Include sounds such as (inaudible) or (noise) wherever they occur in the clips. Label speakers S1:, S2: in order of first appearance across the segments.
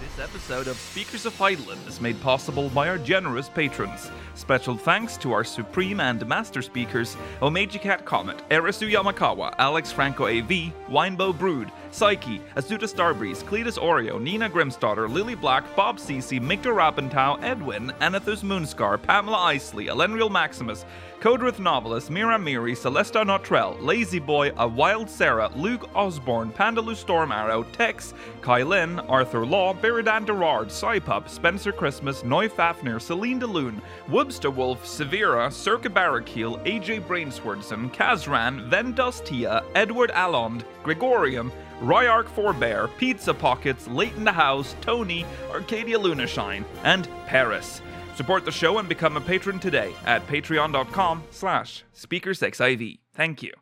S1: This episode of Speakers of Highland is made possible by our generous patrons. Special thanks to our supreme and master speakers, Omeji Cat Comet, Erasu Yamakawa, Alex Franco AV, Winebow Brood, Psyche, Azuta Starbreeze, Cletus Oreo, Nina Grimstarter, Lily Black, Bob Cece, Mictor Rappenthal, Edwin, Anethus Moonscar, Pamela Isley, Elenriel Maximus, Codrith Novelist, Mira Miri, Celesta Notrell, Lazy Boy, A Wild Sarah, Luke Osborne, Pandalu Storm Arrow, Tex, Kylin, Arthur Law, Beridan Derard, Cypup, Spencer Christmas, Noy Fafnir, Celine DeLune, Woobster Wolf, Severa, Circa Barrakeel, AJ Brainswordson, Kazran, Vendustia, Edward Allond, Gregorium, Royark Forbear, Pizza Pockets, Leighton the House, Tony, Arcadia Lunashine, and Paris. Support the show and become a patron today at patreon.com slash speakersxiv. Thank you.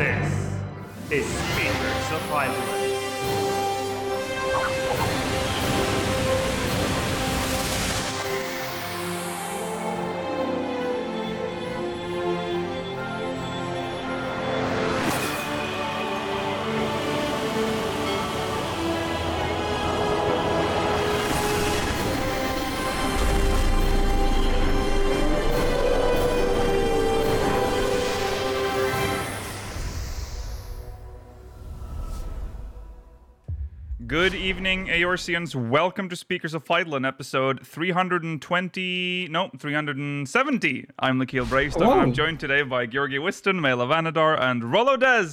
S2: This is Speakers of Highland.
S1: Good evening, Aorcians. Welcome to Speakers of Fidlin, episode 320, no, 370. I'm Lakeel Bravestone.
S3: Whoa.
S1: I'm joined today by Georgi Wiston, Mela Vanadar, and Rollo Des.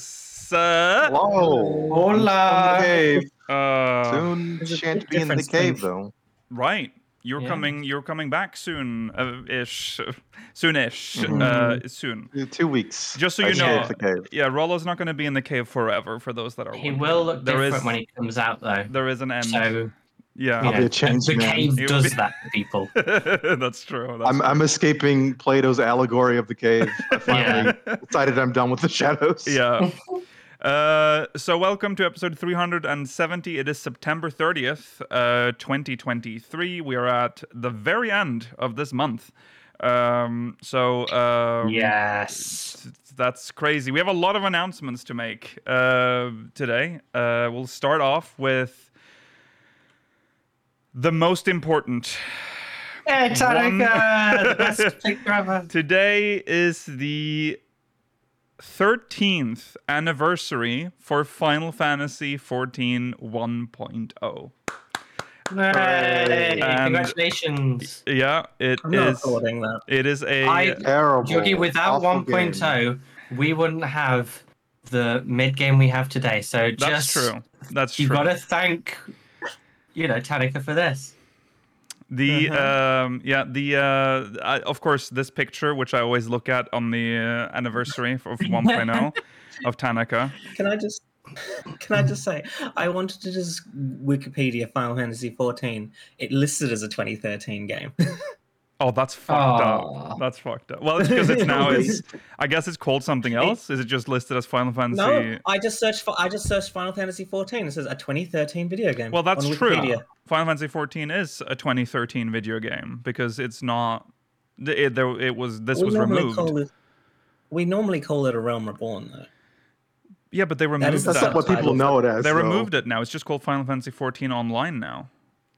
S4: Whoa.
S3: Hola.
S4: Cave.
S1: Uh,
S4: Soon
S3: There's a
S4: shan't
S3: big
S4: be in the
S3: difference,
S4: cave
S3: Dave.
S4: though.
S1: right. You're
S3: Yeah.
S1: coming. You're coming back soon, uh, ish, soon-ish,
S4: Mm-hmm.
S1: uh, soon.
S4: Two- Two weeks.
S1: Just so you
S4: I
S1: know,
S4: shaved the cave.
S1: yeah, Rollo's not going to be in the cave forever. For those that are,
S3: He
S1: wondering.
S3: will look
S1: There
S3: different
S1: is-
S3: when he comes out, though.
S1: There is an end.
S3: So
S1: yeah,
S3: you
S4: I'll be
S3: know,
S4: a changed
S3: the
S4: man.
S3: cave
S1: You'll
S3: does
S1: be-
S3: that to people.
S1: (laughs) that's true. That's
S4: I'm, I'm escaping Plato's allegory of
S1: (laughs)
S4: the cave. I finally decided I'm done with the shadows.
S1: yeah. Uh, so welcome to episode 370. It is September 30th, uh, 2023. We are at the very end of this month. Um, so um,
S3: yes.
S1: that's crazy. We have a lot of announcements to make uh, today. Uh, we'll start off with the most important. Exotica,
S3: the (laughs) best picture ever.
S1: Today is the 13th anniversary for Final Fantasy XIV 1.0.
S3: Yay.
S1: And-
S3: Congratulations.
S1: Yeah, it
S3: I'm not
S1: is. uh,
S3: recording that.
S1: It is a.
S3: I-
S4: Terrible.
S3: Yogi, without
S4: Awful game.
S3: 1.0, we wouldn't have the mid game we have today. So
S1: that's
S3: just
S1: true. That's
S3: you
S1: true.
S3: got to thank, you know, Tanaka for this.
S1: The
S3: Uh-huh.
S1: um, yeah, the uh, I, of course this picture which I always look at on the uh, anniversary
S3: (laughs)
S1: of 1.0 of Tanaka.
S5: Can I just (laughs) can I just say I wanted to just Wikipedia Final Fantasy 14. It listed as a 2013 game.
S1: (laughs) Oh, that's fucked
S3: Aw.
S1: up. That's fucked up. Well, it's because
S3: (laughs)
S1: it's now it's. I guess it's called something else. Is it just listed as Final Fantasy?
S5: no, I just searched for I just searched Final Fantasy 14. It says a 2013 video game.
S1: Well, that's
S5: on
S1: true.
S5: Wikipedia.
S1: Final Fantasy 14 is a 2013 video game because it's not. th- It, there, it was this was
S5: normally
S1: removed.
S5: Call it, we normally call it a Realm Reborn though.
S1: yeah, but they removed
S5: is
S4: That's
S1: that.
S4: not what people
S5: Subtitles.
S4: know it as.
S1: they
S4: though.
S1: removed it now. It's just called Final Fantasy 14 Online now.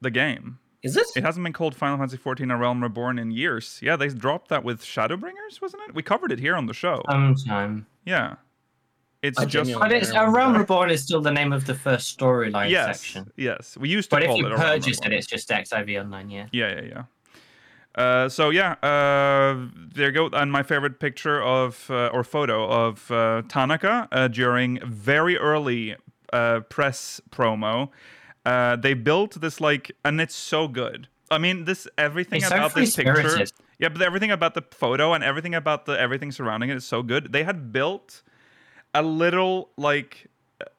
S1: The game.
S5: Is it?
S1: It hasn't been called Final Fantasy 14 A Realm Reborn in years. Yeah, they dropped that with Shadowbringers, wasn't it? We covered it here on the show.
S3: Um, Sometime.
S1: yeah, it's
S5: I
S1: just
S5: genuinely-
S3: But it's
S5: Yeah.
S3: Around Reborn is still the name of the first storyline
S1: yes,
S3: section.
S1: yes. We used to
S3: But if
S1: call
S3: you
S1: it A Realm
S3: purchase it,
S1: Reborn.
S3: it's just XIV Online, yeah.
S1: Yeah, yeah, yeah. Uh, so yeah, uh, there you go. And my favorite picture of uh, or photo of uh, Tanaka uh, during very early uh, press promo. Uh, they built this like, and it's so good. I mean, this everything
S3: It's so
S1: about this picture.
S3: free-spirited.
S1: Yeah, but everything about the photo and everything about the everything surrounding it is so good. They had built a little like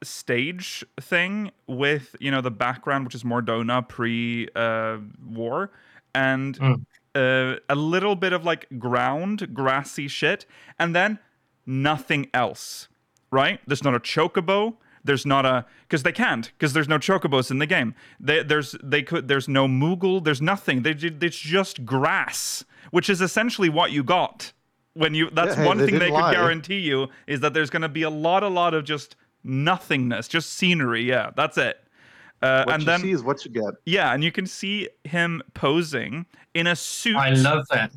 S1: stage thing with you know the background which is Mordona pre uh, war and
S3: Mm.
S1: uh, a little bit of like ground grassy shit and then nothing else right there's not a chocobo there's not a because they can't because there's no chocobos in the game they, there's they could there's no moogle there's nothing they, ju- it's just grass which is essentially what you got when you that's
S4: hey,
S1: one
S4: they
S1: thing they
S4: didn't
S1: could
S4: lie.
S1: guarantee guarantee you is that there's going to be a lot, a lot of just nothingness, just scenery. Yeah, that's it. Uh,
S4: What
S1: and
S4: you
S1: then
S4: see is what you get.
S1: yeah, and you can see him posing in a suit,
S3: I love that.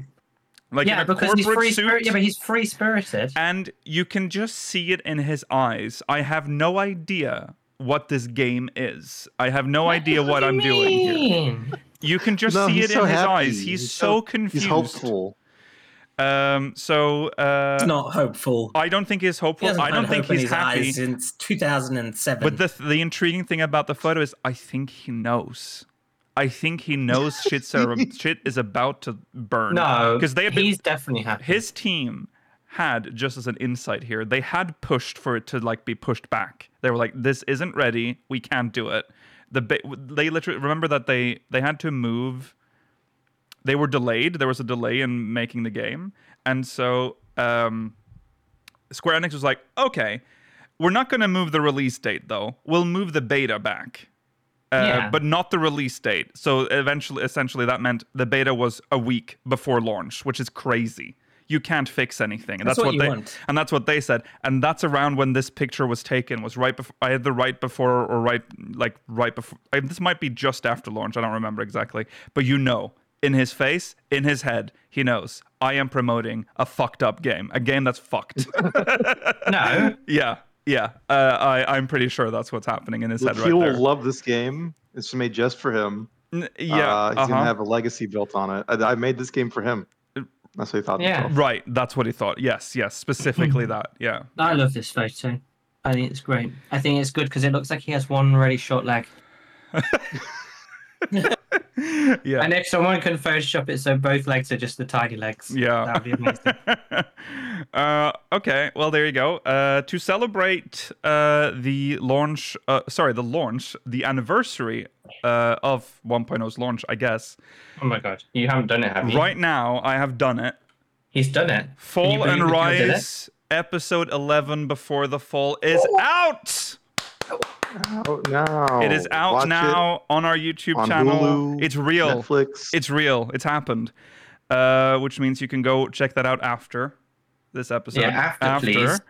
S1: like
S3: yeah,
S1: in a
S3: because he's free
S1: corporate
S3: spirit.
S1: suit,
S3: Yeah, but he's free spirited.
S1: and you can just see it in his eyes. I have no idea what this game is. I have no idea what I'm doing here. You can just
S4: No,
S1: see it
S4: he's so
S1: in his
S4: happy.
S1: eyes. He's, so, confused.
S4: He's hopeful.
S1: Um, so uh,
S5: It's not hopeful.
S1: I don't think he's
S5: He
S1: hopeful.
S5: hasn't
S1: Uh, I don't
S5: found
S1: think
S5: hope in
S1: he's
S5: his
S1: happy.
S5: eyes since 2007.
S1: But the the intriguing thing about the photo is, I think he knows. I think he knows shit's are, shit is about to burn.
S3: No,
S1: because they have been,
S3: he's definitely happy.
S1: his team had just as an insight here. They had pushed for it to like be pushed back. They were like, "This isn't ready. We can't do it." The ba- they literally remember that they they had to move. They were delayed. There was a delay in making the game, and so um, Square Enix was like, "Okay, we're not going to move the release date though. We'll move the beta back." uh,
S3: Yeah.
S1: but not the release date. So eventually, essentially, that meant the beta was a week before launch, which is crazy. You can't fix anything, and that's,
S5: That's what you
S1: they
S5: want.
S1: and that's what they said. And that's around when this picture was taken. Was right before I had the right before or right like right before. I, this might be just after launch. I don't remember exactly, but you know, in his face, in his head, he knows. I am promoting a fucked up game, a game that's fucked.
S3: (laughs) No,
S1: (laughs) yeah, yeah. Uh, I I'm pretty sure that's what's happening in his
S4: Look,
S1: head
S4: he
S1: right
S4: will
S1: there.
S4: love this game. It's made just for him.
S1: N- yeah,
S4: uh, he's
S1: uh-huh.
S4: gonna have a legacy built on it. I, I made this game for him. That's what he thought. to
S3: Yeah.
S4: himself.
S1: Right, that's what he thought. Yes, yes, specifically
S3: Hmm.
S1: that. Yeah.
S3: I love this photo. I think it's great. I think it's good because it looks like he has one really short leg.
S1: Yeah.
S3: And if someone can Photoshop it so both legs are just the tiny legs,
S1: Yeah.
S3: that'd be amazing.
S1: (laughs) uh, okay, well there you go. Uh, to celebrate uh, the launch, uh, sorry, the launch, the anniversary uh, of 1.0's launch, I guess.
S3: oh my god, you haven't done it, have you?
S1: Right now, I have done it.
S3: he's done it. Can you
S1: Fall
S3: believe
S1: and
S3: that you did it?
S1: Rise episode 11 before the fall is out.
S4: Oh no!
S1: It is out
S4: Watch
S1: now on our YouTube
S4: on
S1: channel.
S4: Hulu,
S1: it's real.
S4: Netflix.
S1: It's real. It's happened. Uh, which means you can go check that out after this episode.
S3: Yeah, after, please.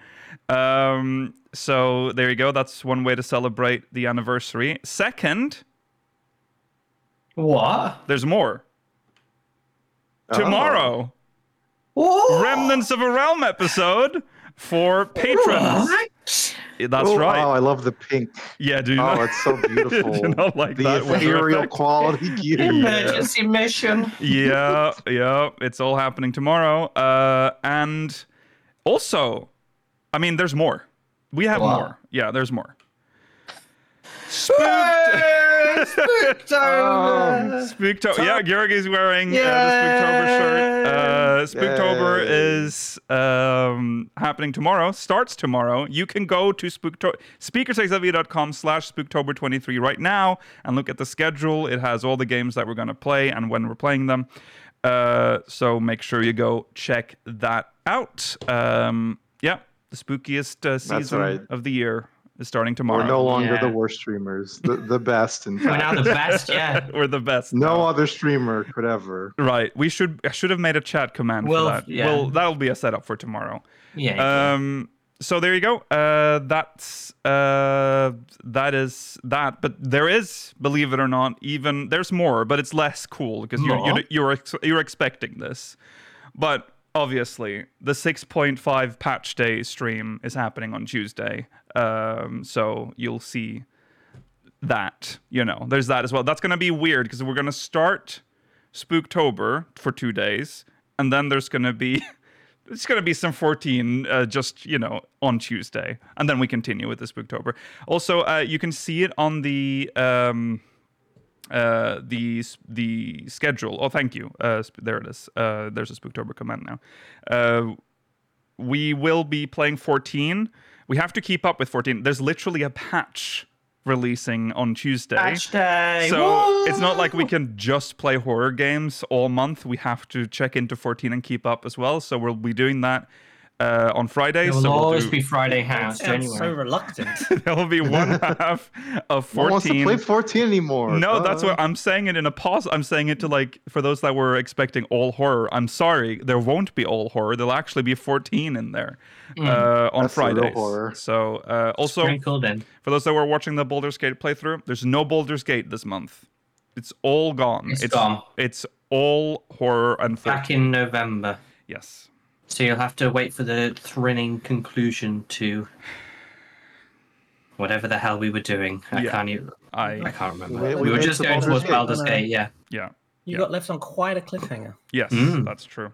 S1: Um, so there you go. That's one way to celebrate the anniversary. Second,
S3: What?
S1: there's more.
S4: Oh.
S1: Tomorrow, Remnants of a Realm episode for patrons.
S3: What?
S1: That's
S4: oh,
S1: right.
S4: Oh, I love the pink.
S1: yeah, do (laughs) you
S4: Oh,
S1: not-
S4: it's so beautiful.
S1: Did you not like
S4: the
S1: that weather (laughs)
S4: ethereal
S1: effect?
S4: quality gear.
S3: Emergency mission.
S1: yeah, yeah, it's all happening tomorrow. Uh, and also, I mean, there's more. We have
S3: Wow.
S1: more. Yeah, there's more.
S3: Hey,
S4: Um,
S3: Spooktober.
S1: Spooktober. Yeah, Georg is wearing uh, the Spooktober shirt. Uh, Spooktober
S4: Yay.
S1: is um, happening tomorrow. Starts tomorrow. You can go to Spooktober speakersxlv.com slash Spooktober23 right now and look at the schedule. It has all the games that we're going to play and when we're playing them. Uh, so make sure you go check that out. Um, yeah, the spookiest uh, season
S4: right.
S1: of the year is starting tomorrow.
S4: We're no longer
S3: Yeah.
S4: the worst streamers. The, the best,
S3: (laughs)
S4: in
S3: We're now
S4: fact.
S3: the
S1: (laughs)
S3: best, yeah.
S1: We're the best.
S4: No other streamer could ever.
S1: Right. We should. I should have made a chat command
S3: Well,
S1: for that.
S3: yeah.
S1: Well, that'll be a setup for tomorrow.
S3: Yeah.
S1: Um. So there you go. Uh. That's. Uh. That is that. But there is, believe it or not, even there's more, but it's less cool because you you
S3: More?
S1: you're ex- you're expecting this, but obviously the 6.5 patch day stream is happening on Tuesday. Um. So you'll see that. You know, there's that as well. That's gonna be weird because we're gonna start Spooktober for two days, and then there's gonna be it's gonna be some 14 uh, just you know on Tuesday, and then we continue with the Spooktober. Also, uh, you can see it on the. Um, uh, the s- the schedule. Oh, thank you. Uh, sp- there it is. Uh, there's a Spooktober command now. Uh, we will be playing 14. We have to keep up with 14. There's literally a patch releasing on Tuesday.
S3: Patch day.
S1: So it's not
S3: Woo!
S1: like we can just play horror games all month. We have to check into 14 and keep up as well. So we'll be doing that. uh, on Friday.
S3: It will
S1: so we'll
S3: always
S1: do,
S3: be Friday
S5: I'm
S3: house,
S5: so
S3: January.
S5: reluctant.
S1: (laughs) there will be one half of
S4: (laughs) No one wants to play
S1: fourteen.
S4: 14 anymore.
S1: No, that's
S4: Uh,
S1: what I'm saying it in a pause. I'm saying it to like for those that were expecting all horror. I'm sorry, there won't be all horror. There'll actually be 14 in there uh, on
S4: Mm. That's the real
S1: Fridays.
S4: horror.
S1: So uh, also
S3: Very cool then.
S1: for those that were watching the Baldur's Gate playthrough, there's no Baldur's Gate this month. It's all gone.
S3: It's gone.
S1: It's all horror and 14.
S3: Back in November.
S1: Yes.
S3: So you'll have to wait for the thrilling conclusion to whatever the hell we were doing. I
S1: Yeah.
S3: can't even, I
S1: I
S3: can't remember.
S4: We-
S3: We,
S4: we
S3: were
S4: made
S3: just
S4: the
S3: going
S4: Baldur's
S3: towards
S4: Gate,
S3: Baldur's
S5: didn't we?
S3: Gate, yeah.
S1: yeah.
S5: You
S1: Yeah.
S5: got left on quite a cliffhanger.
S1: Yes,
S3: Mm.
S1: that's true.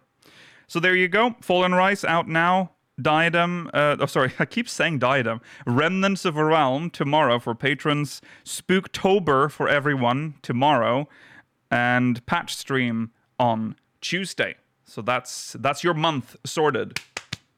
S1: So there you go. Fallen Rise out now. Diadem, uh, oh, sorry, (laughs) I keep saying Diadem. Remnants of a Realm tomorrow for patrons. Spooktober for everyone tomorrow, and patch stream on Tuesday. So that's that's your month sorted.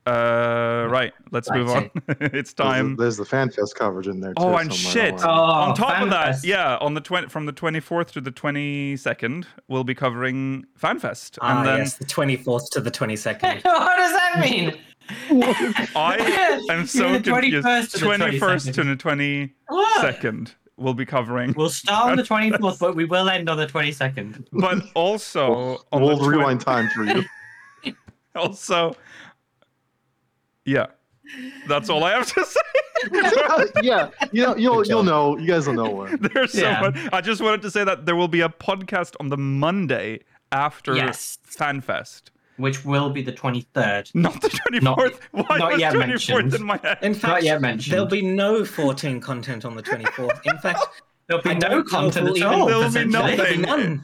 S1: Uh, right, let's move on.
S3: Right.
S1: (laughs) it's
S4: Oh. There's the-
S1: time.
S4: There's the fan fest coverage in there. Too,
S1: Oh, and
S4: somewhere. I
S1: shit.
S4: wanna-
S1: on
S3: Oh,
S1: top of that,
S3: FanFest.
S1: yeah, on the 20, from the 24th to the 22nd, we'll be covering FanFest.
S5: Ah,
S1: and then
S5: yes, the 24th to the 22nd.
S3: (laughs) what does that mean? (laughs)
S1: I am
S3: You're
S1: so
S3: the 21st
S1: confused.
S3: to the
S1: 21st
S3: 22nd.
S1: to the 22nd
S3: What?
S1: we'll be covering.
S3: We'll start
S1: (laughs)
S3: on the 24th, but we will end on the 22nd.
S4: (laughs)
S1: But also on
S4: we'll
S1: the twen-
S4: rewind time
S1: (laughs)
S4: for you. (laughs)
S1: also Yeah. That's all I have to (laughs) say.
S4: yeah, you know, you'll
S5: Good
S4: you'll
S5: job.
S4: know. You guys will know
S1: (laughs)
S4: when.
S1: There's
S3: Yeah.
S1: so much. I just wanted to say that there will be a podcast on the Monday after
S3: Yes.
S1: FanFest.
S3: Which will be the 23rd.
S1: Not the 24th. Why
S3: not
S1: was
S3: yet
S1: 24th
S3: mentioned.
S1: in my head?
S5: In fact,
S3: yet mentioned.
S5: there'll be no 14 content on the 24th.
S1: (laughs)
S5: In fact,
S3: There'll be
S5: I
S3: no
S5: don't know if
S3: content
S5: we'll
S3: at
S5: even-
S3: all.
S1: There will be
S3: potentially.
S5: there'll be
S1: nothing.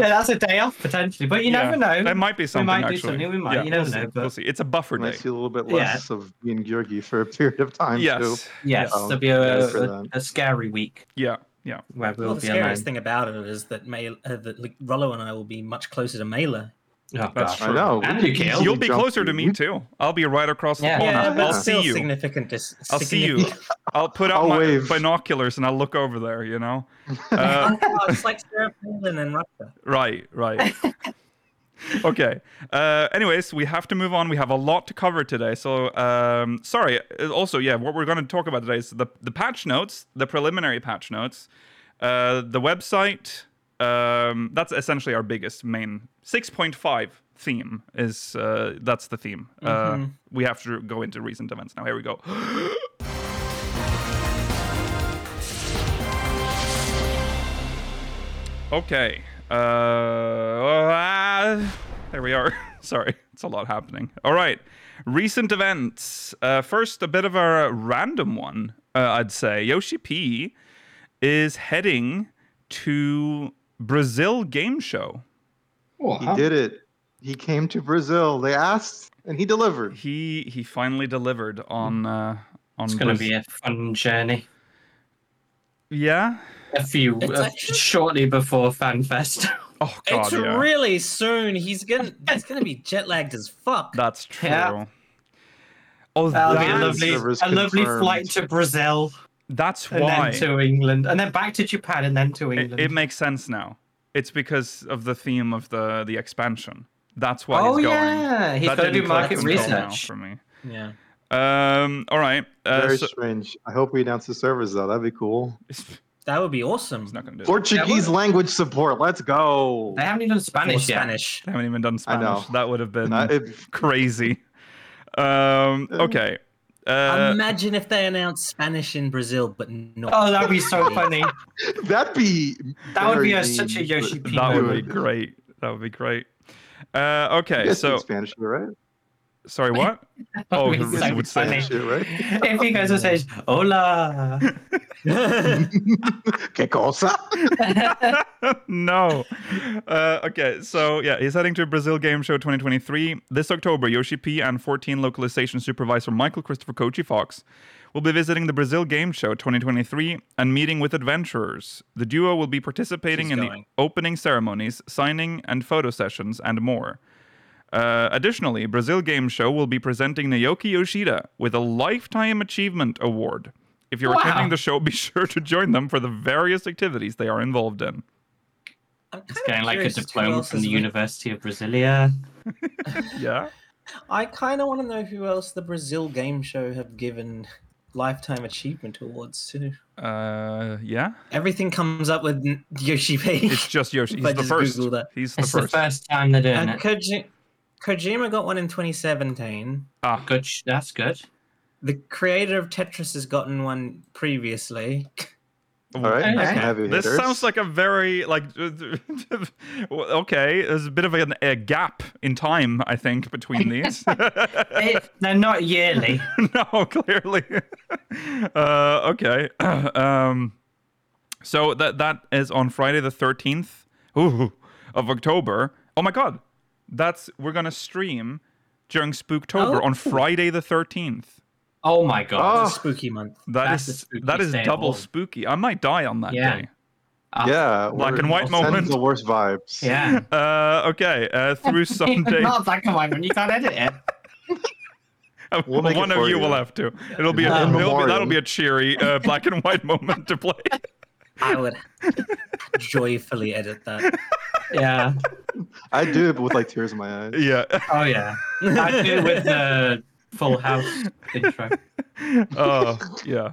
S3: (laughs) Yeah, that's a day off potentially, but you
S1: Yeah.
S3: never know.
S1: There might be something
S3: might do
S1: actually.
S3: something, we might,
S1: Yeah,
S3: you never
S1: we'll
S3: know,
S1: see, we'll
S3: but-
S1: see. It's a buffer
S4: Might
S1: day.
S4: see a little bit
S3: Yeah.
S4: less of being Gyurgy for a period of time too.
S1: Yes.
S3: Yes,
S4: Um,
S3: there'll be a,
S4: good for
S3: a,
S4: that.
S3: a scary week
S1: Yeah. Yeah.
S3: where we'll
S5: Well, the
S3: be alone.
S5: scariest thing about it is that Mail, uh, that like, Rollo and I will be much closer to Mailer.
S3: Oh,
S1: That's
S3: gosh.
S1: true.
S4: I know.
S3: And
S4: we
S3: you
S4: could
S3: kill.
S4: easily
S1: You'll be
S4: jump
S1: closer to
S4: you.
S1: me too. I'll be right across the
S3: Yeah.
S1: corner.
S5: Yeah, but
S1: I'll see
S5: still
S1: you.
S5: significant. Dis-
S1: I'll see you.
S5: significant- (laughs)
S1: I'll
S4: (laughs)
S1: put out
S4: I'll
S1: my
S4: wave.
S1: binoculars and I'll look over there. You
S4: (laughs)
S1: know, uh,
S5: Oh, it's like Sarah Palin and Russia.
S1: right, right. Okay. Uh, anyways, we have to move on. We have a lot to cover today. So, um, sorry. uh, Also, yeah, what we're going to talk about today is the the patch notes, the preliminary patch notes, uh, the website. Um, that's essentially our biggest main six point five theme is uh, that's the theme. Uh, we have to go into recent events now. Here we go. Okay. Uh, ah, there we are. (laughs) Sorry, it's a lot happening. All right. Recent events. Uh, first, a bit of a random one, uh, I'd say. Yoshi P is heading to Brazil Game Show.
S3: Uh-huh.
S4: He did it. He came to Brazil. They asked, and he delivered.
S1: He he finally delivered on uh, on.
S3: It's going to
S1: Braz-
S3: be a fun journey.
S1: yeah.
S3: A few
S5: It's
S3: uh,
S5: actually-
S3: shortly before
S5: (laughs)
S3: FanFest.
S1: Oh (laughs) God,
S5: it's
S1: yeah.
S5: really soon. He's gonna. He's gonna be jet lagged as fuck.
S1: That's true.
S3: Yeah.
S1: Oh,
S3: That'll
S4: The
S3: be a
S1: that's,
S4: ferry
S3: lovely,
S4: service
S3: a lovely
S4: confirmed.
S3: flight to Brazil
S1: that's
S3: and
S1: why.
S3: then to England and then back to Japan and then to
S1: It,
S3: England.
S1: it makes sense now. It's because of the theme of the the expansion. That's why
S3: oh
S1: he's going.
S3: yeah, he's
S1: That
S3: got
S1: didn't
S3: to do
S1: click
S3: market
S1: until now
S3: research.
S1: for me.
S5: Yeah.
S1: Um. All right. Uh,
S4: Very
S1: so, (laughs)
S4: strange. I hope we announce the service though. That'd be cool.
S1: he's
S5: That would be awesome.
S1: not gonna do. It.
S4: Portuguese language support. Let's go.
S3: They haven't even done
S5: Or
S3: Spanish yet.
S5: Spanish.
S1: I haven't even done
S4: I know.
S1: Spanish. That would have been
S4: Uh, if-
S1: crazy. Um.
S4: Uh,
S1: Okay. Uh,
S5: Imagine if they announced Spanish in Brazil, but
S1: (laughs)
S5: not. (laughs)
S3: Oh, that'd be so funny.
S4: that'd be.
S3: That would be
S4: very
S3: a, such a
S4: mean,
S3: Yoshi
S4: but-
S3: P
S1: that would be
S3: moment.
S1: great. That would be great. Uh.
S4: You
S1: Okay.
S4: guys speak
S1: So
S4: Spanish, right?
S1: sorry. What? Oh,
S3: That would be
S1: he
S3: so
S1: would say
S3: funny.
S4: that shit, right?
S3: (laughs) if he goes and says, hola.
S4: Que cosa?
S1: (laughs) no. Uh, okay, so yeah, he's heading to Brazil Game Show 2023. This October, Yoshi P and 14 localization supervisor Michael Christopher Kochi Fox will be visiting the Brazil Game Show 2023 and meeting with adventurers. The duo will be participating in
S5: She's going.
S1: the opening ceremonies, signing and photo sessions, and more. Uh, additionally, Brazil Game Show will be presenting Naoki Yoshida with a Lifetime Achievement Award. If you're
S3: Wow.
S1: attending the show, be (laughs) sure to join them for the various activities they are involved in.
S5: I'm kind
S3: He's
S5: of
S3: getting like a
S5: curious as to who
S3: diploma
S5: else
S3: from
S5: is
S3: the
S5: with-
S3: University of Brasilia.
S1: Yeah.
S5: I kind of want to know who else the Brazil Game Show have given lifetime achievement awards to.
S1: Uh, yeah.
S5: Everything comes up with N- Yoshi P.
S1: It's just Yoshi.
S5: If I
S1: He's the
S5: just
S1: first.
S5: Google that.
S1: He's the
S3: It's the
S1: first.
S3: first time they're doing
S5: (laughs) and
S3: it.
S5: Koji- Kojima got one in 2017.
S1: Ah,
S3: Good. sh- That's
S5: (laughs)
S3: good.
S5: The creator of Tetris has gotten one previously.
S4: All right,
S3: Okay.
S4: some heavy
S1: this
S4: hitters.
S1: sounds like a very like (laughs) okay. There's a bit of an, a gap in time, I think,
S5: (laughs)
S1: between these. (laughs)
S3: It, they're not yearly.
S1: no, clearly. (laughs) uh, okay. (clears throat) um, so that that is on Friday the thirteenth of October. Oh my God, that's we're gonna stream during Spooktober
S5: Oh.
S1: on Friday the thirteenth.
S3: Oh my god.
S5: It's
S4: Oh.
S5: a spooky month.
S1: That
S3: That's a
S1: is
S3: spooky
S1: that is
S3: day of
S1: double
S3: all.
S1: spooky. I might die on that
S3: Yeah.
S1: day.
S4: yeah,
S1: Black
S4: we're-
S1: and white
S4: sends
S1: moment.
S4: The worst
S1: (laughs)
S4: vibes.
S3: Ah, Yeah.
S1: Uh, okay, uh, through Sunday. (laughs)
S3: (laughs) not black and white when you can't edit it.
S4: We'll make it
S1: One of
S4: for
S1: you
S4: you.
S1: will have to. It'll be, a,
S3: In
S1: it'll be-
S4: memoriam.
S1: that'll be a cheery uh, black and white (laughs) moment to play. (laughs)
S5: I would joyfully edit that.
S3: Yeah.
S4: I do it with like tears in my eyes.
S1: Yeah.
S3: Oh yeah. I do it with the Full House intro.
S1: Uh, yeah.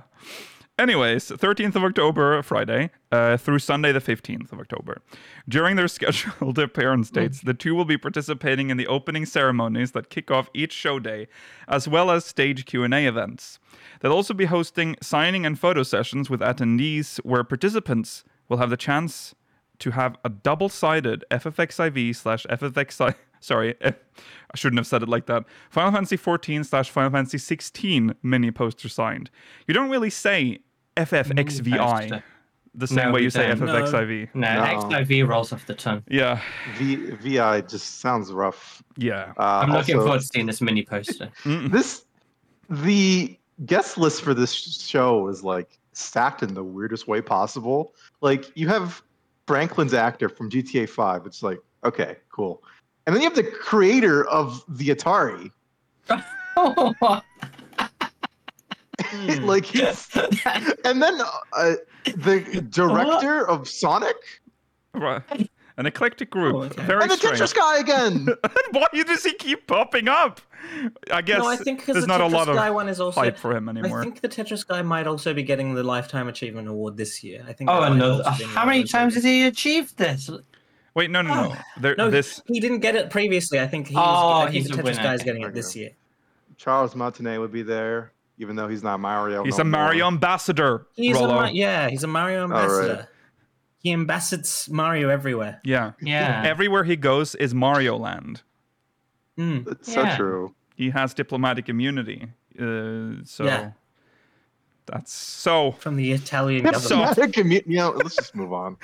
S1: Anyways, 13th of October, Friday, uh, through Sunday, the 15th of October. During their (laughs) scheduled appearance dates, the two will be participating in the opening ceremonies that kick off each show day, as well as stage Q&A events. They'll also be hosting signing and photo sessions with attendees where participants will have the chance to have a double-sided FFXIV slash FFXI. (laughs) Sorry, F- I shouldn't have said it like that. Final Fantasy 14 slash Final Fantasy 16 mini poster signed. You don't really say FFXVI
S3: poster.
S1: the same
S3: No,
S1: way
S3: we
S1: you say
S3: don't.
S1: FFXIV.
S3: No,
S4: No.
S3: XIV rolls off the tongue.
S1: Yeah,
S4: V VI just sounds rough.
S1: yeah.
S4: Uh,
S3: I'm looking
S4: also,
S3: forward to seeing this mini (laughs) poster.
S5: (laughs)
S4: this the guest list for this show is like stacked in the weirdest way possible. Like you have Franklin's actor from GTA 5. It's like, okay, cool. And then you have the creator of the Atari.
S3: Oh,
S1: Hmm.
S4: (laughs) like it's- and then uh, the director of Sonic
S1: Right. An eclectic group.
S5: Oh, okay.
S1: Very
S4: and the
S1: strange.
S4: Tetris guy
S1: (laughs)
S4: again.
S1: Why does he keep popping up? I guess
S5: no, I think because
S1: there's
S5: the
S1: not a
S5: Tetris
S1: lot of
S5: guy one is also.
S1: hype for him anymore.
S5: I think the Tetris guy might also be getting the lifetime achievement award this year. I think.
S3: oh,
S5: that might
S3: another.
S5: also be
S3: How
S5: one
S3: many
S5: of those
S3: times
S5: things.
S3: has he achieved this?
S1: Wait, no, no, no. There,
S5: Oh. No,
S1: this.
S5: he didn't get it previously. I think he's.
S3: Oh,
S5: I think
S3: he's
S5: the
S3: a
S5: Tetris
S3: winner.
S5: guy's getting it this year.
S4: Charles Martinet would be there, even though he's not Mario.
S1: He's
S4: no
S1: a Mario
S4: more.
S1: ambassador.
S5: He's a
S1: Rollo.
S5: Ma- yeah, he's a Mario
S4: right.
S5: ambassador. He ambassadors Mario everywhere.
S1: yeah.
S3: Yeah.
S1: Everywhere he goes is Mario Land.
S5: Mm.
S4: That's
S3: Yeah.
S4: so true.
S1: He has diplomatic immunity. Uh, so
S5: Yeah.
S1: that's so. (laughs)
S5: From the Italian
S1: so-
S5: government.
S4: Diplomatic commu- you know, let's just move on.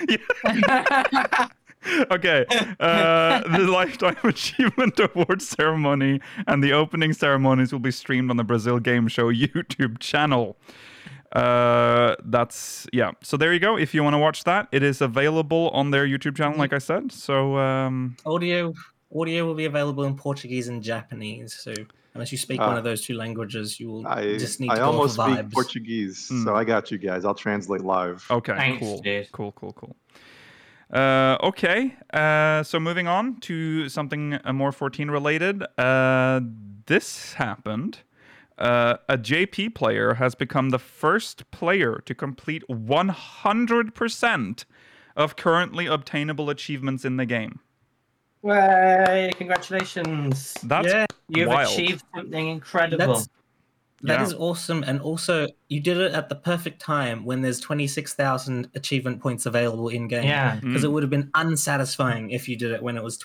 S1: Okay. Uh, the Lifetime Achievement Award ceremony and the opening ceremonies will be streamed on the Brazil Game Show (laughs) YouTube channel. Uh, that's yeah. So there you go. If you want to watch that, it is available on their YouTube channel, like I said. So um,
S5: Audio audio will be available in Portuguese and Japanese. So unless you speak
S4: Ah.
S5: one of those two languages, you will
S4: I,
S5: just need
S4: I
S5: to go
S4: almost
S5: off
S4: speak
S5: vibes.
S4: Portuguese,
S1: Mm.
S4: so I got you guys. I'll translate live. (laughs)
S1: okay,
S3: Thanks,
S1: cool,
S3: dude.
S1: cool, cool, cool. Uh, okay. Uh, so moving on to something uh, more 14 related. Uh, this happened. Uh, a JP player has become the first player to complete 100% of currently obtainable achievements in the game.
S3: Way, congratulations.
S1: That's
S5: Yeah.
S3: You've
S1: wild.
S3: achieved something incredible.
S5: That's that
S1: Yeah.
S5: is awesome, and also you did it at the perfect time when there's twenty six thousand achievement points available in game.
S3: Yeah.
S1: mm,
S5: because it would have been unsatisfying if you did it when it was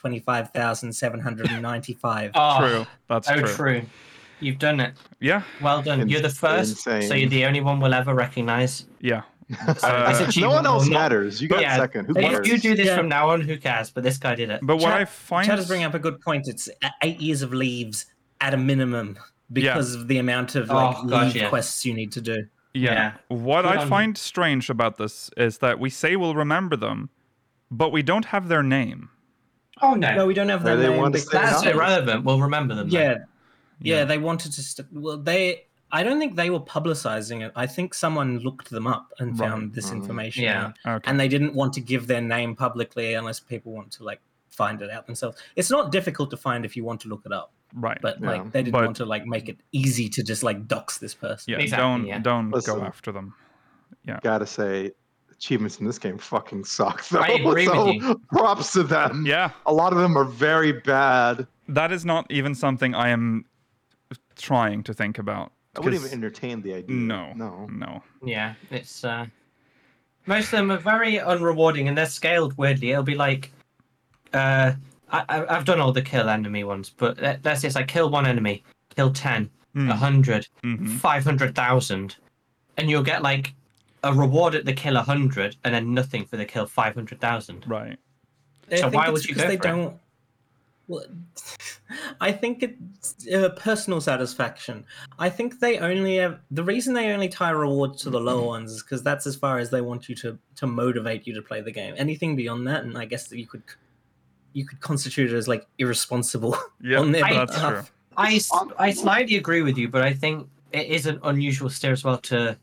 S5: 25,795.
S3: Oh,
S1: True. That's
S3: So
S1: true.
S3: true. You've done it.
S1: Yeah.
S3: Well done.
S4: Ins-
S3: you're the first, so
S4: insane.
S3: you're the only one we'll ever recognize.
S1: Yeah.
S3: So
S1: Uh,
S3: this
S4: no
S3: achievement
S4: one
S3: will
S4: else
S3: not-
S4: matters. You got
S3: Yeah.
S4: second. Who
S3: If
S4: cares?
S3: you do this
S5: Yeah.
S3: from now on, who cares? But this guy did it.
S1: But what
S5: Chat-
S1: I find.
S5: Chatters bring up a good point. It's e- eight years of leaves at a minimum because of the amount of like
S3: Oh, God,
S5: leave
S3: yeah.
S5: quests you need to do.
S1: Yeah. What
S3: Good
S1: I
S3: on-
S1: find strange about this is that we say we'll remember them, but we don't have their name.
S3: Oh no.
S5: No, we don't have
S4: Where
S5: their
S4: they
S5: name.
S4: want to
S5: because-
S4: stay
S3: That's
S4: Yeah.
S3: irrelevant. We'll remember them. though.
S5: yeah, yeah, They wanted to. St- well, they. I don't think they were publicizing it. I think someone looked them up and
S1: Right.
S5: found this
S4: Mhm.
S5: information.
S3: Yeah.
S5: out.
S1: Okay.
S5: And they didn't want to give their name publicly unless people want to like find it out themselves. It's not difficult to find if you want to look it up,
S1: Right.
S5: but like
S4: Yeah.
S5: they didn't
S1: But-
S5: want to like make it easy to just like dox this person.
S1: yeah,
S3: Exactly,
S1: don't
S3: yeah.
S1: don't
S4: Listen.
S1: go after them.
S4: Gotta say, achievements in this game fucking suck. Though.
S3: I agree with
S4: (laughs) so
S3: you.
S4: Props to them.
S1: Yeah,
S4: A lot of them are very bad.
S1: that is not even something I am trying to think about.
S4: I wouldn't
S1: 'cause-
S4: even entertain the idea. Hmm.
S1: no,
S4: No.
S1: no.
S3: Yeah, it's uh most of them are very unrewarding and they're scaled weirdly. It'll be like uh I, I- I've done all the kill enemy ones, but let, let's say it's like kill one enemy, kill 10, a
S1: Mm,
S3: 100,
S1: mhm.
S3: 500,000, and you'll get like a reward at the kill 100 and then nothing for the kill 500,000.
S1: Right.
S5: I
S3: So
S5: think
S3: why
S5: it's
S3: would you
S5: because
S3: go
S5: they
S3: for it?
S5: don't. Well, (laughs) I think it's uh, personal satisfaction. I think they only have the reason they only tie rewards to the lower ones is because that's as far as they want you to to motivate you to play the game. Anything beyond that, and I guess that you could you could constitute it as like irresponsible (laughs)
S1: Yeah,
S5: on their
S3: I-
S1: that's true.
S5: behalf.
S3: I,
S4: It's
S3: s-
S4: on-
S3: I slightly agree with you, but I think it is an unusual steer as well to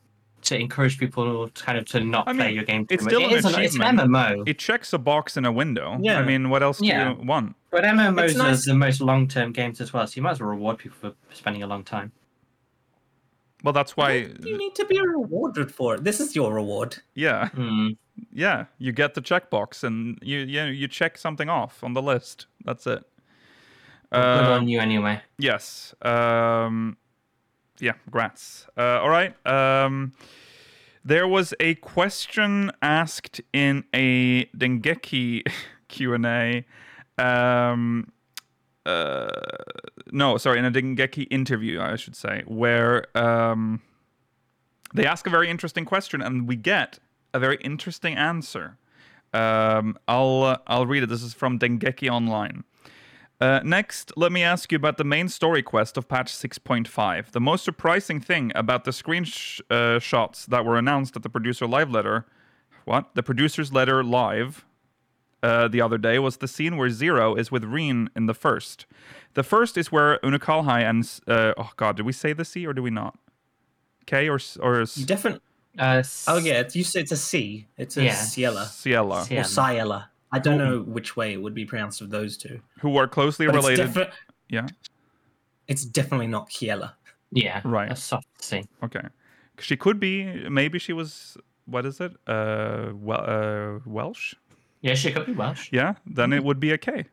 S3: to encourage people to kind of to not
S1: I
S3: play
S1: mean,
S3: your game.
S1: it's
S3: too much.
S1: still
S3: It
S1: an
S3: is it's an
S1: achievement.
S3: MMO,
S1: It checks a box in a window.
S5: Yeah.
S1: I mean, what else
S3: Yeah.
S1: do you want?
S3: but MMOs
S5: It's nice-
S3: are the most long term games as well, so you might as well reward people for spending a long time.
S1: Well, that's why.
S5: You need to be rewarded for it. This is your reward.
S1: Yeah,
S3: Hmm.
S1: yeah. You get the checkbox, and you you you check something off on the list. That's it.
S3: Good
S1: Uh,
S3: on you anyway.
S1: Yes. Um, yeah, grats. Uh, all right. Um, there was a question asked in a Dengeki (laughs) Q&A. Um, uh, no, sorry, in a Dengeki interview, I should say, where um, they ask a very interesting question and we get a very interesting answer. Um, I'll uh, I'll read it. This is from Dengeki Online. Uh, next, let me ask you about the main story quest of patch 6.5. The most surprising thing about the screenshots uh, shots that were announced at the producer live letter, what? The producer's letter live uh, the other day was the scene where Zero is with Reen in the first. The first is where Unukalhai and uh, oh god, did we say the C or do we not? K or s- or s-
S5: You definitely.
S3: Uh,
S5: Oh yeah, it's, you said it's a C. It's a
S3: Yeah.
S5: Ciela
S1: Ciela,
S5: or
S3: Yeah.
S5: Ciela. I don't know which way it would be pronounced of those two.
S1: who are closely
S5: But
S1: related.
S5: It's, defi-
S1: yeah,
S5: it's definitely not Kiela.
S3: Yeah.
S1: Right.
S3: A soft thing.
S1: okay. She could be. Maybe she was. What is it? Uh, well, uh, Welsh.
S3: Yeah, she could be Welsh.
S1: Yeah, then
S5: Mm-hmm.
S1: it would be a K.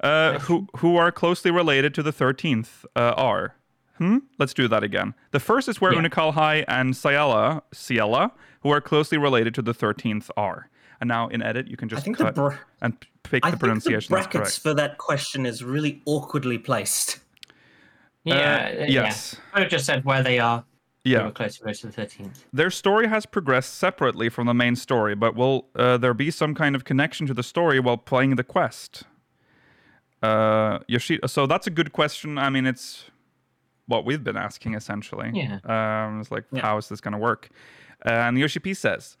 S1: Uh, who who are closely related to the thirteenth uh, are? Hmm. Let's do that again. The first is where
S3: Yeah.
S1: Unikal High and Ciela, Ciela, who are closely related to the thirteenth are. And now in edit, you can
S5: I
S1: just
S5: think the
S1: cut
S5: bra-
S1: and p- pick
S5: I
S1: the
S5: think
S1: pronunciation.
S5: the
S1: that's correct.
S5: brackets for that question is really awkwardly placed.
S1: Uh,
S3: Yeah. uh,
S1: yes.
S3: Yeah. I would've just said where they are.
S1: Yeah.
S3: We were close to go to the 13th.
S1: Their story has progressed separately from the main story, but will uh, there be some kind of connection to the story while playing the quest? Uh, Yoshida, so that's a good question. I mean, it's what we've been asking essentially. Yeah. Um, it's like,
S5: Yeah.
S1: how is this going to work? Uh, And Yoshi P says,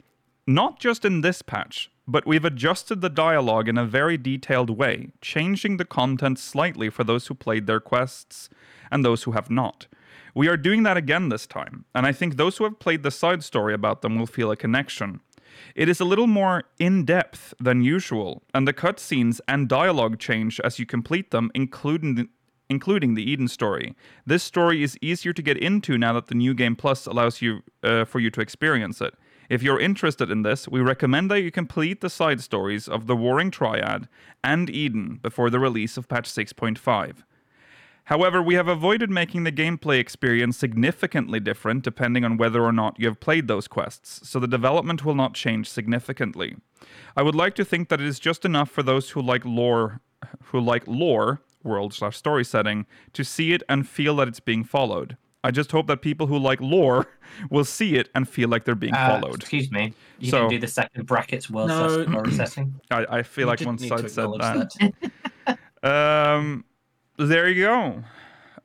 S1: not just in this patch, but we've adjusted the dialogue in a very detailed way, changing the content slightly for those who played their quests and those who have not. We are doing that again this time, and I think those who have played the side story about them will feel a connection. It is a little more in depth than usual, and the cutscenes and dialogue change as you complete them, including the, including the Eden story. This story is easier to get into now that the New Game Plus allows you uh, for you to experience it. If you're interested in this, we recommend that you complete the side stories of the Warring Triad and Eden before the release of patch 6.5. However, we have avoided making the gameplay experience significantly different depending on whether or not you have played those quests, so the development will not change significantly. I would like to think that it is just enough for those who like lore, who like lore, world slash story setting, to see it and feel that it's being followed. I just hope that people who like lore (laughs) will see it and feel like they're being
S3: Uh,
S1: followed.
S3: Excuse me. You
S1: So-
S3: didn't do the second brackets world
S5: No.
S1: (clears throat)
S3: no. setting.
S1: I, I feel
S5: You
S1: like
S5: did
S1: once
S5: need
S1: I
S5: to
S1: said
S5: acknowledge
S1: that.
S5: that.
S1: Um, there you go.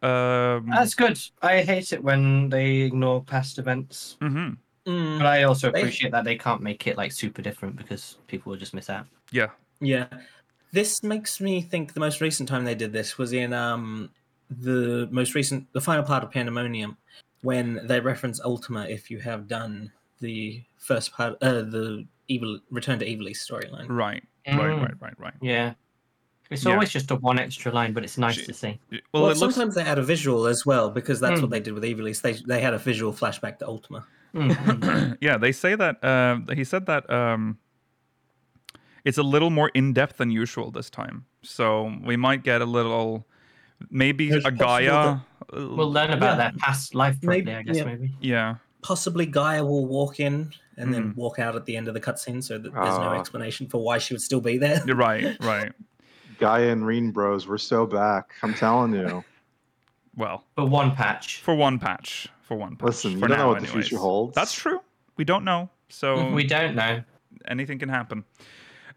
S1: Um,
S3: That's good. I hate it when they ignore past events,
S1: mhm.
S5: Mm,
S3: but I also
S5: They-
S3: appreciate that they can't make it like super different because people will just miss out.
S1: Yeah.
S5: yeah, this makes me think the most recent time they did this was in um the most recent the final part of Pandemonium when they reference Ultima if you have done the first part uh the evil return to Evil East storyline.
S3: Mm.
S1: Right. Right. Right. Right. Right.
S3: Yeah. It's
S1: Yeah.
S3: always just a one extra line, but it's nice
S1: Sh-
S3: to see.
S1: Well,
S5: Well,
S1: it looks.
S5: sometimes they add a visual as well because that's
S3: Hmm.
S5: what they did with Evilise. They they had a visual flashback to Ultima.
S3: Mm, mm.
S1: (laughs) yeah, they say that. Uh, he said that um, it's a little more in depth than usual this time. So we might get a little, maybe
S5: It's
S1: a
S5: possible
S1: Gaia.
S3: (laughs)
S1: uh,
S3: We'll learn about
S5: Yeah.
S3: their past life probably,
S5: Maybe-
S3: I guess
S5: yeah.
S3: maybe.
S1: Yeah,
S5: Possibly Gaia will walk in and then
S1: Hmm.
S5: walk out at the end of the cutscene, so that there's no
S4: Ah.
S5: explanation for why she would still be there.
S1: you're right, right.
S4: Gaia and Reen Bros, we're so back. I'm telling you.
S1: Well,
S3: But one patch.
S1: for one patch, for one patch.
S4: Listen, you
S1: for
S4: don't know
S1: now,
S4: what the future
S1: anyways.
S4: holds.
S1: That's true. We don't know. So
S3: (laughs) We don't know.
S1: anything can happen.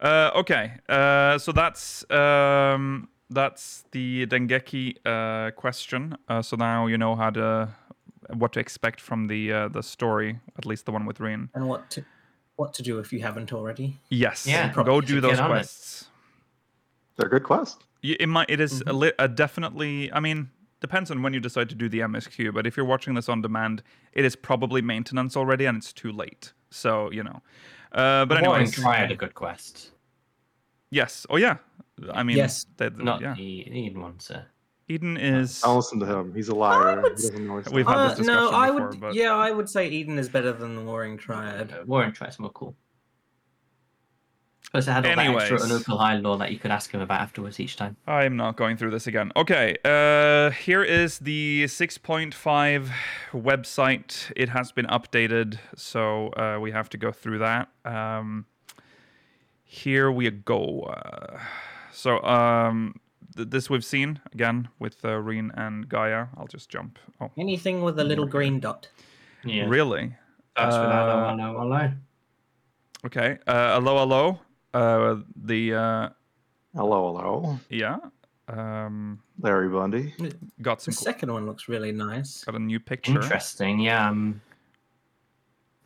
S1: Uh, okay, uh, so that's um, that's the Dengeki uh, question. Uh, so now you know how to what to expect from the uh, the story, at least the one with Rin.
S5: (laughs) and what to what to do if you haven't already.
S1: Yes,
S3: Yeah,
S1: go
S3: you
S1: do
S3: should
S1: those
S3: get on it.
S1: quests.
S4: They're a good quest.
S1: Y- It might. It is a,
S3: Mm-hmm.
S1: li- a definitely. I mean, depends on when you decide to do the MSQ. But if you're watching this on demand, it is probably maintenance already, and it's too late. So you know. Uh, but
S3: Warren
S1: anyways,
S3: tried a good quest.
S1: yes. Oh yeah. I mean,
S5: Yes.
S1: that-
S3: Not
S1: yeah.
S3: the Eden one, sir.
S1: Eden is.
S4: Don't listen to him. He's a liar.
S5: would
S4: He doesn't know his
S1: We've
S4: stuff.
S1: had this discussion
S5: Uh, no, I
S1: before,
S5: would.
S1: but-
S5: Yeah, I would say Eden is better than the Warring Triad.
S3: Uh, Warren tried's more cool. Plus, it had all that extra
S1: Anyways.
S3: local high law that you could ask him about afterwards each time.
S1: I am not going through this again. Okay, uh, here is the 6.5 website. It has been updated, so uh, we have to go through that. Um, here we go. Uh, so um, th- this we've seen again with uh, Reen and Gaia. I'll just jump. Oh,
S5: Anything with a little green dot.
S3: Yeah.
S1: really?
S3: That's without
S1: Uh,
S3: I know, I know.
S1: Okay. Uh, hello, hello. Uh, the uh,
S4: Hello, hello.
S1: yeah. Um,
S4: Larry Bundy.
S1: got
S5: The
S1: some.
S5: second one looks really nice.
S1: Got a new picture.
S3: Interesting, yeah. I'm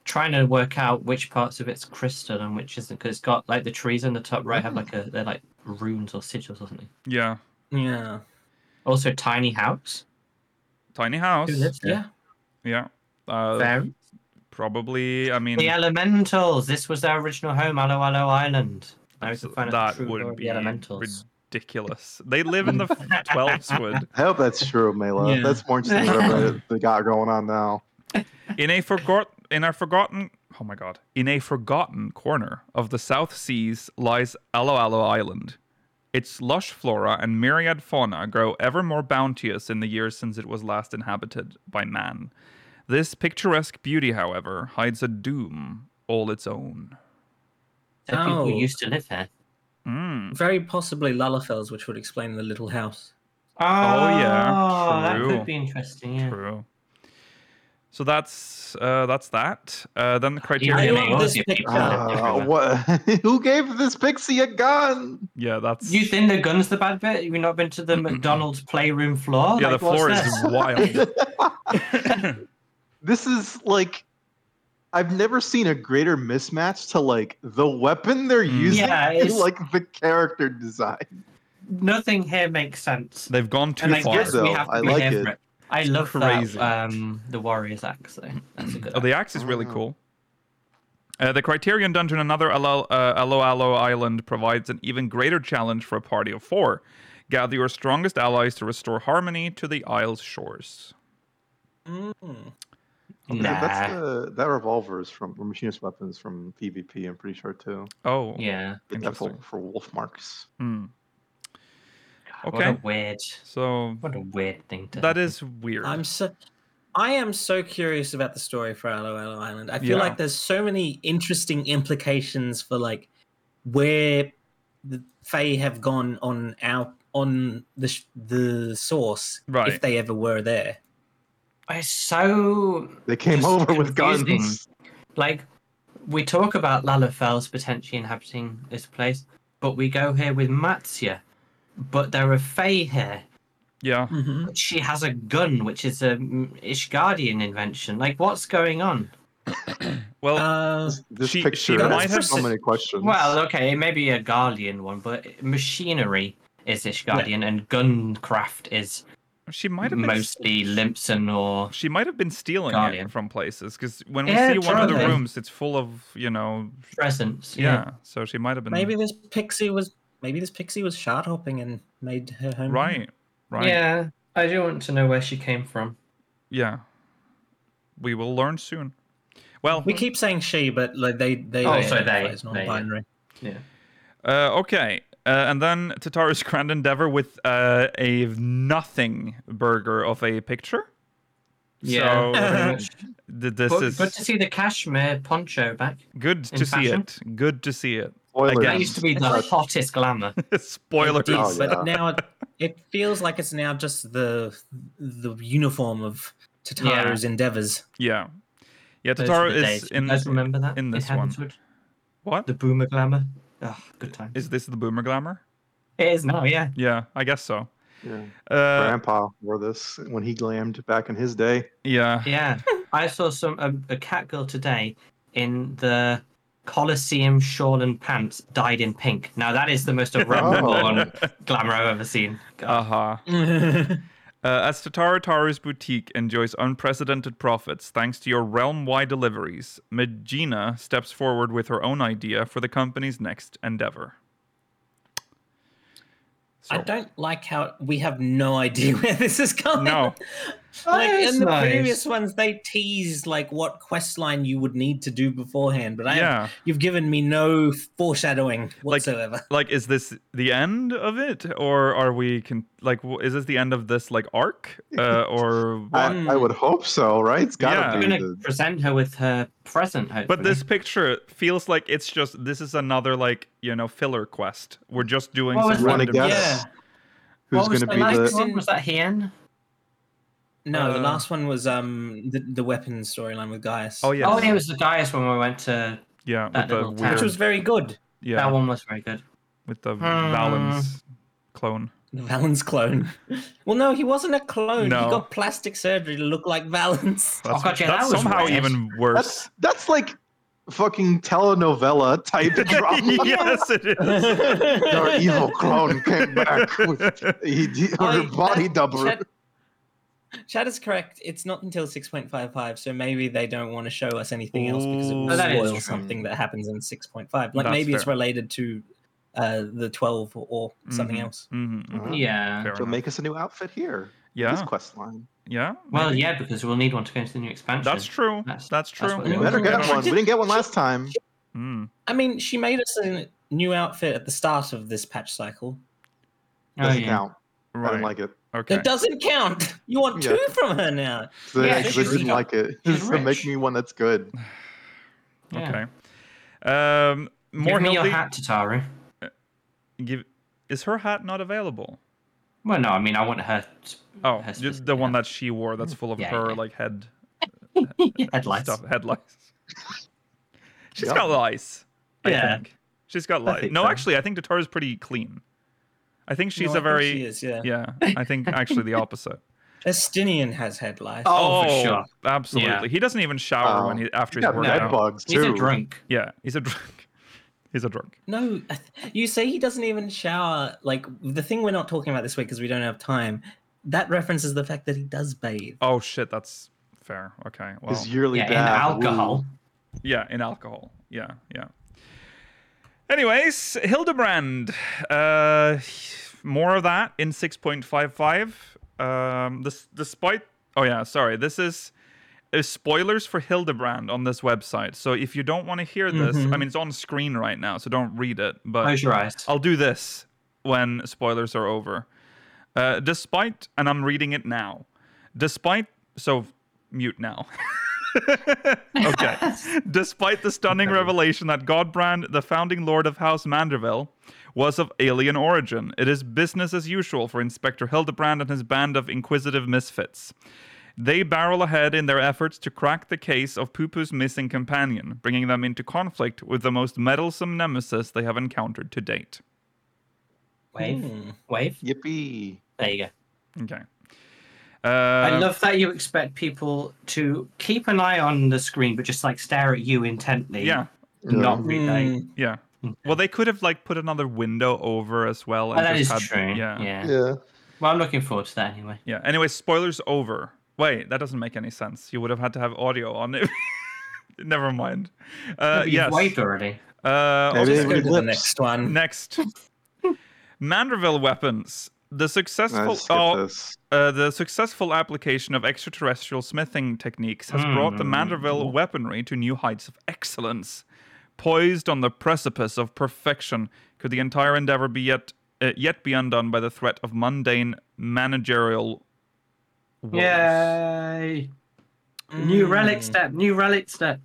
S3: trying to work out which parts of it's crystal and which isn't, because it's got like the trees in the top right have
S1: Hmm.
S3: like a they're like runes or sigils or something.
S1: Yeah.
S5: Yeah.
S3: Also, tiny house.
S1: Tiny house.
S3: Who lives there?
S5: Yeah.
S1: Yeah. Uh,
S3: Fairy.
S1: Probably. I mean,
S3: The elementals. This was their original home, Alo Alo Island. Now we
S1: so
S3: can find out the
S1: that
S3: true lore
S1: would
S3: of
S1: be
S3: the elementals.
S1: ridiculous. They live
S3: (laughs)
S1: in the f- 12s wood.
S4: I hope that's true, Mela.
S5: Yeah.
S4: That's more interesting than whatever they got going on now.
S1: In a forgot in a forgotten oh my god. In a forgotten corner of the South Seas lies Alo Alo Island. Its lush flora and myriad fauna grow ever more bounteous in the years since it was last inhabited by man. This picturesque beauty, however, hides a doom all its own.
S3: So people
S5: Oh.
S3: used to live here.
S1: Mm.
S5: Very possibly Lalafels, which would explain the little house.
S1: yeah,
S3: Oh, that
S1: true.
S3: could be interesting. Yeah.
S1: True. So that's uh, that's that. Uh, then the criteria.
S5: I
S3: Even
S5: want
S3: in
S5: this
S3: Aussie,
S5: picture.
S3: people lived
S4: Uh,
S3: everywhere.
S4: what? (laughs) Who gave this pixie a gun?
S1: Yeah, that's
S3: You think the gun's the bad bit? You've not been to the McDonald's playroom floor?
S1: yeah.
S3: Like,
S1: the
S3: what's
S1: floor
S3: this?
S1: is wild.
S4: (laughs)
S1: (laughs)
S4: This is like. I've never seen a greater mismatch to like the weapon they're
S1: Mm.
S4: using
S3: Yeah,
S4: and,
S3: it's-
S4: like the character design.
S3: Nothing here makes sense.
S1: They've gone too
S3: and I
S1: far.
S3: guess we
S4: though.
S3: have
S4: I
S3: to be
S4: like
S3: here
S4: it.
S3: for it. I love
S1: crazy.
S3: that um, the Warriors axe though. That's a good.
S1: Oh, the axe is really
S4: Wow.
S1: cool. Uh, the Criterion Dungeon, another Alo, uh, Alo Alo Island, provides an even greater challenge for a party of four. Gather your strongest allies to restore harmony to the isle's shores.
S5: Mm.
S3: axe.
S4: Yeah, that's
S3: Nah.
S4: the, that revolver is from or machinist weapons from PvP. I'm pretty sure too.
S1: Oh,
S3: Yeah.
S4: Get that for,
S1: Interesting.
S4: for wolf marks.
S1: Hmm.
S3: God, What a
S1: Okay.
S3: weird. (laughs)
S1: So
S3: What a weird thing to.
S1: that is weird.
S5: I'm so. I am so curious about the story for Aloe Aloe Island. I
S1: Yeah.
S5: feel like there's so many interesting implications for like where the Fae have gone on out on the sh- the source
S1: Right.
S5: if they ever were there.
S3: It's so
S4: They came
S3: Just
S4: over with
S3: confusing.
S4: guns.
S3: like we talk about Lalafels potentially inhabiting this place, but we go here with Matsya, but there are Fae here.
S1: yeah.
S5: Mm-hmm.
S3: She has a gun, which is a mm, Ishgardian invention. Like, what's going on?
S1: Well,
S5: Uh,
S4: This
S1: She- she
S4: picture
S5: might
S4: has
S5: have
S4: so
S5: s-
S4: many questions.
S3: Well, okay, it may be a Guardian one, but machinery is Ishgardian, and guncraft is
S1: she might have been
S3: mostly Limpson or.
S1: She might have been stealing
S3: Guardian.
S1: it from places because when we
S3: Yeah,
S1: see one of the
S5: probably.
S1: rooms, it's full of you know,
S3: Presence,
S1: yeah. So she might have been.
S5: maybe this pixie was maybe this pixie was shard hopping and made her home.
S1: Right. Right.
S3: Yeah, I do want to know where she came from.
S1: Yeah. We will learn soon. Well,
S5: We keep saying she, but like they they
S3: Oh, so
S5: identify
S3: they-
S5: as
S3: they, yeah.
S5: non-binary.
S3: Yeah.
S1: Uh, okay. Uh, and then Tatara's (laughs) grand endeavor with uh, a nothing burger of a picture.
S3: Yeah. pretty
S1: So
S3: (laughs)
S1: uh,
S3: much.
S1: th- this
S3: But
S1: is
S3: good to see the cashmere poncho back.
S1: good
S3: in
S1: to see
S3: fashion.
S1: it. Good to see it. (laughs)
S4: Spoilers.
S1: Again.
S3: That used to be the
S5: That's-
S3: hottest glamour.
S1: Spoilers.
S5: It
S4: Oh,
S5: did, but
S4: yeah.
S5: now it, it feels like it's now just the the uniform of
S1: (laughs)
S5: Tatara's endeavors.
S1: Yeah. Yeah,
S3: Those
S1: Tatara
S3: were the
S1: is
S3: days.
S1: in
S3: You guys remember that
S1: in
S3: It
S1: this
S3: happened
S1: one.
S3: to it.
S1: what?
S3: The boomer glamour. Oh, good time.
S1: Is this the boomer glamour?
S3: It is now, yeah.
S1: Yeah, I guess so.
S4: Yeah.
S1: Uh,
S4: Grandpa wore this when he glammed back in his day.
S1: yeah.
S3: Yeah, I saw some a, a cat girl today in the Colosseum shawl and pants dyed in pink. Now that is the most
S1: (laughs)
S3: abominable
S4: Oh.
S3: one glamour I've ever seen. God.
S1: Uh-huh. Uh, as Tatara Taru's boutique enjoys unprecedented profits thanks to your realm wide deliveries, Medjina steps forward with her own idea for the company's next endeavor.
S5: I
S1: So-
S5: don't like how we have no idea (laughs) where this is going.
S1: No.
S5: like
S3: Oh, it's
S5: in the
S3: nice.
S5: previous ones, they teased like what quest line you would need to do beforehand, but I have-
S1: yeah.
S5: you've given me no foreshadowing whatsoever.
S1: Like, is this the end of it, or are we con- like, w- is this the end of this like
S3: (laughs)
S1: arc, uh, or what?
S4: I, I would hope so, right? It's
S1: Yeah.
S4: gotta
S3: I'm
S4: be.
S3: Mm. gonna
S4: The,
S3: present her with her present, hopefully.
S1: But this picture feels like it's just this is another like you know filler quest. We're just doing
S3: What was
S1: some
S4: you want to
S1: random
S4: guess
S5: Yeah.
S4: who's
S3: What was
S4: going to
S3: the
S4: be
S3: last
S4: the?
S3: one? Was that Hien?
S5: no, the
S1: uh,
S5: last one was um the, the weapons storyline with Gaius.
S1: Oh yes.
S3: Oh, yeah, it was the Gaius when we went to.
S1: yeah, with
S3: that
S1: the
S3: little
S1: weird,
S5: which was very good.
S1: yeah,
S3: That one was very good.
S1: with the
S3: Hmm.
S1: Valens clone.
S5: (laughs) Valens clone. Well, no, he wasn't a clone.
S1: No.
S5: He got plastic surgery to look
S4: (laughs)
S5: like Valens.
S1: That's,
S3: God, yeah,
S1: that's
S3: that was
S1: somehow
S3: weird.
S1: even worse.
S4: That's that's like fucking telenovela
S3: (laughs)
S4: type drama.
S1: (laughs) yes, it is.
S5: (laughs)
S4: Your evil clone
S3: (laughs)
S4: came back with he, he,
S3: Oh,
S4: her
S5: I-
S4: body
S5: that-
S4: double.
S5: Chad, Chad is correct. It's not until 6.55, so maybe they don't want to show us anything else because it
S1: Ooh. Oh,
S5: will
S3: No, that is true.
S5: spoil something that happens in 6.5. Like
S1: That's
S5: maybe it's
S1: fair.
S5: related to uh, the 12 or, or something
S1: Mhm.
S5: else.
S1: Mhm, mhm.
S4: Uh,
S3: Yeah.
S1: Fair
S4: So
S1: enough.
S4: make us a new outfit here. This
S1: yeah,
S4: quest line.
S1: yeah.
S3: Well,
S1: maybe.
S3: yeah, because we'll need one to go into the new expansion.
S1: That's true.
S3: That's-
S1: That's true.
S3: what
S4: We
S3: it
S4: better
S3: Mm.
S4: get one. We didn't get one last time.
S3: Oh,
S1: Mm.
S5: I mean, she made us a new outfit at the start of this patch cycle.
S3: Oh,
S4: Doesn't
S3: yeah.
S4: count. I
S1: Right.
S4: didn't like it.
S1: okay.
S5: That doesn't count. (laughs) You want
S4: Yeah.
S5: two from her now.
S4: So
S3: Yeah,
S4: I
S3: she's
S4: didn't
S3: rich.
S4: like it.
S3: She's
S4: So make
S3: rich.
S4: me one that's good.
S3: Yeah.
S1: Okay. Um, more
S3: Give me
S1: healthy.
S3: your hat, Tataru.
S1: Give. Is her hat not available?
S3: Well, no, I mean, I want her t-
S1: Oh,
S3: Her
S1: just the
S3: specific
S1: one
S3: hat.
S1: that she wore. That's full of
S3: Yeah,
S1: her
S3: yeah.
S1: like
S3: (laughs)
S1: head
S3: headlights.
S1: stuff. Headlights. She's
S4: Yeah.
S1: got lice. I
S3: Yeah.
S1: think. She's got
S3: I
S1: lice.
S3: think
S1: No,
S3: so.
S1: actually, I think Tatara's pretty clean. I think she's
S5: No, I
S1: a
S5: think
S1: very.
S5: She is, yeah.
S1: Yeah, I think actually the opposite.
S5: Estinian has head lice.
S3: Oh, for sure.
S1: Absolutely.
S3: Yeah.
S1: He doesn't even shower when
S4: Oh.
S1: he after
S4: He's
S1: he's
S4: got
S1: worked
S3: no.
S4: bed
S1: out.
S4: bugs
S3: He's
S4: too.
S3: a drunk.
S1: Yeah, he's a (laughs) drunk. He's a drunk.
S5: No, I th- you say he doesn't even shower. Like the thing we're not talking about this week because we don't have time. That references the fact that he does bathe.
S1: Oh shit, that's fair. Okay. Well,
S4: His yearly
S3: Yeah, in
S4: bath. Ooh.
S3: alcohol.
S1: Yeah, in alcohol. Yeah, yeah. Anyways, Hildebrand. Uh, more of that in 6.55. Um, this, despite. Oh, yeah, sorry. This is. There's spoilers for Hildebrand on this website. So if you don't want to hear this, I
S5: Mhm.
S1: mean, it's on screen right now, so don't read it. But Oh.
S3: Close your eyes.
S1: I'll do this when spoilers are over. Uh, despite, and I'm reading it now. Despite, so mute now. (laughs) okay. Despite the stunning revelation that Godbrand, the founding lord of House Manderville, was of alien origin, it is business as usual for Inspector Hildebrand and his band of inquisitive misfits. They barrel ahead in their efforts to crack the case of Pupu's missing companion, bringing them into conflict with the most meddlesome nemesis they have encountered to date.
S3: Wave.
S5: Hmm.
S3: Wave.
S4: Yippee.
S3: There you go.
S1: Okay.
S3: I
S1: Uh,
S3: love that you expect people to keep an eye on the screen, but just like stare at you intently.
S1: Yeah,
S3: Not
S5: Hmm.
S3: really.
S1: yeah. Well, they could have like put another window over as well.
S3: Oh, that is
S1: just had-
S3: true.
S1: Yeah, yeah.
S3: yeah.
S4: Yeah.
S3: Well, I'm looking forward to that anyway.
S1: Anyway, spoilers over. Wait, that doesn't make any sense. You would have had to have audio on it. (laughs) Never mind. Uh,
S3: You've
S1: yes.
S3: waved already.
S1: Uh,
S4: Maybe
S1: also-
S5: Let's
S4: it
S5: go
S4: would
S5: to the
S4: lips. (laughs)
S5: next one.
S1: next. Manderville weapons. The successful
S4: Let's skip
S1: oh,
S4: this.
S1: uh, the successful application of extraterrestrial smithing techniques has brought the Manderville weaponry to new heights of excellence. Poised on the precipice of perfection, could the entire endeavor be yet uh, yet be undone by the threat of mundane managerial woes?
S3: Yay!
S5: Hmm.
S3: New relic step, new relic step.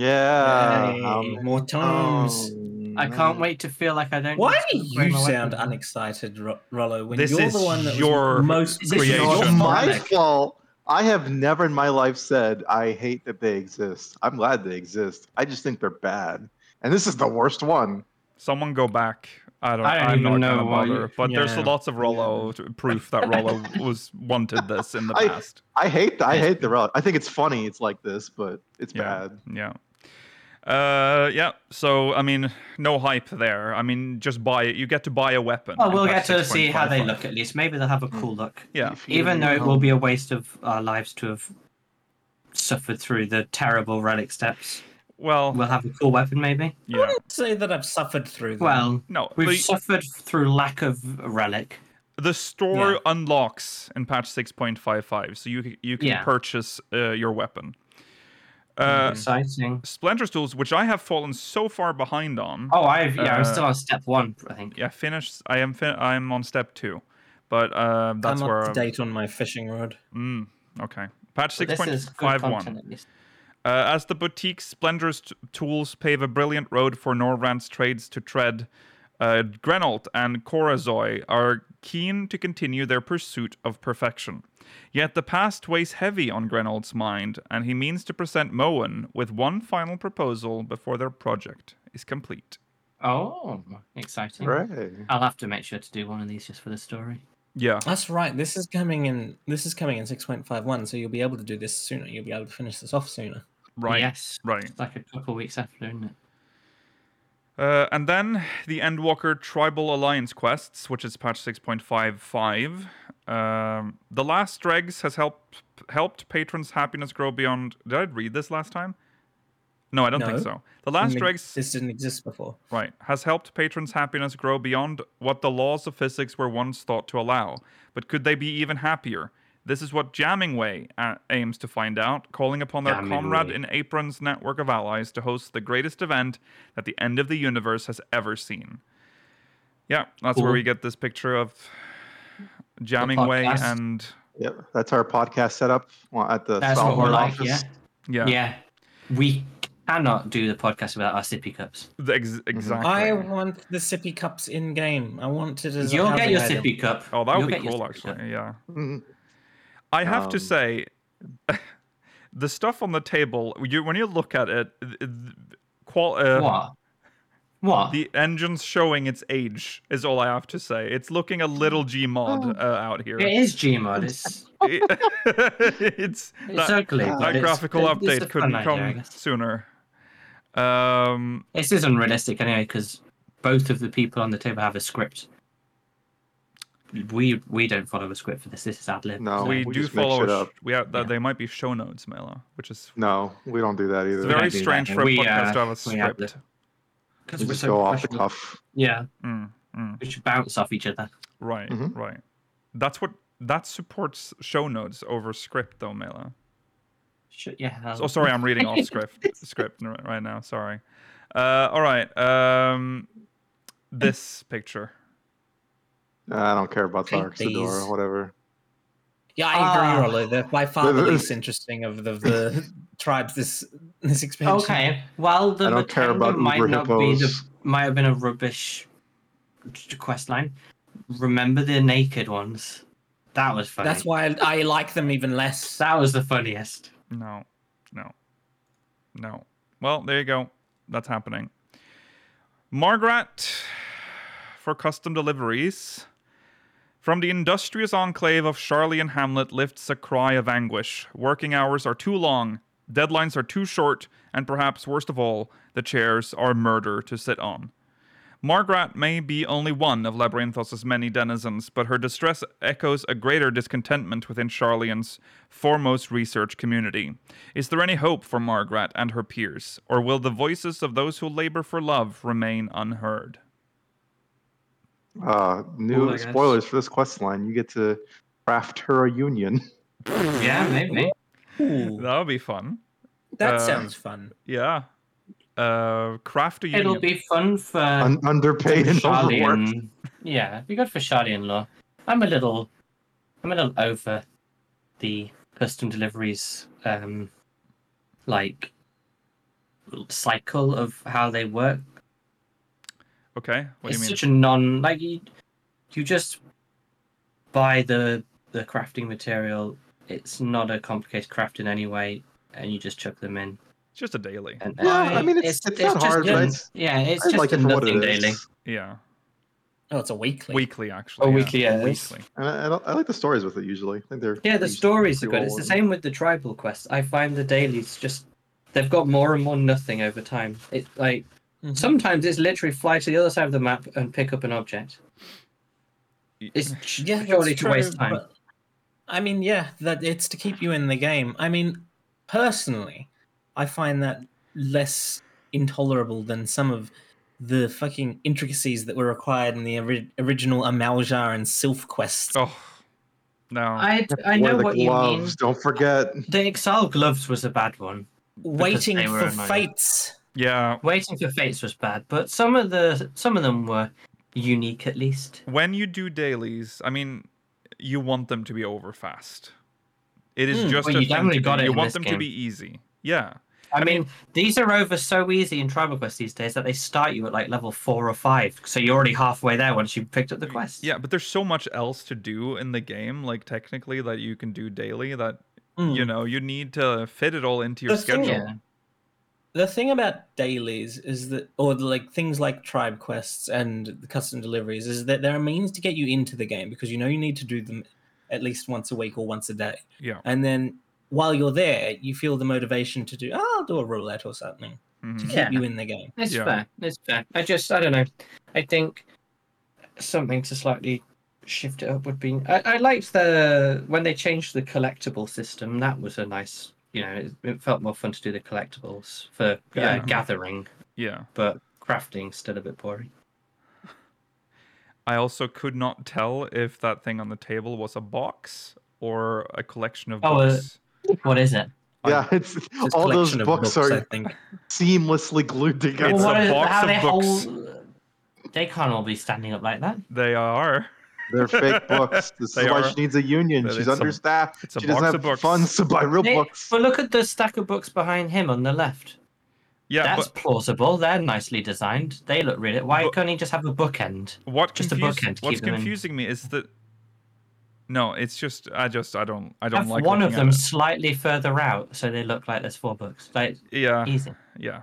S4: Yeah.
S5: Hey,
S4: um,
S3: oh.
S5: more times.
S4: um,
S3: I can't wait to feel like I don't.
S5: Why do
S3: need to upgrade
S5: you
S3: my
S5: sound
S3: weapon.
S5: unexcited, Ro- Rollo? When
S1: This
S5: you're
S1: is
S5: the one that was
S1: your
S5: most
S1: This is creation.
S4: It's
S1: Creation.
S4: not my
S5: bottleneck.
S4: fault. I have never in my life said I hate that they exist. I'm glad they exist. I just think they're bad. And this is the worst one.
S1: Someone go back. I don't.
S3: I don't
S1: I'm
S3: even
S1: not
S3: know
S1: gonna
S3: why you-
S1: bother. but there's
S5: yeah.
S1: lots of Rollo t- proof that Rollo was wanted this in the
S4: I-
S1: past.
S4: I hate the, I hate the relic. I think it's funny. It's like this, but it's
S1: Yeah.
S4: bad.
S1: Yeah. Uh yeah, so I mean, no hype there. I mean, just buy it. You get to buy a weapon.
S3: Well,
S1: and
S3: we'll get
S1: that's
S3: to see how they
S1: 6.55.
S3: look at least. Maybe they'll have a cool look.
S1: Yeah,
S4: If you
S3: Even though it
S4: know.
S3: will be a waste of our lives to have suffered through the terrible relic steps.
S1: well,
S3: We'll have a cool weapon, maybe.
S5: I
S1: yeah,
S5: wouldn't say that I've suffered through that.
S3: Well,
S1: no.
S3: we've
S1: The,
S3: suffered through lack of relic.
S1: the store
S5: Yeah.
S1: unlocks in patch six point five five, so you c- you can
S3: Yeah. Mm-hmm.
S1: purchase uh, your weapon. Uh,
S3: Exciting.
S1: Splinter's tools, which I have fallen so far behind on.
S3: Oh, I've yeah,
S1: uh,
S3: I'm still on step one, I think.
S1: Yeah, finished. I am. Fin- I'm on step two, but uh, that's
S5: I'm up
S1: where.
S5: to date on my fishing rod.
S1: Mm, okay. Patch
S3: But
S1: six
S3: this
S1: point
S3: is good
S1: five
S3: content,
S1: one.
S3: at least.
S1: Uh, as the boutique Splendor's t- tools pave a brilliant road for Norrant's trades to tread, uh, Grenalt and Corazoi are keen to continue their pursuit of perfection. Yet the past weighs heavy on Grenalt's mind, and he means to present Moen with one final proposal before their project is complete.
S3: Oh, exciting.
S4: Right.
S3: I'll have to make sure to do one of these just for the story.
S1: Yeah.
S5: That's right. This is coming in. This is coming in six point five one. So you'll be able to do this sooner. You'll be able to finish this off sooner.
S1: Right.
S3: Yes.
S1: Right.
S3: It's like a couple weeks after, isn't it?
S1: Uh, and then the Endwalker Tribal Alliance quests, which is patch 6.55. Um, the Last Dregs has helped helped patrons' happiness grow beyond. Did I read this last time? No, I don't think
S5: No.
S1: so. The Last
S5: Didn't ex-
S1: Dregs
S5: This didn't exist before.
S1: Right. Has helped patrons' happiness grow beyond what the laws of physics were once thought to allow. But could they be even happier? This is what Jammingway uh, aims to find out, calling upon their
S3: Jammingway.
S1: comrade in Apron's network of allies to host the greatest event that the end of the universe has ever seen. Yeah, that's where
S3: Cool.
S1: we get this picture of Jammingway
S3: podcast.
S1: and
S4: Yep. That's our podcast setup well, at the
S3: That's what we're
S4: Svalbard
S3: like,
S4: office.
S1: yeah,
S3: yeah. yeah. We cannot do the podcast without our sippy cups.
S1: the ex-
S3: Mm-hmm.
S1: exactly.
S5: I want the sippy cups in game. I want it as. a
S3: You'll get
S5: housing
S3: your
S5: item.
S3: sippy cup.
S1: Oh, that would
S3: You'll
S1: be
S3: get your
S1: cool,
S3: sippy cup.
S1: actually. Yeah.
S4: Mhm.
S1: I have to
S4: Um,
S1: say, (laughs) the stuff on the table, you, when you look at it, th- th- qual- uh,
S3: What? What?
S1: the engine's showing its age, is all I have to say. It's looking a
S3: Oh.
S1: little Gmod uh, out here.
S3: It is Gmod. It's,
S1: (laughs)
S3: (laughs)
S1: it's
S3: it's
S1: that,
S3: ugly.
S4: that
S3: but
S1: that
S3: it's-
S1: graphical
S3: it's a
S1: update
S3: fun
S1: couldn't
S3: idea,
S1: come
S3: I guess.
S1: sooner. Um,
S3: This is unrealistic anyway, because both of the people on the table have a script. We we don't follow a script for this. This is ad lib.
S4: No,
S1: we,
S4: we
S1: do
S4: just make
S1: follow.
S4: shit
S1: a
S4: up.
S1: sh- we have, uh,
S3: Yeah.
S1: They might be show notes, Mela, which is
S4: No, we don't do that either.
S1: it's
S3: don't
S1: very
S3: do that
S1: strange
S3: here.
S1: for a
S3: We,
S1: podcast
S3: uh,
S1: to have a
S3: we have the-
S1: script.
S4: we
S3: because
S4: just
S3: we're so
S4: go off the
S3: professional.
S4: cuff.
S3: Yeah,
S1: Mm, mm.
S3: we should bounce off each other.
S1: Right,
S4: Mhm.
S1: right. That's what that supports show notes over script, though, Mela.
S3: Shut your hell.
S1: Oh, sorry, I'm reading off script script n- right now. Sorry. Uh, all right. Um, this picture.
S4: I don't care about the
S5: Hate
S4: Arxidor or
S5: these.
S4: whatever.
S5: Yeah, I
S3: Ah.
S5: agree, Rollo. They're by far the
S4: The- the-
S5: least interesting of the, the tribes this this expansion.
S3: Okay. Well, the
S4: I don't care
S3: Rattanga
S4: about
S3: might
S4: Uber
S3: not be the
S4: hippos.
S3: might have been a rubbish t- quest line. Remember the naked ones. That was funny.
S5: That's why I, I like them even less.
S3: That was the funniest.
S1: No, no, no. Well, there you go. That's happening. Margaret for custom deliveries. From the industrious enclave of Charlie and Hamlet lifts a cry of anguish. Working hours are too long, deadlines are too short, and perhaps worst of all, the chairs are murder to sit on. Margaret may be only one of Labyrinthos' many denizens, but her distress echoes a greater discontentment within Charlian's foremost research community. Is there any hope for Margaret and her peers, or will the voices of those who labor for love remain unheard?
S4: Uh,
S6: Cool, I
S4: new
S6: guess.
S4: spoilers for this quest line. You get to craft her a union.
S6: Yeah, maybe.
S5: Ooh,
S1: That would be fun.
S5: that
S1: um,
S5: sounds fun.
S1: Yeah. Uh, craft a union.
S3: It'll be fun for
S4: Un- underpaid and
S3: Charlie
S4: overworked.
S3: and yeah, it'd be good for Charlie and Law. I'm a little, I'm a little over the custom deliveries, um, like cycle of how they work.
S1: okay. What do
S3: it's
S1: you mean?
S3: such a non like you, you just buy the the crafting material. It's not a complicated craft in any way, and you just chuck them in.
S1: It's just a daily.
S3: And,
S4: Yeah, I mean, it's- it's not
S3: just
S4: hard,
S3: done-
S4: right?
S3: Yeah, it's
S4: I
S3: just
S4: like
S3: a
S4: it for what
S3: nothing
S4: it is.
S3: daily.
S1: Yeah.
S5: Oh, it's a weekly.
S1: Weekly, actually.
S3: Oh,
S1: yeah.
S3: weekly, yeah, it's-
S1: Weekly.
S4: And I, I, don't- I like the stories with it usually. I think they're
S3: Yeah, the
S4: pretty-
S3: stories are
S4: pretty
S3: good. It's
S4: well
S3: the
S4: written.
S3: same with the tribal quests. I find the dailies just they've got more and more nothing over time. It like
S5: Mhm.
S3: sometimes it's literally fly to the other side of the map and pick up an object.
S1: Y-
S3: It's
S5: (sighs) Yeah,
S3: yeah, purely
S5: it's
S3: to waste
S5: true,
S3: time.
S5: but- I mean, yeah, that it's to keep you in the game. I mean, personally, I find that less intolerable than some of the fucking intricacies that were required in the ori- original Amaljar and Sylph quests.
S1: Oh, no.
S3: I, I
S4: Wear
S3: know
S4: the
S3: what you
S4: gloves.
S3: mean.
S4: Don't forget.
S3: The Exile gloves was a bad one.
S5: Waiting
S3: they were
S5: for
S3: annoying.
S5: fates.
S1: yeah.
S3: Waiting for fates was bad, but some of the some of them were unique at least.
S1: When you do dailies, I mean, you want them to be over fast. It is
S5: Hmm,
S1: just
S3: well,
S1: a
S3: you
S1: thing to
S3: definitely
S1: do.
S3: got it
S1: You
S3: in
S1: want
S3: this
S1: them to
S3: game.
S1: be easy. Yeah.
S3: I mean, these are over so easy in Tribal Quest these days that they start you at like level four or five, so you're already halfway there once you've picked up the quest.
S1: Yeah, but there's so much else to do in the game, like technically, that you can do daily that,
S5: Hmm.
S1: you
S3: Hmm.
S1: know, you need to fit it all into your
S5: The thing-
S1: schedule.
S3: yeah.
S5: the thing about dailies is that or the, like things like tribe quests and the custom deliveries is that there are means to get you into the game because you know you need to do them at least once a week or once a day
S1: Yeah.
S5: and then while you're there you feel the motivation to do oh, i'll do a roulette or something
S1: Mhm.
S5: to
S3: Yeah.
S5: keep you in the game
S3: It's
S1: Yeah.
S3: fair. It's fair. I just, I don't know. I think something to slightly shift it up would be. I, I liked the when they changed the collectible system. That was a nice, you know, it, it felt more fun to do the collectibles for uh,
S1: Yeah. Mm-hmm.
S3: gathering,
S1: Yeah.
S3: but crafting still a bit boring.
S1: I also could not tell if that thing on the table was a box or a collection of
S3: Oh, uh,
S1: books.
S3: What is it?
S4: Yeah, (laughs) it's
S5: Just
S4: all those
S5: collection of
S4: books,
S5: i
S4: are
S5: think
S4: seamlessly glued together.
S1: It's a
S3: what is-
S1: box
S3: how
S1: of
S3: they
S1: books.
S3: hold- They can't all be standing up like that.
S1: They are.
S4: (laughs) They're fake books. This
S1: They
S4: is why
S1: are.
S4: she needs a union.
S1: But
S4: She's
S1: it's a-
S4: understaffed.
S1: it's a
S4: she doesn't
S1: box
S4: have
S1: of books.
S4: funds to buy real
S3: They-
S4: books.
S3: But look at the stack of books behind him on the left.
S1: Yeah,
S3: That's plausible. They're nicely designed. They look really. Why
S1: But-
S3: can't he just have a bookend?
S1: but what
S3: just a
S1: confused-
S3: bookend, keep
S1: what's
S3: them in.
S1: confusing me is that no, it's just I just I don't I don't
S3: Have
S1: like
S3: one of
S1: looking at
S3: them
S1: it.
S3: slightly further out, so they look like there's four books. Like
S1: Yeah.
S3: easy.
S1: Yeah.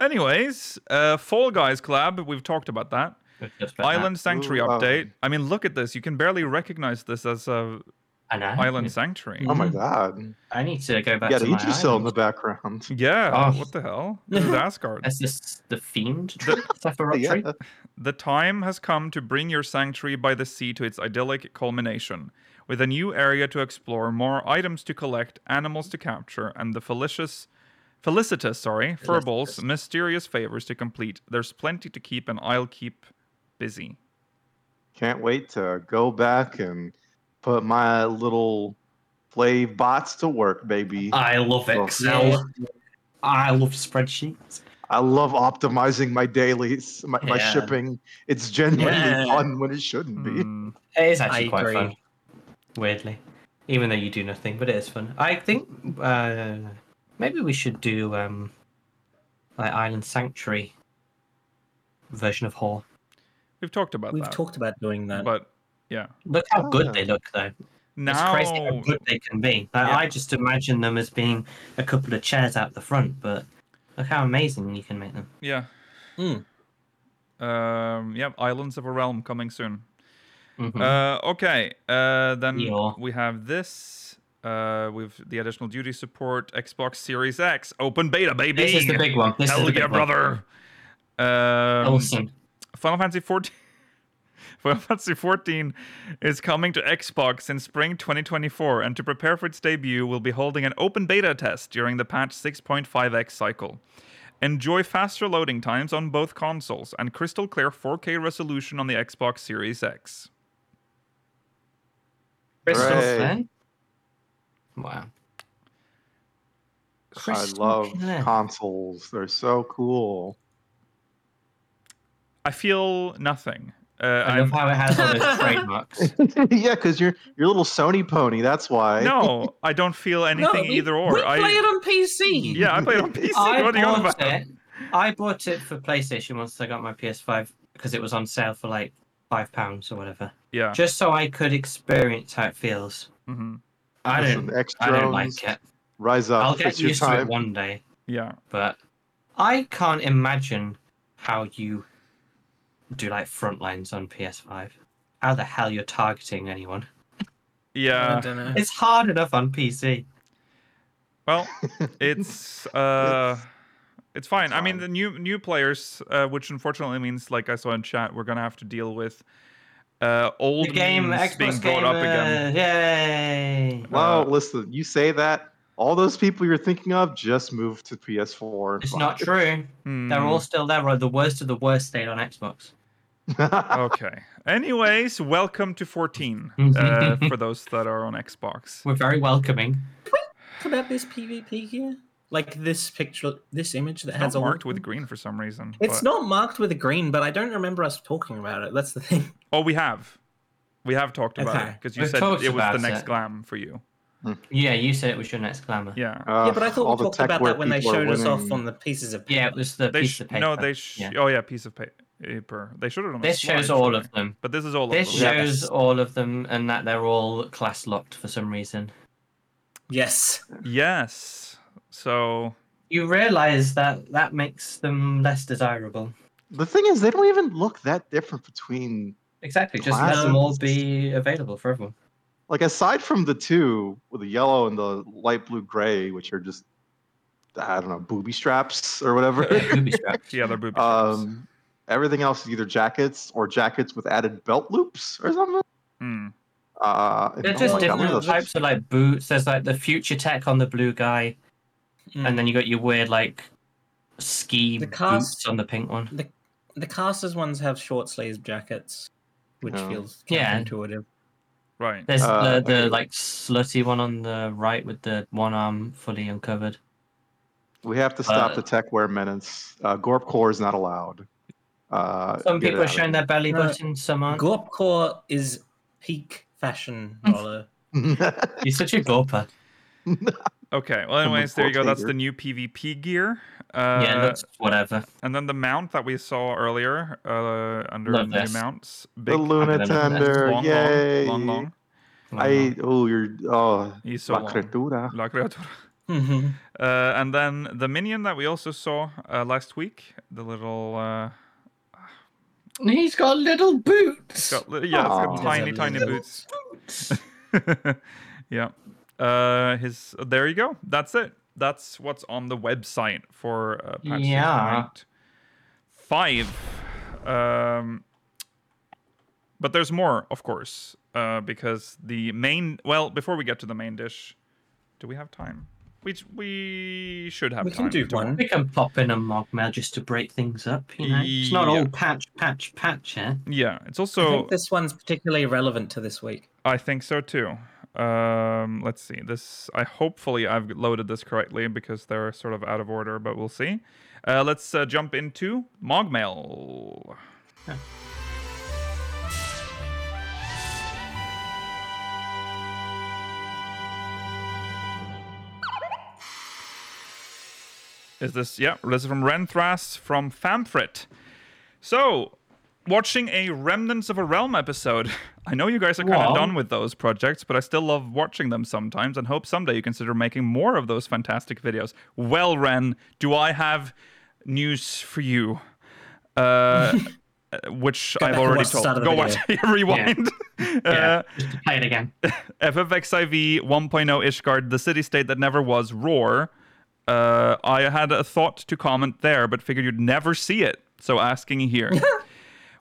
S1: Anyways, uh, Fall Guys collab. We've talked about that.
S3: Good, good, good,
S1: Island Sanctuary
S4: Ooh, oh.
S1: update. I mean, look at this. You can barely recognize this as a
S3: I Mm. know.
S1: Island Sanctuary.
S4: Oh my god.
S3: I need to go back
S4: You got
S3: to my
S4: Idrisil in
S3: island.
S4: the background.
S1: Yeah.
S3: Oh.
S1: What the
S3: (laughs)
S1: hell? This is Asgard.
S3: That's just the fiend tree, (laughs) Sephiroth
S4: Yeah.
S3: tree.
S1: The time has come to bring your sanctuary by the sea to its idyllic culmination, with a new area to explore, more items to collect, animals to capture, and the felicious, felicitous, sorry, Furbol's mysterious favors to complete. There's plenty to keep, and I'll keep busy.
S4: Can't wait to go back and put my little play bots to work, baby.
S3: I love
S4: Oh.
S3: Excel. I love spreadsheets.
S4: I love optimizing my dailies, my, my
S3: Yeah. Mm,
S4: shipping. It's genuinely
S5: Yeah.
S4: fun when it shouldn't be.
S1: Hmm.
S3: It is actually
S5: I
S3: quite
S5: agree.
S3: fun. Weirdly, even though you do nothing, but it is fun. I think uh, maybe we should do um, like Island Sanctuary version of Hall.
S1: We've talked about
S5: we've
S1: that.
S5: talked about doing that
S1: but yeah.
S3: Look how
S4: Ah.
S3: good they look, though.
S1: Now,
S3: It's crazy how good they can be. Like,
S1: Yeah.
S3: I just imagine them as being a couple of chairs out the front, but look how amazing you can make them.
S1: yeah.
S5: Mm.
S1: Um, yeah, Islands of a Realm coming soon.
S3: Mhm.
S1: Uh, okay, uh, then
S3: Yeah.
S1: we have this. Uh, with the additional duty support, Xbox Series X, open beta, baby.
S3: this is the big one. This
S1: Hell
S3: is the
S1: yeah,
S3: big
S1: brother. Um,
S3: One. Awesome.
S1: Final Fantasy 14. (laughs) Final Fantasy 14 is coming to Xbox in spring 2024, and to prepare for its debut, we'll be holding an open beta test during the patch 6.5x cycle. Enjoy faster loading times on both consoles and crystal clear 4K resolution on the Xbox Series X.
S3: Crystal
S4: Hooray.
S3: clear? Wow. Crystal
S4: I love
S3: clear.
S4: consoles. They're so cool. (laughs)
S1: I feel nothing. Uh,
S3: I
S1: I'm-
S3: love how it has all those trademarks.
S4: yeah, because you're your little Sony pony. That's why.
S1: (laughs) no, I don't feel anything
S5: No, we-
S1: either or.
S5: We
S1: I
S5: play it on
S1: (laughs)
S5: PC.
S1: yeah, I played on PC.
S3: I
S1: what are you on
S3: bought
S1: about?
S3: it. I bought it for PlayStation once I got my PS5 because it was on sale for like five pounds or whatever,
S1: Yeah.
S3: just so I could experience how it feels.
S1: hmm
S3: I
S4: Listen,
S3: don't.
S4: X
S3: I don't
S4: drones,
S3: like it.
S4: Rise up.
S3: I'll get
S4: it's your
S3: used to it
S4: time.
S3: one day,
S1: Yeah.
S3: but I can't imagine how you do like front lines on PS5. How the hell you're targeting anyone?
S5: I
S1: Yeah.
S5: don't know.
S3: It's hard enough on PC.
S1: Well, it's uh it's fine. I mean
S4: fine.
S1: the new new players uh, which unfortunately means like I saw in chat we're going to have to deal with uh old
S3: The game,
S1: memes
S3: Xbox
S1: being
S3: game,
S1: brought up again.
S3: uh, yay!
S4: Wow,
S1: Uh,
S4: listen, you say that. All those people you're thinking of just moved to PS4. and
S3: It's
S4: five.
S3: not true.
S1: Hmm.
S3: They're
S5: (laughs)
S3: all still there. Right? The worst of the worst stayed on Xbox.
S4: (laughs)
S1: okay. Anyways, welcome to
S5: (laughs)
S1: 14 uh, for those that are on Xbox.
S3: We're very welcoming.
S5: What about this PvP here? Like this picture, this image that
S1: It's
S5: has
S1: not
S5: all.
S1: marked with green for some reason.
S5: It's
S1: but-
S5: not marked with a green, but I don't remember us talking about it. That's the thing.
S1: Oh, we have. We have talked about it
S5: Okay.
S1: because you
S3: We've
S1: said
S3: talked
S1: it was the
S3: about
S1: next
S3: it.
S1: glam for you.
S3: Yeah, you said it was your next glamour. Yeah,
S1: Yeah.
S4: Uh,
S5: yeah, but I
S4: all
S5: thought we
S4: the
S5: talked
S4: tech
S5: about
S4: where
S5: that when they
S4: people are
S5: showed us off
S4: winning.
S5: on the pieces of.
S3: it was the
S1: They
S3: piece
S1: sh-
S3: of paper.
S1: no, they sh-
S3: Yeah.
S1: oh yeah, piece of pa- paper. They showed it on. a
S3: This shows
S1: slide,
S3: all
S1: surely.
S3: of them.
S1: But this is all
S3: This
S1: of them.
S3: shows all of them, and that they're all class locked for some reason.
S5: Yes.
S1: Yes. So
S3: You realise that that makes them less desirable.
S4: The thing is, they don't even look that different between,
S3: Exactly. Just let them all be available
S4: (laughs)
S3: for everyone.
S4: like, aside from the two with the yellow and the light blue gray, which are just, I don't know, booby straps or (laughs) whatever.
S3: Yeah, booby strap.
S1: yeah, they're booby traps.
S4: um, everything else is either jackets or jackets with added belt loops or something.
S1: Hmm.
S4: Uh,
S3: They're
S4: oh
S3: just
S4: my God, what are
S3: different
S4: those?
S3: types of like boots. There's like the future tech on the blue guy,
S5: Mm.
S3: and then you got your weird like ski
S5: The
S3: boots
S5: cast-
S3: on the pink one.
S5: the casters ones have short sleeve jackets, which
S4: Oh.
S5: feels
S3: Yeah.
S5: counterintuitive.
S1: Right.
S3: There's
S4: Uh,
S3: the, the
S4: okay.
S3: like slutty one on the right with the one arm fully uncovered.
S4: We have to stop
S3: Uh,
S4: the tech wear menace. Uh, Gorp core is not allowed. Uh,
S3: Some
S4: get it
S3: people are
S4: out of
S3: showing
S4: here.
S3: their belly
S5: No.
S3: button, some aren't.
S5: Gorpcore is peak fashion dollar.
S4: (laughs)
S3: You're such a gulper.
S1: Okay. Well, anyways, there you go. That's
S4: Taser.
S1: the new PvP gear. Uh,
S3: yeah, looks whatever.
S1: And then the mount that we saw earlier uh, under
S3: Love
S1: new
S3: this.
S1: mounts. Big,
S4: the Luna
S3: I've never met
S4: Tender,
S1: long,
S4: yay!
S1: long, long, long.
S4: I oh you're oh
S1: He's Uh-huh. so
S4: la
S1: long.
S4: creatura.
S1: La creatura.
S5: Mhm.
S1: Uh, and then the minion that we also saw uh, last week, the little uh,
S6: He's got little boots.
S1: got, li- yeah, it's
S4: Aw.
S1: got tiny,
S5: There's a
S1: tiny
S5: little
S1: boots. (laughs) yeah. Uh, his there you go. That's it. That's what's on the website for uh, patch
S3: Yeah.
S1: 6.5. Um, but there's more, of course, uh, because the main. Well, before we get to the main dish, do we have time? We j- we should have
S5: We
S1: time.
S5: can do
S1: to-
S5: one.
S3: We can pop in a mog mail just to break things up, you know? It's not
S1: Yeah.
S3: all patch, patch, patch, eh?
S1: Yeah, it's
S5: I
S1: also
S5: think this one's particularly relevant to this week.
S1: I think so too. Um, let's see. This I hopefully I've loaded this correctly because they're sort of out of order, but we'll see. Uh, let's uh, jump into Mogmail. Is this yeah? This is from Renthras from Famfrit. So, watching a Remnants of a Realm episode. (laughs) I know you guys are kind of
S3: Wow.
S1: done with those projects, but I still love watching them sometimes and hope someday you consider making more of those fantastic videos. Well, Ren, do I have news for you?
S5: (laughs)
S1: Uh, uh, which
S5: Go
S1: I've
S5: back and
S1: already
S5: watch the
S1: told.
S5: start of the
S1: Go watch (laughs) rewind.
S3: Yeah,
S1: (laughs) Uh,
S3: just to play it again.
S1: FFXIV 1.0 Ishgard, the city state that never was, Roar. Uh, I had a thought to comment there, but figured you'd never see it, so asking here.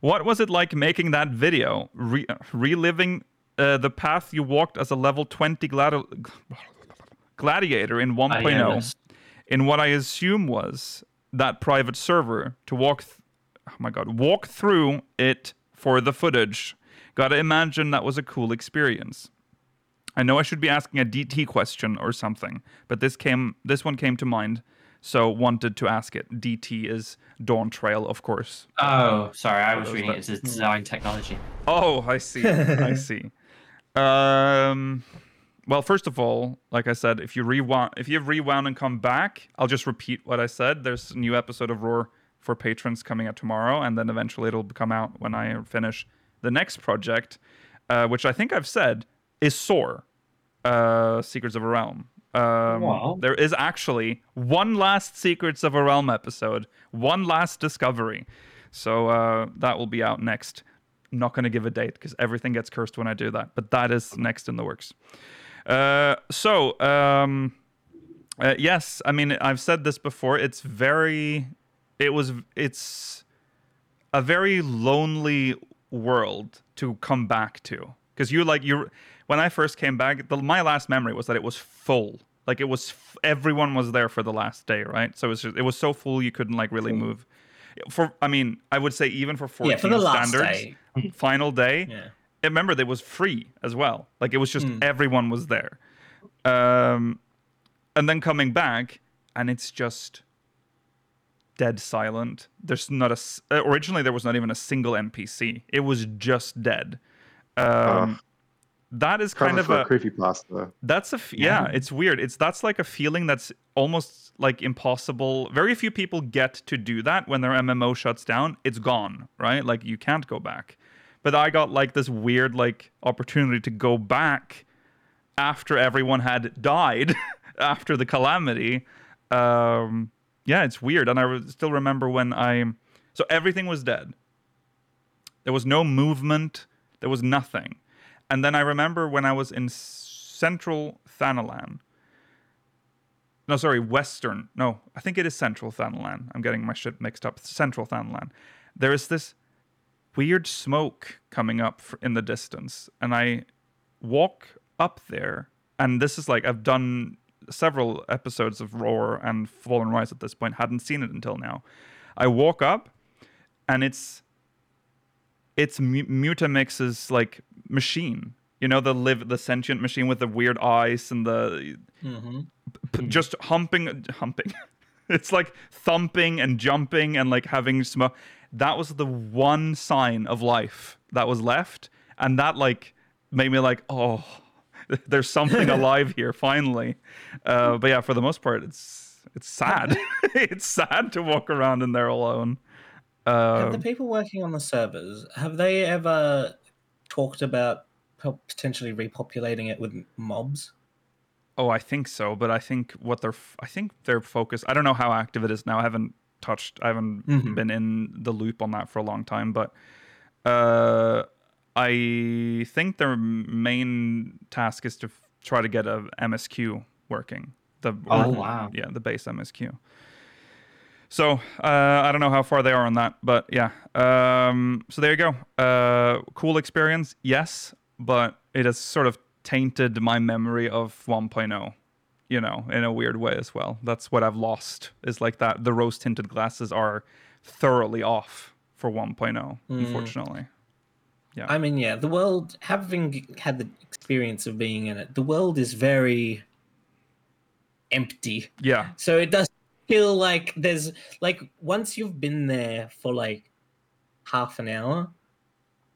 S1: what was it like making that video, Re- reliving uh, the path you walked as a level 20 gladi- gladiator in oh. 1.0,
S3: Gladiolus.
S1: in what I assume was that private server to walk. Th- oh my god, walk through it for the footage. Gotta imagine that was a cool experience. I know I should be asking a DT question or something, but this came this one came to mind, so wanted to ask it. DT is Dawn Trail, of course.
S3: Oh, sorry, I was
S1: those
S3: reading it as design technology.
S1: Oh, I see. I see. Um, well, first of all, like I said, if you rewind, if you've rewound and come back, I'll just repeat what I said. There's a new episode of Roar for patrons coming out tomorrow, and then eventually it'll come out when I finish the next project, uh, which I think I've said is Soar, uh, Secrets of a Realm. Um,
S3: Wow.
S1: There is actually one last Secrets of a Realm episode, one last discovery. So uh, that will be out next. Not going to give a date because everything gets cursed when I do that, but that is next in the works. Uh, so, um, uh, yes, I mean, I've said this before. It's very, it was, it's a very lonely world to come back to because you like you when i first came back the, my last memory was that it was full like it was f- everyone was there for the last day right so it was just, it was so full you couldn't like really move for i mean i would say even for 14
S5: Yeah, for the last
S1: standards
S5: day.
S1: final day
S5: Yeah.
S1: and remember that it was free as well like it was just everyone was there um and then coming back and it's just dead silent there's not a s- uh, originally there was not even a single npc it was just dead um
S4: Ugh.
S1: that is
S4: Cover
S1: kind of
S4: for
S1: a
S4: a creepy pasta.
S1: that's a f- yeah. it's weird it's that's like a feeling that's almost like impossible very few people get to do that when their mmo shuts down it's gone right like you can't go back but i got like this weird like opportunity to go back after everyone had died (laughs) after the calamity um yeah it's weird and i re- still remember when i so everything was dead there was no movement. There was nothing. And then I remember when I was in s- central Thanalan. No, sorry, western. No, I think it is central Thanalan. I'm getting my shit mixed up. Central Thanalan. There is this weird smoke coming up fr- in the distance. And I walk up there. And this is like, I've done several episodes of Roar and Fallen Rise at this point, hadn't seen it until now. I walk up, and it's it's Mu- Mutamix's like machine. You know the live the sentient machine with the weird eyes and the
S5: Mm-hmm.
S1: p-
S5: Hmm.
S1: just humping humping. (laughs) it's like thumping and jumping and like having smoke. That was the one sign of life that was left, and that like made me like oh, (laughs) there's
S5: (laughs)
S1: something alive here finally. Uh, but yeah, for the most part, it's it's sad. (laughs) it's sad to walk around in there alone.
S5: Have
S1: Um,
S5: the people working on the servers have they ever talked about po- potentially repopulating it with mobs?
S1: Oh, I think so, but I think what they're f- I think their focus. I don't know how active it is now. I haven't touched. I haven't
S3: Mm-hmm.
S1: been in the loop on that for a long time, but uh, I think their main task is to f- try to get a MSQ working. The
S3: Oh, wow.
S1: yeah, the base MSQ. So uh, I don't know how far they are on that, but yeah. Um, so there you go. Uh, cool experience, yes, but it has sort of tainted my memory of 1.0, you know, in a weird way as well. That's what I've lost. Is like that. The rose tinted glasses are thoroughly off for 1.0, unfortunately.
S5: I mean, yeah, the world having g- had the experience of being in it, the world is very empty.
S1: Yeah,
S5: So it does feel like there's like once you've been there for like half an hour,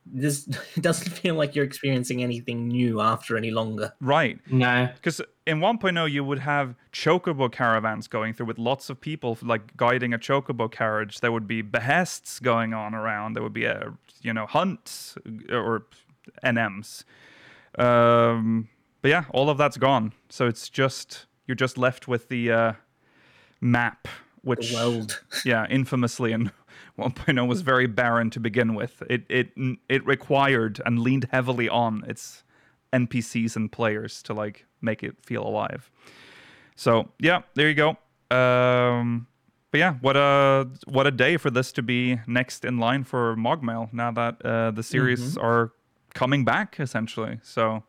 S5: this (laughs) it doesn't feel like you're experiencing anything new after any longer.
S1: right.
S3: No,
S1: Because in 1.0, you would have chocobo caravans going through with lots of people like guiding a chocobo carriage. There would be behests going on around. There would be a you know hunts uh, or NMs. Um, but yeah, all of that's gone. So it's just you're just left with the uh, map, which
S5: The world.
S1: yeah, infamously (laughs) in 1.0 was very barren to begin with. It it it required and leaned heavily on its NPCs and players to like make it feel alive. So yeah, there you go. Um, but yeah, what a what a day for this to be next in line for Mogmail. Now that uh, the series are coming back essentially, so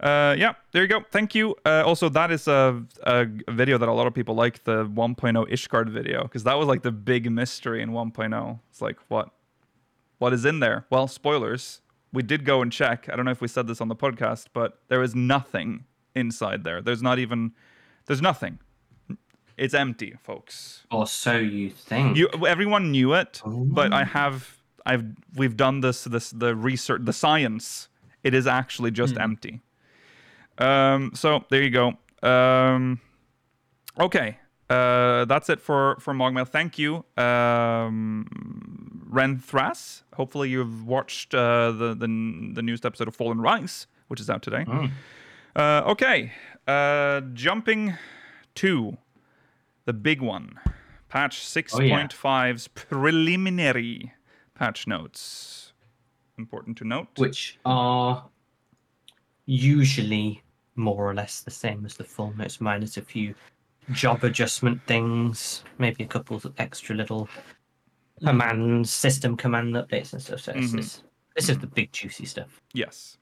S1: Uh, yeah, there you go. Thank you. Uh, also, that is a, a video that a lot of people like, the 1.0 Ishgard video, because that was like the big mystery in 1.0. It's like, what? What is in there? Well, spoilers. We did go and check. I don't know if we said this on the podcast, but there is nothing inside there. There's not even, there's nothing. It's empty, folks.
S3: Or so you think.
S1: You, everyone knew it, but I have, I've, we've done this, this, the research, the science. It is actually just empty. Um, so there you go. Um, okay, uh, that's it for for Mogmail. Thank you, um, Ren Thras. Hopefully you've watched uh, the, the the newest episode of Fallen Rise, which is out today. Uh, okay, uh, jumping to the big one, patch six
S3: Oh, yeah.
S1: point five's preliminary patch notes. Important to note.
S3: which are usually more or less the same as the full notes, minus a few job adjustment things, maybe a couple of extra little Mm-hmm. command system command updates and stuff. So it's
S1: Mhm.
S3: this, this is the big juicy stuff.
S1: Yes.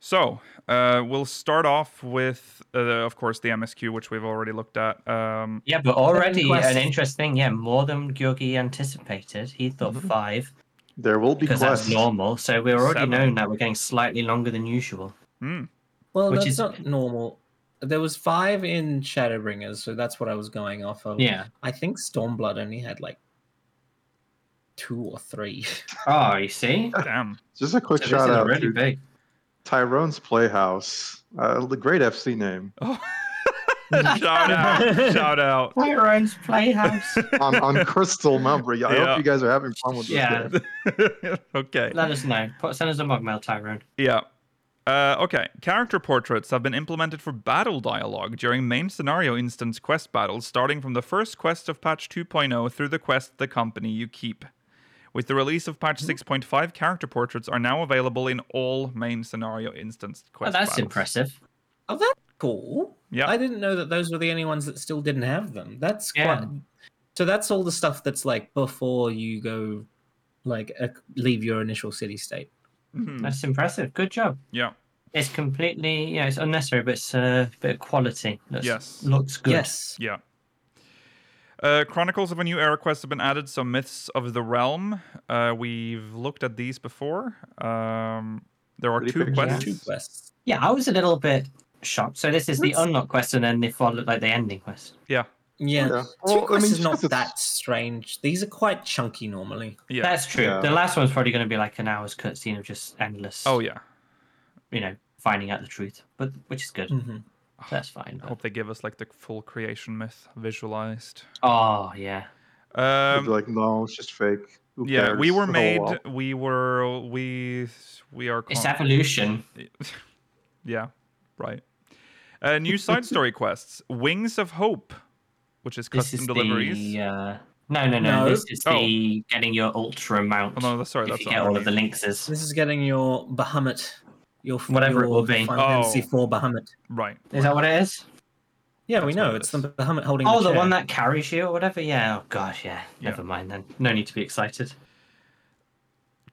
S1: So uh, we'll start off with, uh, of course, the MSQ, which we've already looked at. Um,
S3: Yeah, but already an
S5: quest.
S3: interesting, yeah, more than Gyorgy anticipated. He thought five
S4: There will be
S3: because
S4: quests.
S3: that's normal. So we're already
S1: Seven.
S3: known that we're getting slightly longer than usual.
S1: hmm,
S5: Well,
S3: Which
S5: that's
S3: is-
S5: not normal. There was five in Shadowbringers, so that's what I was going off of.
S3: Yeah.
S5: I think Stormblood only had like two or three.
S3: Oh, you see?
S1: damn. (laughs)
S4: Just a quick
S3: So this is
S4: shout out
S3: already
S4: to
S3: big.
S4: Tyrone's Playhouse. Uh, the great FC name
S3: (laughs)
S1: Oh. shout out! Shout out! (laughs)
S3: Tyrone's
S4: (laughs)
S3: Playhouse.
S4: on,
S5: (laughs)
S4: on Crystal Mumbre. I
S1: Yeah.
S4: hope you guys are having fun with this.
S3: Yeah.
S4: game.
S1: okay.
S3: Let us know. Put, send us a mug mail, Tyrone.
S1: Yeah. Uh, okay. Character portraits have been implemented for battle dialogue during main scenario instance quest battles, starting from the first quest of patch 2.0 through the quest The Company You Keep. With the release of
S3: Hmm.
S1: patch 6.5, character portraits are now available in all main scenario instance
S3: Oh,
S1: quest
S3: that's
S1: battles.
S3: impressive.
S5: oh, that's cool.
S1: Yeah.
S5: I didn't know that those were the only ones that still didn't have them. That's
S3: Yeah.
S5: quite. So that's all the stuff that's like before you go, like uh, leave your initial city state.
S1: Mhm.
S3: That's impressive. Good job.
S1: Yeah.
S3: It's completely, yeah, it's unnecessary, but it's a bit of quality. That's,
S1: Yes.
S3: Looks good.
S5: Yes.
S1: Yeah. Uh, Chronicles of a New Era quest have been added. Some myths of the realm. Uh, we've looked at these before. Um, there are
S4: Pretty
S1: two
S4: big, yeah.
S1: quests.
S5: Two quests.
S3: Yeah, I was a little bit shocked. So this is the
S5: What's-
S3: unlock quest and then they follow like the ending quest.
S1: Yeah.
S4: Yeah.
S5: Yeah. Two
S4: Well, I mean,
S5: quests is
S4: just
S5: not
S4: 'cause it's-
S5: that strange. These are quite chunky normally.
S1: Yeah.
S3: That's true.
S4: Yeah.
S3: The last one's probably going to be like an hour's cutscene of just endless,
S1: oh yeah.
S3: you know, finding out the truth, but which is good.
S1: Mm. Mm-hmm.
S5: hmm
S3: That's fine.
S1: I
S3: but-
S1: hope they give us like the full creation myth visualized.
S3: Oh, yeah.
S4: You'd be
S1: Um,
S4: like, no, it's just fake. Who
S1: yeah, we
S4: cares?
S1: were
S4: Oh,
S1: made.
S4: well.
S1: We were. We we are.
S3: It's
S1: con-
S3: evolution.
S1: (laughs) yeah, right. Uh, new side
S3: (laughs)
S1: story quests: Wings of Hope, which is
S3: This
S1: custom
S3: is
S1: deliveries.
S3: the. Uh, no, no, no,
S5: No.
S3: This is
S1: Oh.
S3: the getting your ultra mount.
S1: Oh no, that's- sorry,
S3: if
S1: that's
S3: you get all of the
S1: already-
S3: linkses.
S5: This is getting your Bahamut, your
S3: Whatever it
S5: your
S3: will be.
S5: Final Fantasy
S1: Oh.
S5: Four Bahamut.
S1: right.
S3: Is that what it is?
S5: Yeah, we
S1: That's what
S5: know
S1: it
S5: it's
S1: is.
S5: the Bahamut holding.
S3: Oh,
S5: the,
S3: the
S5: chair.
S3: one that carries you or whatever. Yeah. Oh gosh, yeah.
S1: Yeah.
S3: Never mind then. No need to be excited.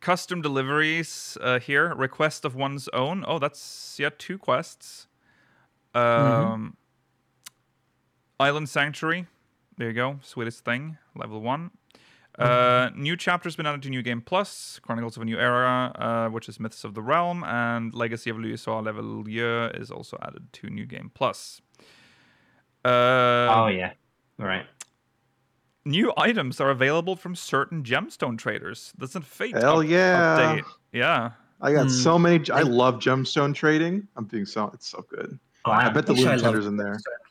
S1: Custom deliveries uh, here. Request of one's own. Oh, that's yeah, two quests. Um, Island Sanctuary. There you go. Sweetest thing. Level one. Uh, new chapter's been added to New Game Plus, Chronicles of a New Era, uh, which is Myths of the Realm, and Legacy of Luisar Level Lieu is also added to New Game Plus. Uh,
S3: oh yeah. All right.
S1: New items are available from certain gemstone traders. That's a fate
S4: Hell
S1: up-
S4: yeah.
S1: update. Yeah.
S4: I got
S5: Hmm.
S4: so many. I love gemstone trading. I'm being so. It's so good. I
S3: Wow.
S4: bet the
S5: wish I
S4: loot
S5: loved
S4: tender's in there.
S3: Oh,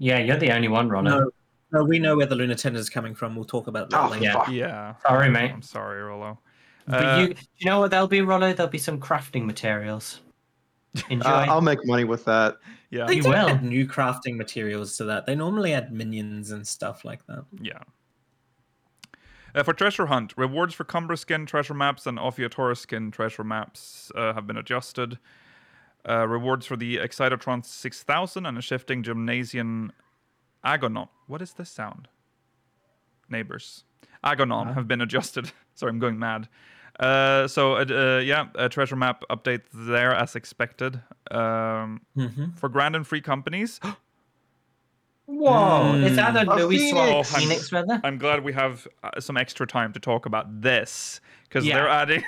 S3: Yeah, you're the only one, Ronald.
S5: No, no, we know where the Lunar Tender is coming from. We'll talk about that
S4: Oh
S5: later.
S3: Ah, Yeah.
S4: fuck!
S1: Yeah.
S3: Sorry, mate.
S1: I'm sorry, Rollo.
S3: but
S1: Uh,
S3: you, do you know what? There'll be Rollo. There'll be some crafting
S5: (laughs)
S3: materials. Enjoy.
S4: Uh, I'll make money with that.
S1: yeah,
S5: They
S3: You
S5: don't
S3: will.
S5: add new crafting materials to that. They normally add minions and stuff like that.
S1: yeah. Uh, for treasure hunt, rewards for Cumberskin treasure maps and Ophiotoroskin treasure maps uh, have been adjusted. Uh, rewards for the Excitatron 6000 and a shifting Gymnasium Agonon. What is
S3: Uh-huh.
S1: this sound? Neighbors. Agonon have been adjusted. (laughs) Sorry, I'm going mad. Uh, so uh, d- uh, yeah, a treasure map update there as expected. Um,
S5: Mm-hmm.
S1: for grand and free companies,
S3: Whoa, it's
S5: Mm.
S3: either
S4: A
S3: Louis Suave
S1: Oh,
S4: phoenix.
S3: Phoenix weather.
S1: I'm glad we have uh, some extra time to talk about this because
S3: Yeah.
S1: they're adding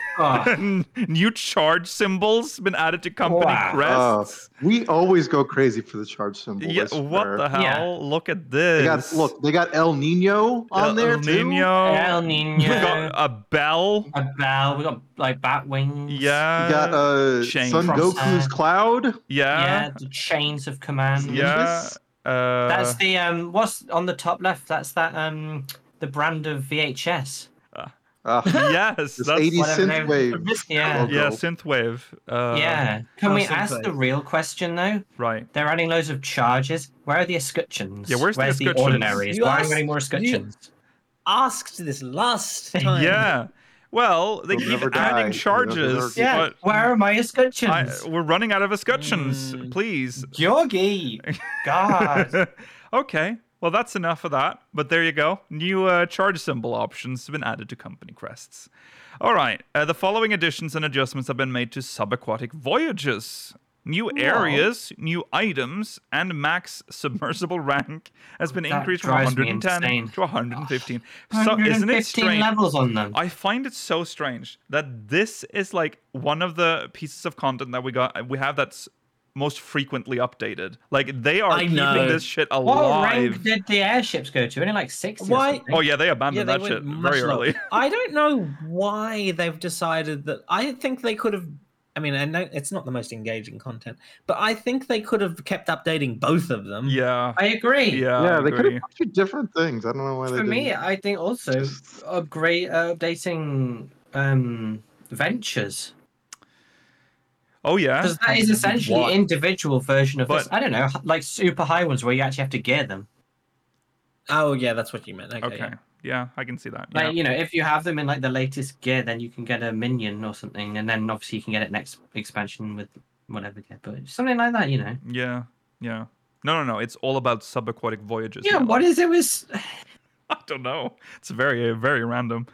S1: (laughs)
S3: Oh,
S1: new charge symbols been added to company
S3: Wow.
S4: Uh,
S1: crests.
S4: we always go crazy for the charge symbol.
S1: yeah,
S4: I
S1: what
S4: swear.
S1: the hell?
S3: Yeah.
S1: Look at
S4: They
S1: this.
S4: got, look, they got El Nino on
S1: El
S4: there too.
S1: Nino.
S3: El
S1: Oh, We
S3: Nino.
S1: got a bell.
S3: a bell. We got like bat wings.
S1: Yeah.
S4: You got uh,
S1: Shane
S4: Son
S1: Frost.
S4: Goku's cloud.
S1: yeah.
S3: Yeah, the chains of command.
S1: Yeah.
S4: Nimbus?
S1: Uh,
S3: That's the um. What's on the top left? That's that um. The brand of VHS.
S1: (laughs)
S4: Uh,
S1: yes.
S4: this
S1: That's,
S4: 80s
S3: whatever
S4: synth
S3: name-
S4: wave.
S3: Yeah.
S4: logo.
S1: yeah. Synthwave. Uh,
S3: yeah. Can
S5: Oh,
S3: we
S5: same
S3: ask the
S5: place.
S3: real question though?
S1: Right.
S3: They're adding loads of charges. Where are the escutcheons?
S1: Yeah, where's the
S3: Where's the
S1: escutcheons?
S3: ordinaries?
S5: You
S3: Why are
S5: asked-
S3: we getting more
S5: you-
S3: escutcheons?
S5: Asked this last time.
S1: Yeah. Well, they
S4: They'll
S1: keep
S4: never die.
S1: adding
S4: They'll
S1: charges.
S4: never
S3: Yeah.
S1: but
S3: Where are my
S1: I,
S3: escutcheons?
S1: we're running out of escutcheons.
S5: Mm.
S1: Please.
S3: Yogi. God.
S1: okay. Well, that's enough of that. But there you go. New uh, charge symbol options have been added to company crests. All right. Uh, the following additions and adjustments have been made to subaquatic voyages. New areas, new items, and max submersible rank has been
S3: That
S1: increased from
S3: drives me
S1: 110
S3: insane.
S1: to 115. (laughs) So, isn't it
S3: 115
S1: strange?
S3: levels on them.
S1: I find it so strange that this is like one of the pieces of content that we got we have that's most frequently updated. Like they are
S5: I
S1: keeping
S5: know.
S1: this shit
S3: What
S1: alive.
S3: rank did the airships go to? Only like 60 or
S5: Why-
S3: something.
S1: oh yeah, they abandoned
S5: Yeah,
S1: that
S5: they
S1: shit
S5: went much
S1: very
S5: lower.
S1: early.
S5: I don't know why they've decided that. I think they could have. I mean, I know it's not the most engaging content, but I think they could have kept updating both of
S1: (laughs)
S5: them.
S1: yeah.
S3: I agree.
S1: Yeah.
S4: yeah,
S1: I
S4: they could
S1: agree.
S4: have put different things. I don't know why they
S3: For
S4: didn't.
S3: me, I think also upgrade uh, updating um, ventures
S1: Oh yeah.
S3: because that is essentially
S5: What?
S3: individual version of this.
S1: But-
S3: I don't know, h- like super high ones where you actually have to gear them.
S5: Oh, yeah, that's what you meant. Okay.
S1: Okay. Yeah. I can see that.
S3: Like
S1: yeah.
S3: you know, if you have them in like the latest gear, then you can get a minion or something, and then obviously you can get it next expansion with whatever gear, but something like that, you know.
S1: Yeah. Yeah. No, no, no. It's all about subaquatic voyages. (laughs)
S3: Yeah,
S1: now.
S3: what is it with?
S1: I don't know. It's very, very random.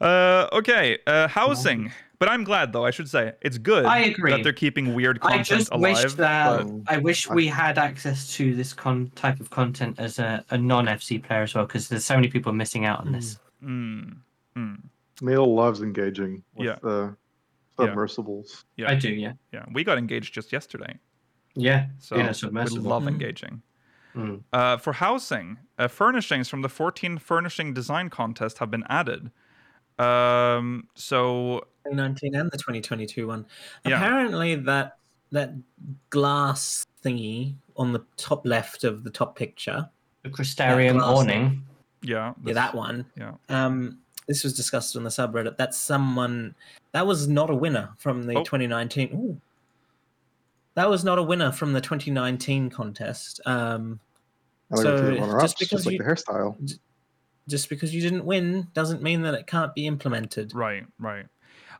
S1: Uh, okay, uh, housing. But I'm glad, though. I should say it's good
S3: I agree.
S1: that they're keeping weird
S3: I
S1: content
S3: just
S1: alive.
S3: wish that
S4: but-
S3: I wish we had access to this con- type of content as a, a non FC player as well, because there's so many people missing out on this.
S1: Mm, mm,
S4: Neil loves engaging with
S1: Yeah.
S4: uh,
S1: Yeah.
S4: submersibles.
S1: Hmm. Yeah.
S3: I do, yeah,
S1: yeah, we got engaged just yesterday,
S3: yeah.
S1: so
S3: Yeah,
S1: we
S3: submersible. Hmm.
S1: love
S5: Mhm.
S1: engaging.
S3: Mm.
S1: Uh, for housing, uh, furnishings from the 14 furnishing design contest have been added. Um, so
S5: 2019 and the 2022 one.
S1: Yeah.
S5: Apparently, that that glass thingy on the top left of the top picture,
S3: The Crystarium
S5: glass.
S3: awning.
S1: yeah,
S5: yeah,
S1: that's-
S5: that one.
S1: yeah.
S5: Um, this was discussed on the subreddit. That's someone that was not a winner from the
S1: Oh.
S5: 2019. Ooh, that was not a winner from the 2019 contest. Um,
S4: I think it's
S5: So,
S4: the runner-ups,
S5: just because
S4: like
S5: you-
S4: the hairstyle.
S5: just because you didn't win doesn't mean that it can't be implemented.
S1: Right, right.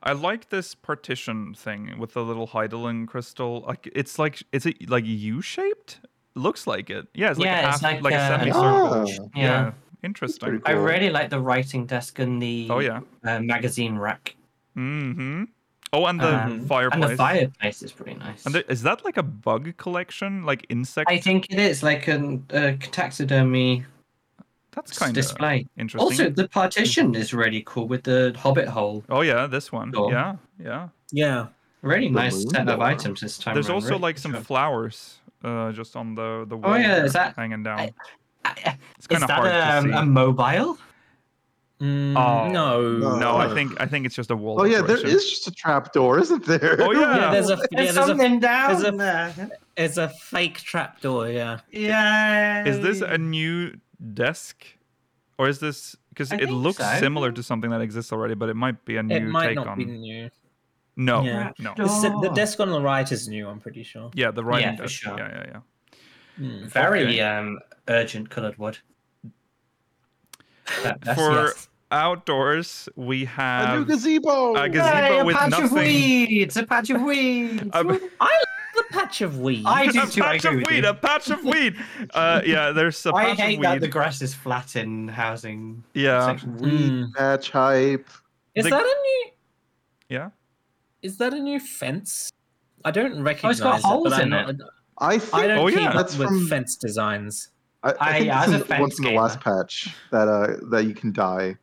S1: I like this partition thing with the little Heidelin crystal. Like it's like it's a, like U shaped. Looks like it. Yeah, it's like
S3: yeah,
S1: half,
S3: it's like,
S1: a
S3: uh,
S1: semicircle.
S4: Ah,
S1: yeah.
S3: yeah.
S1: interesting.
S4: pretty
S3: I
S4: cool.
S3: really like the writing desk and the
S1: Oh yeah.
S3: uh, magazine rack.
S1: Mm-hmm. Oh, and the
S3: Um,
S1: fireplace.
S3: And the fireplace is pretty nice.
S1: And there- is that like a bug collection, like insect?
S3: I think it is like an uh, taxidermy
S1: That's
S3: s-
S1: kind of
S3: display.
S1: interesting.
S3: Also, the partition is really cool with the hobbit hole.
S1: oh yeah, this one.
S3: Door.
S1: Yeah, yeah.
S5: Yeah.
S3: Really
S4: The
S3: nice
S4: moon
S3: set of
S4: door.
S3: items this time.
S1: There's
S3: around,
S1: also
S3: really
S1: like
S3: good
S1: some
S3: job.
S1: flowers, uh, just on the the wall.
S3: Oh, yeah,
S1: there,
S3: is that-
S1: hanging down?
S3: I- I-
S1: it's
S3: Uh, is
S1: kind of
S3: that
S1: hard to see.
S3: a, um, a mobile?
S5: Mm,
S1: Oh,
S5: no.
S4: no.
S1: No, I think I think it's just a wall.
S4: Oh yeah, there
S1: decoration.
S4: is just a trap door, isn't there? (laughs)
S1: Oh yeah.
S5: Yeah, there's a yeah, there's a,
S3: down
S5: there's a-
S3: there.
S5: there's a fake trapdoor. Yeah.
S3: Yeah.
S1: Is this a new desk, or is this because
S3: I
S1: it
S3: think
S1: looks
S3: so.
S1: similar to something that exists already, but it might be a new
S5: It might
S1: take
S5: not
S1: on.
S5: be new.
S1: No,
S5: Yeah.
S1: no.
S5: The, s- the
S3: Oh.
S5: desk on the right is new. I'm pretty sure.
S1: Yeah, the writing
S3: for
S1: desk.
S3: sure.
S1: Yeah, yeah, yeah.
S5: Mm.
S3: very
S1: Okay.
S3: um urgent coloured wood? That- that's-
S1: For
S3: yes.
S1: outdoors, we
S4: A new
S1: have
S4: gazebo.
S1: a gazebo
S3: Hey, a
S1: with
S3: patch of
S1: nothing.
S3: weeds.
S1: (laughs)
S3: A patch of weeds.
S1: a,
S5: The patch of weed.
S3: I do
S1: a
S3: too.
S1: (laughs)
S3: I
S1: patch of
S3: agree with
S1: weed.
S3: you.
S1: A patch of weed.
S3: (laughs)
S1: Uh, yeah, there's a
S3: I
S1: patch
S3: hate
S1: of
S3: that
S1: weed.
S3: the grass is flat in housing.
S1: yeah,
S4: (laughs)
S3: section.
S4: Weed
S5: Mm.
S4: patch hype.
S5: Is
S1: The-
S5: that a new?
S1: Yeah.
S5: Is that a new fence? I don't recognize.
S3: Oh, holes
S5: but I'm
S3: in
S5: not-
S3: it.
S4: I think
S5: I don't
S1: Oh,
S5: keep
S1: yeah.
S5: up
S4: That's
S5: with
S4: from-
S5: fence designs.
S4: I, I
S3: I-
S4: think
S3: I
S4: this
S3: was
S4: is
S3: a
S4: the
S3: fence
S4: one from the
S3: gamer.
S4: last patch that uh that you can die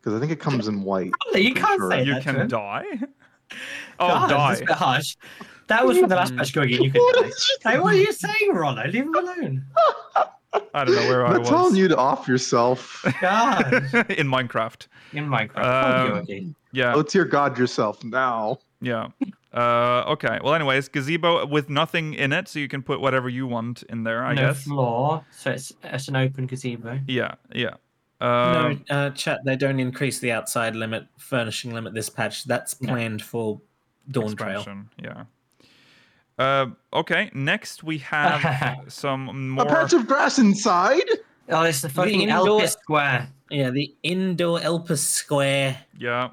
S4: because I think it comes in white.
S3: Oh, You can't
S4: Sure.
S3: say
S1: you
S3: that,
S1: can
S3: Jordan.
S4: (laughs)
S1: die. (laughs) Oh,
S3: God,
S1: die.
S3: That's a bit harsh. That was from the last patch going in. You can die. Hey, (laughs) what are you saying, Rollo? Leave him alone.
S1: I don't know where I
S4: They're telling
S1: was.
S4: you to off yourself.
S1: (laughs)
S3: God.
S1: in Minecraft.
S3: In Minecraft.
S1: Um,
S3: Fuck you, Iggy.
S1: Yeah.
S4: Oh, dear God, yourself now.
S1: Yeah. Uh, okay. Well, anyways, gazebo with nothing in it, so you can put whatever you want in there, I
S3: no
S1: guess.
S3: floor, so it's, it's an open gazebo.
S1: Yeah. Yeah. Um,
S5: no, uh, chat. They don't increase the outside limit, furnishing limit this patch. That's
S3: No.
S5: planned for Dawn Trail.
S1: expansion, Yeah. Uh, okay. Next, we
S3: (laughs) Um,
S1: have some
S4: A
S1: more.
S4: patch of grass inside.
S3: Oh, it's the fucking
S5: indoor-
S3: Elpis Square.
S5: Yeah, the indoor Elpis Square.
S1: Yeah.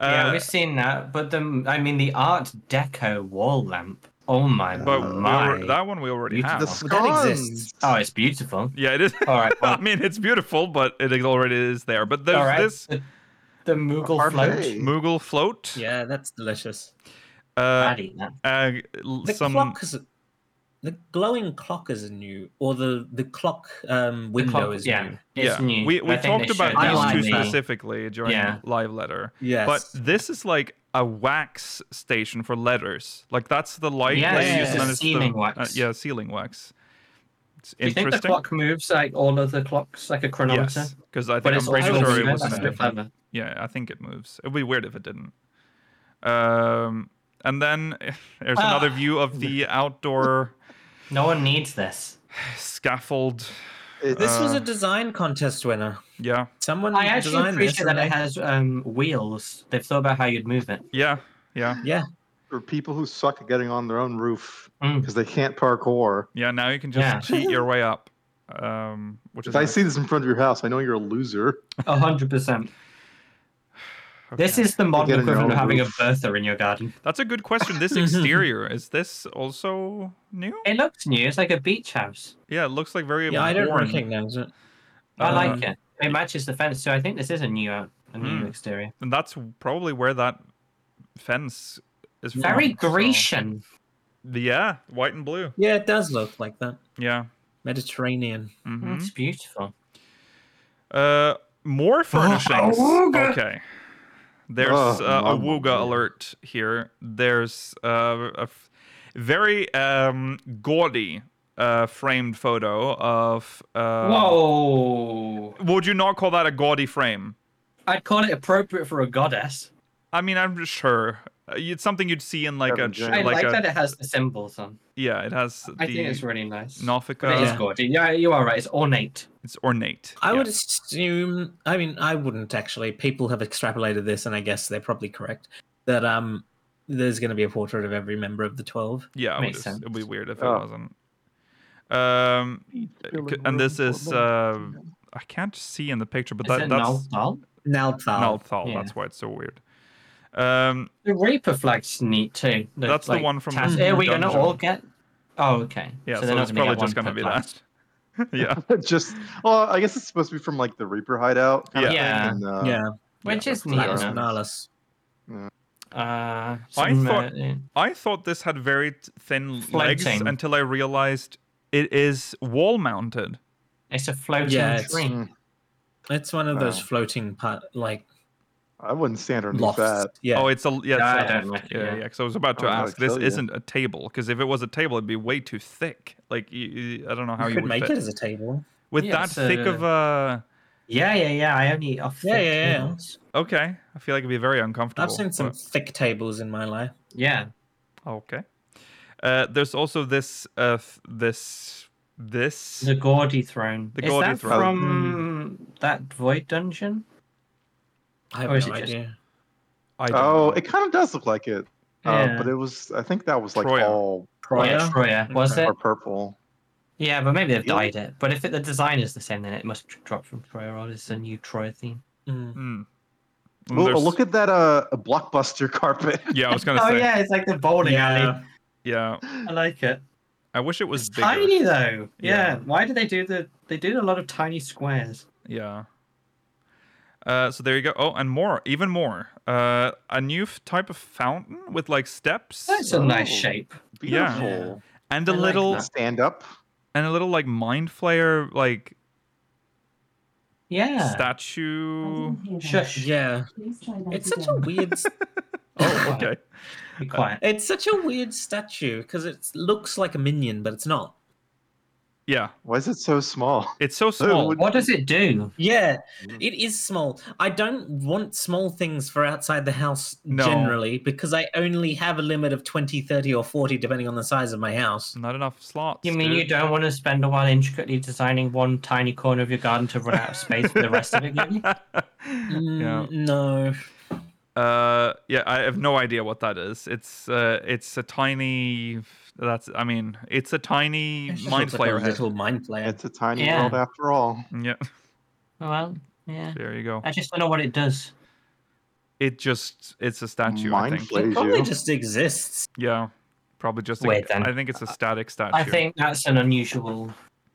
S3: yeah,
S1: Uh,
S3: we've seen that, but the I mean the Art Deco wall lamp. Oh my
S1: but we
S3: my!
S1: alre- that one we already
S3: You did
S1: have.
S4: The
S5: Well, that
S4: scones.
S5: exists.
S3: Oh, it's beautiful.
S1: Yeah, it is. (laughs)
S3: All right,
S1: I
S3: well,
S1: mean, it's beautiful, but it already is there. But there's
S3: all right.
S1: this
S3: The, the Moogle
S4: Parfait.
S3: float.
S1: Moogle float.
S5: Yeah, that's delicious.
S1: Uh,
S3: I'd eat that.
S1: uh, l-
S5: The
S1: some.
S5: clock is the glowing clock is new, or the the clock um,
S3: The
S5: window
S3: clock-
S5: is
S3: yeah,
S5: new.
S1: yeah,
S3: it's new.
S1: we, we
S3: I think
S1: talked
S3: they
S1: about
S3: showed
S5: it
S1: these
S5: on
S3: that
S1: two
S3: on the-
S1: specifically during
S3: Yeah.
S1: live letter.
S5: Yes,
S1: But this is like a wax station for letters. Like that's the light
S3: Yeah,
S1: they use,
S5: it's just
S1: and
S5: a
S1: then it's the-
S3: sealing
S1: uh,
S3: wax.
S1: yeah, sealing wax. It's
S3: Do you think the
S1: interesting.
S3: clock moves like all of the clocks, like a chronometer?
S1: yes, because I think
S3: But
S1: I'm
S3: it's
S1: pretty
S3: also
S1: sure it
S3: moving.
S1: was
S3: That's
S1: different.
S3: clever.
S1: Yeah, I think it moves. It'd be weird if it didn't. Um, and then (laughs) there's
S3: Ah.
S1: another view of
S3: (laughs)
S1: the outdoor
S3: No one needs this.
S1: scaffold.
S4: It's,
S5: this was
S1: Uh,
S5: a design contest winner.
S1: Yeah,
S5: Someone
S3: I actually
S5: designed this.
S3: appreciate that
S5: and
S3: it has um, wheels. They've thought about how you'd move it.
S1: yeah, yeah,
S5: they- yeah,
S4: for people who suck at getting on their own roof
S3: Mm.
S4: because they can't parkour.
S1: yeah. Now you can just
S3: Yeah.
S1: cheat your way up. Um, which is
S4: If I
S1: nice.
S4: see this in front of your house, I know you're a loser.
S3: (laughs) A hundred percent. This
S1: Okay.
S3: is the modern
S4: Get in your
S3: equivalent of
S4: own
S3: having
S4: roof.
S3: a Bertha in your garden.
S1: That's a good question.
S3: (laughs) Mhm.
S1: This exterior is this also new?
S3: It looks new. It's like a beach house.
S1: Yeah, it looks like very
S5: yeah. I don't
S1: worn.
S5: recognize it.
S3: I
S1: Uh,
S3: like it. It matches the fence, so I think this is a new out, a new
S1: Hmm.
S3: exterior.
S1: And that's probably where that fence is from.
S3: Very
S1: so-
S3: Grecian.
S1: Yeah, white and blue.
S5: Yeah, it does look like that
S1: Yeah.
S5: Mediterranean.
S1: hmm
S3: It's beautiful.
S1: Uh,
S3: Oh,
S1: more furnishings.
S3: Awooga.
S1: okay. There's
S4: Oh,
S1: uh, a
S4: mamma
S1: Wooga
S4: mia.
S1: alert here. There's uh, a f- very um, gaudy uh, framed photo of. Uh,
S3: Whoa!
S1: Would you not call that a gaudy frame?
S3: I'd call it appropriate for a goddess.
S1: I mean, I'm just sure Uh, it's something you'd see in like a
S4: Kevin
S1: ch-
S4: James.
S3: I
S1: like,
S3: like,
S1: a
S3: that it has the symbols on.
S1: yeah. It has the
S3: I think it's really nice. But
S1: Naufica.
S3: it is
S5: Yeah.
S3: gorgeous. Yeah, you are right. It's ornate.
S1: It's ornate.
S5: I
S1: yeah.
S5: would assume. I mean, I wouldn't actually. People have extrapolated this, and I guess they're probably correct that um, there's going to be a portrait of every member of the twelve.
S1: Yeah, it
S3: Makes
S1: would
S3: sense.
S1: it'd be weird if
S4: Oh.
S1: it wasn't. Um, c- and this is uh, I can't see in the picture, but
S3: Is
S1: that,
S3: it
S1: that's
S3: Nalthal?
S5: Nalthal.
S1: Nalthal.
S3: Yeah.
S1: That's why it's so weird. Um,
S3: The Reaper flag's neat too.
S1: That's the one from the
S3: Tas- Are we gonna
S1: dungeon.
S3: all get? Oh, okay.
S1: yeah, so,
S3: they're not
S1: it's
S3: gonna
S1: probably
S3: get
S1: just
S3: one
S1: gonna
S3: per
S1: be
S3: class.
S1: that. (laughs) yeah,
S4: (laughs) Just well, I guess it's supposed to be from like the Reaper hideout. kind of thing,
S3: Yeah.
S4: and, uh,
S5: yeah,
S3: Which is neat.
S4: Yeah.
S5: Nalus
S4: Nalus.
S3: enough.
S5: Nalus.
S3: Uh, some,
S1: thought-
S3: uh,
S1: I thought this had very t- thin legs
S3: Floating.
S1: until I realized it is wall mounted.
S3: it's a floating
S5: Yeah, it's-
S3: tree.
S4: mm,
S5: It's one of those
S4: Wow.
S5: floating part like
S4: I wouldn't stand underneath
S5: lofts.
S4: that.
S5: Yeah.
S1: Oh, it's a yeah.
S3: Yeah, I
S1: It's a
S3: don't
S1: loft.
S3: like it,
S1: yeah, yeah.
S3: yeah.
S1: Because I was about to
S4: Oh, that'll
S1: ask, this
S4: kill you.
S1: isn't a table. Because if it was a table, it'd be way too thick. Like you, you- I don't know how you,
S5: you could
S1: would
S5: make
S1: fit.
S5: it as a table.
S1: with
S3: Yeah,
S1: that
S3: it's a-
S1: thick of a.
S3: Yeah, yeah, yeah. I only eat off.
S5: Yeah,
S3: thick
S5: yeah, yeah.
S3: noodles.
S1: Okay, I feel like it'd be very uncomfortable.
S5: I've seen some
S1: but-
S5: thick tables in my life.
S3: yeah.
S1: okay. Uh, there's also this, uh, th- this, this.
S3: The gaudy throne.
S1: The
S3: is
S1: gaudy
S3: that
S1: throne.
S3: from
S5: Mm.
S3: that void dungeon?
S5: I have
S3: Or Oh, is
S5: no
S3: it just-
S5: idea.
S1: I don't
S4: Oh,
S1: know.
S4: it kind of does look like it, uh, but it was. I think that was like
S1: Oh, Troya.
S4: all
S3: Oh,
S5: Prior?
S3: yeah, Troya. Was
S5: Okay.
S3: it?
S4: or purple.
S3: Yeah, but maybe they've
S4: Yeah.
S3: dyed it. But if it, the design is the same, then it must drop from Troya, or it's a new Troya theme.
S5: Mm.
S1: Hmm. And
S4: Well,
S1: there's-
S4: oh, look at that uh, blockbuster (laughs) carpet.
S1: (laughs) Yeah, I was gonna
S3: (laughs) Oh
S1: say. Yeah.
S3: yeah, it's like the bowling alley.
S5: Yeah.
S3: I like it.
S1: I wish it was
S3: it's
S1: bigger.
S3: tiny though.
S1: Yeah.
S3: Yeah. Why do they do the? They do a lot of tiny squares.
S1: Yeah. Uh, so there you go. Oh, and more, even more. Uh, a new f- type of fountain with like steps
S3: That's a
S1: Oh.
S3: nice shape.
S1: Yeah.
S4: Beautiful.
S1: and a
S3: I like
S1: little
S3: that.
S4: Stand up.
S1: and a little like mind flayer like
S3: Yeah. Oh,
S1: statue.
S3: Shush.
S5: Yeah,
S7: Please try that
S5: it's such a
S3: (laughs)
S7: again.
S5: weird. s-
S1: Oh, okay.
S3: Be quiet.
S5: It's such a weird statue because it looks like a minion, but it's not.
S1: Yeah,
S4: Why is it so small?
S1: it's so small.
S3: What does it do?
S5: Yeah, Mm. it is small. I don't want small things for outside the house
S1: No.
S5: generally because I only have a limit of 20, 30, or 40 depending on the size of my house.
S1: Not enough slots.
S3: You mean you
S1: dude.
S3: don't want to spend a while intricately designing one tiny corner of your garden to run out of space for the rest
S1: (laughs)
S3: of it? Maybe?
S5: Mm, No.
S1: Uh, yeah, I have no idea what that is. It's uh, it's a tiny. That's. I mean, it's a tiny
S5: It's just
S1: mind
S5: looks like a
S1: flayer head.
S5: little mind flayer.
S4: It's a tiny
S3: Yeah.
S4: world after all.
S1: Yeah,
S3: (laughs) Well, yeah.
S1: there you go.
S3: I just don't know what it does.
S1: It just. It's a statue. I
S4: Mind
S1: think.
S4: flayer.
S5: It
S4: Plays
S5: probably
S4: you.
S5: just exists.
S1: Yeah, probably just. A,
S3: Wait, then. uh,
S1: I think it's a static statue.
S3: I think that's an unusual,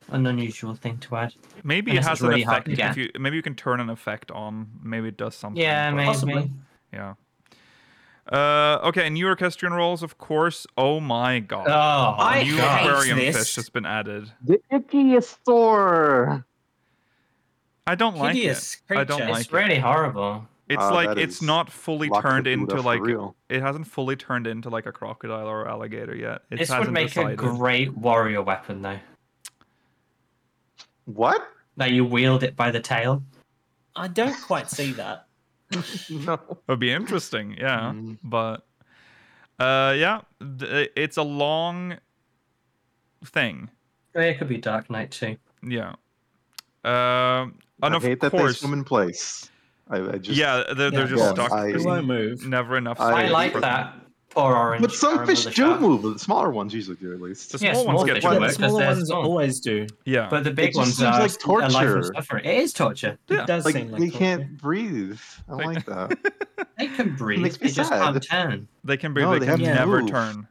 S3: an unusual thing to add.
S1: maybe it
S3: unless
S1: has
S3: it's
S1: an
S3: really hard
S1: effect.
S3: to
S1: If
S3: get.
S1: you maybe you can turn an effect on. Maybe it does something.
S3: Yeah,
S1: but-
S3: maybe.
S5: Possibly.
S1: Yeah. Uh, okay, new orchestrion rolls, of course. Oh my god.
S3: Oh,
S5: I
S1: new
S5: hate
S1: aquarium
S5: this.
S1: fish has been added.
S4: The ickiest store.
S1: I don't like
S5: Hideous
S1: it. I don't
S5: creature.
S1: like
S3: it's really horrible.
S1: it. It's
S4: Uh,
S1: like
S4: that
S1: it's
S4: is
S1: not fully
S4: Lock the
S1: turned
S4: Buddha
S1: into
S4: for
S1: like
S4: real.
S1: it hasn't fully turned into like a crocodile or alligator yet. It
S3: this
S1: hasn't
S3: would make
S1: decided.
S3: a great warrior weapon, though.
S4: What?
S3: That you wield it by the tail.
S5: I don't quite see that.
S4: No.
S1: It would be interesting,
S3: Hmm.
S1: yeah.
S4: Mm.
S1: But uh, yeah, th- it's a long thing,
S3: Oh, It could be Dark Knight too.
S1: yeah. Um, and
S4: I
S1: of
S4: hate that they
S1: course,
S4: swim in place. I, I just
S1: yeah, they're, (laughs) they're
S5: Yeah.
S1: just
S5: Yeah,
S1: stuck.
S4: I-
S1: There's
S4: It won't
S5: move.
S1: never enough.
S4: I-
S1: space
S3: I like
S1: for them.
S3: that. Poor orange.
S4: But some
S3: arrow
S4: fish
S3: with a
S4: do
S3: shark.
S4: move. but The smaller ones usually do, at least.
S1: The
S3: Yeah,
S1: small ones
S3: small
S1: get
S3: fish
S1: your
S3: do.
S5: Yeah, the
S1: leg.
S3: because
S5: smaller
S3: they're
S5: ones
S3: small.
S5: always do.
S1: Yeah,
S3: But the
S4: It
S3: big
S4: just
S3: ones
S4: seems
S3: are
S4: like
S3: a life
S4: torture.
S3: of suffering. It is torture.
S1: Yeah.
S5: It does
S4: Like,
S5: seem like
S4: they
S5: torture.
S4: can't breathe. I
S1: (laughs)
S4: don't like that.
S3: They can breathe.
S4: makes
S3: They
S4: me
S3: just
S4: sad.
S3: can't turn.
S1: they can breathe.
S4: No,
S1: they
S4: they
S1: can
S4: have
S5: to
S1: never
S4: move.
S1: turn.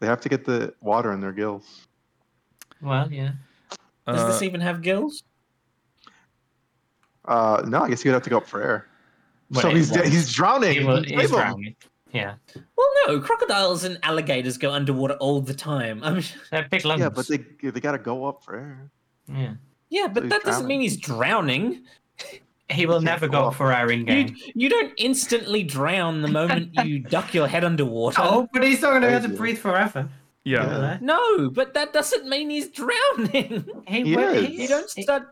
S4: they have to get the water in their gills.
S3: Well, yeah.
S5: Does
S1: Uh,
S5: this even have gills?
S4: Uh, no, I guess you'd have to go up for air.
S3: Well,
S4: so
S3: it
S4: he's
S3: won't.
S4: he's drowning.
S3: It will,
S4: Save
S3: it's
S4: him.
S3: drowning. Yeah.
S5: Well, no. Crocodiles and alligators go underwater all the time. I mean,
S3: They're big lungs.
S4: Yeah, but they they gotta go up for air.
S3: Yeah.
S5: yeah, but
S4: He's
S5: that doesn't mean
S4: drowning.
S5: he's drowning.
S3: He will
S4: He can't
S3: never
S4: go
S3: go
S4: up.
S3: for our in
S5: You,
S3: game.
S5: you don't instantly drown the moment you duck your head underwater.
S3: but he's not going
S4: be able to Crazy. breathe
S3: forever.
S1: yeah,
S4: Yeah.
S5: No, but that doesn't mean he's drowning. (laughs)
S3: He
S4: He
S3: will.
S4: is.
S3: he-
S5: You don't start.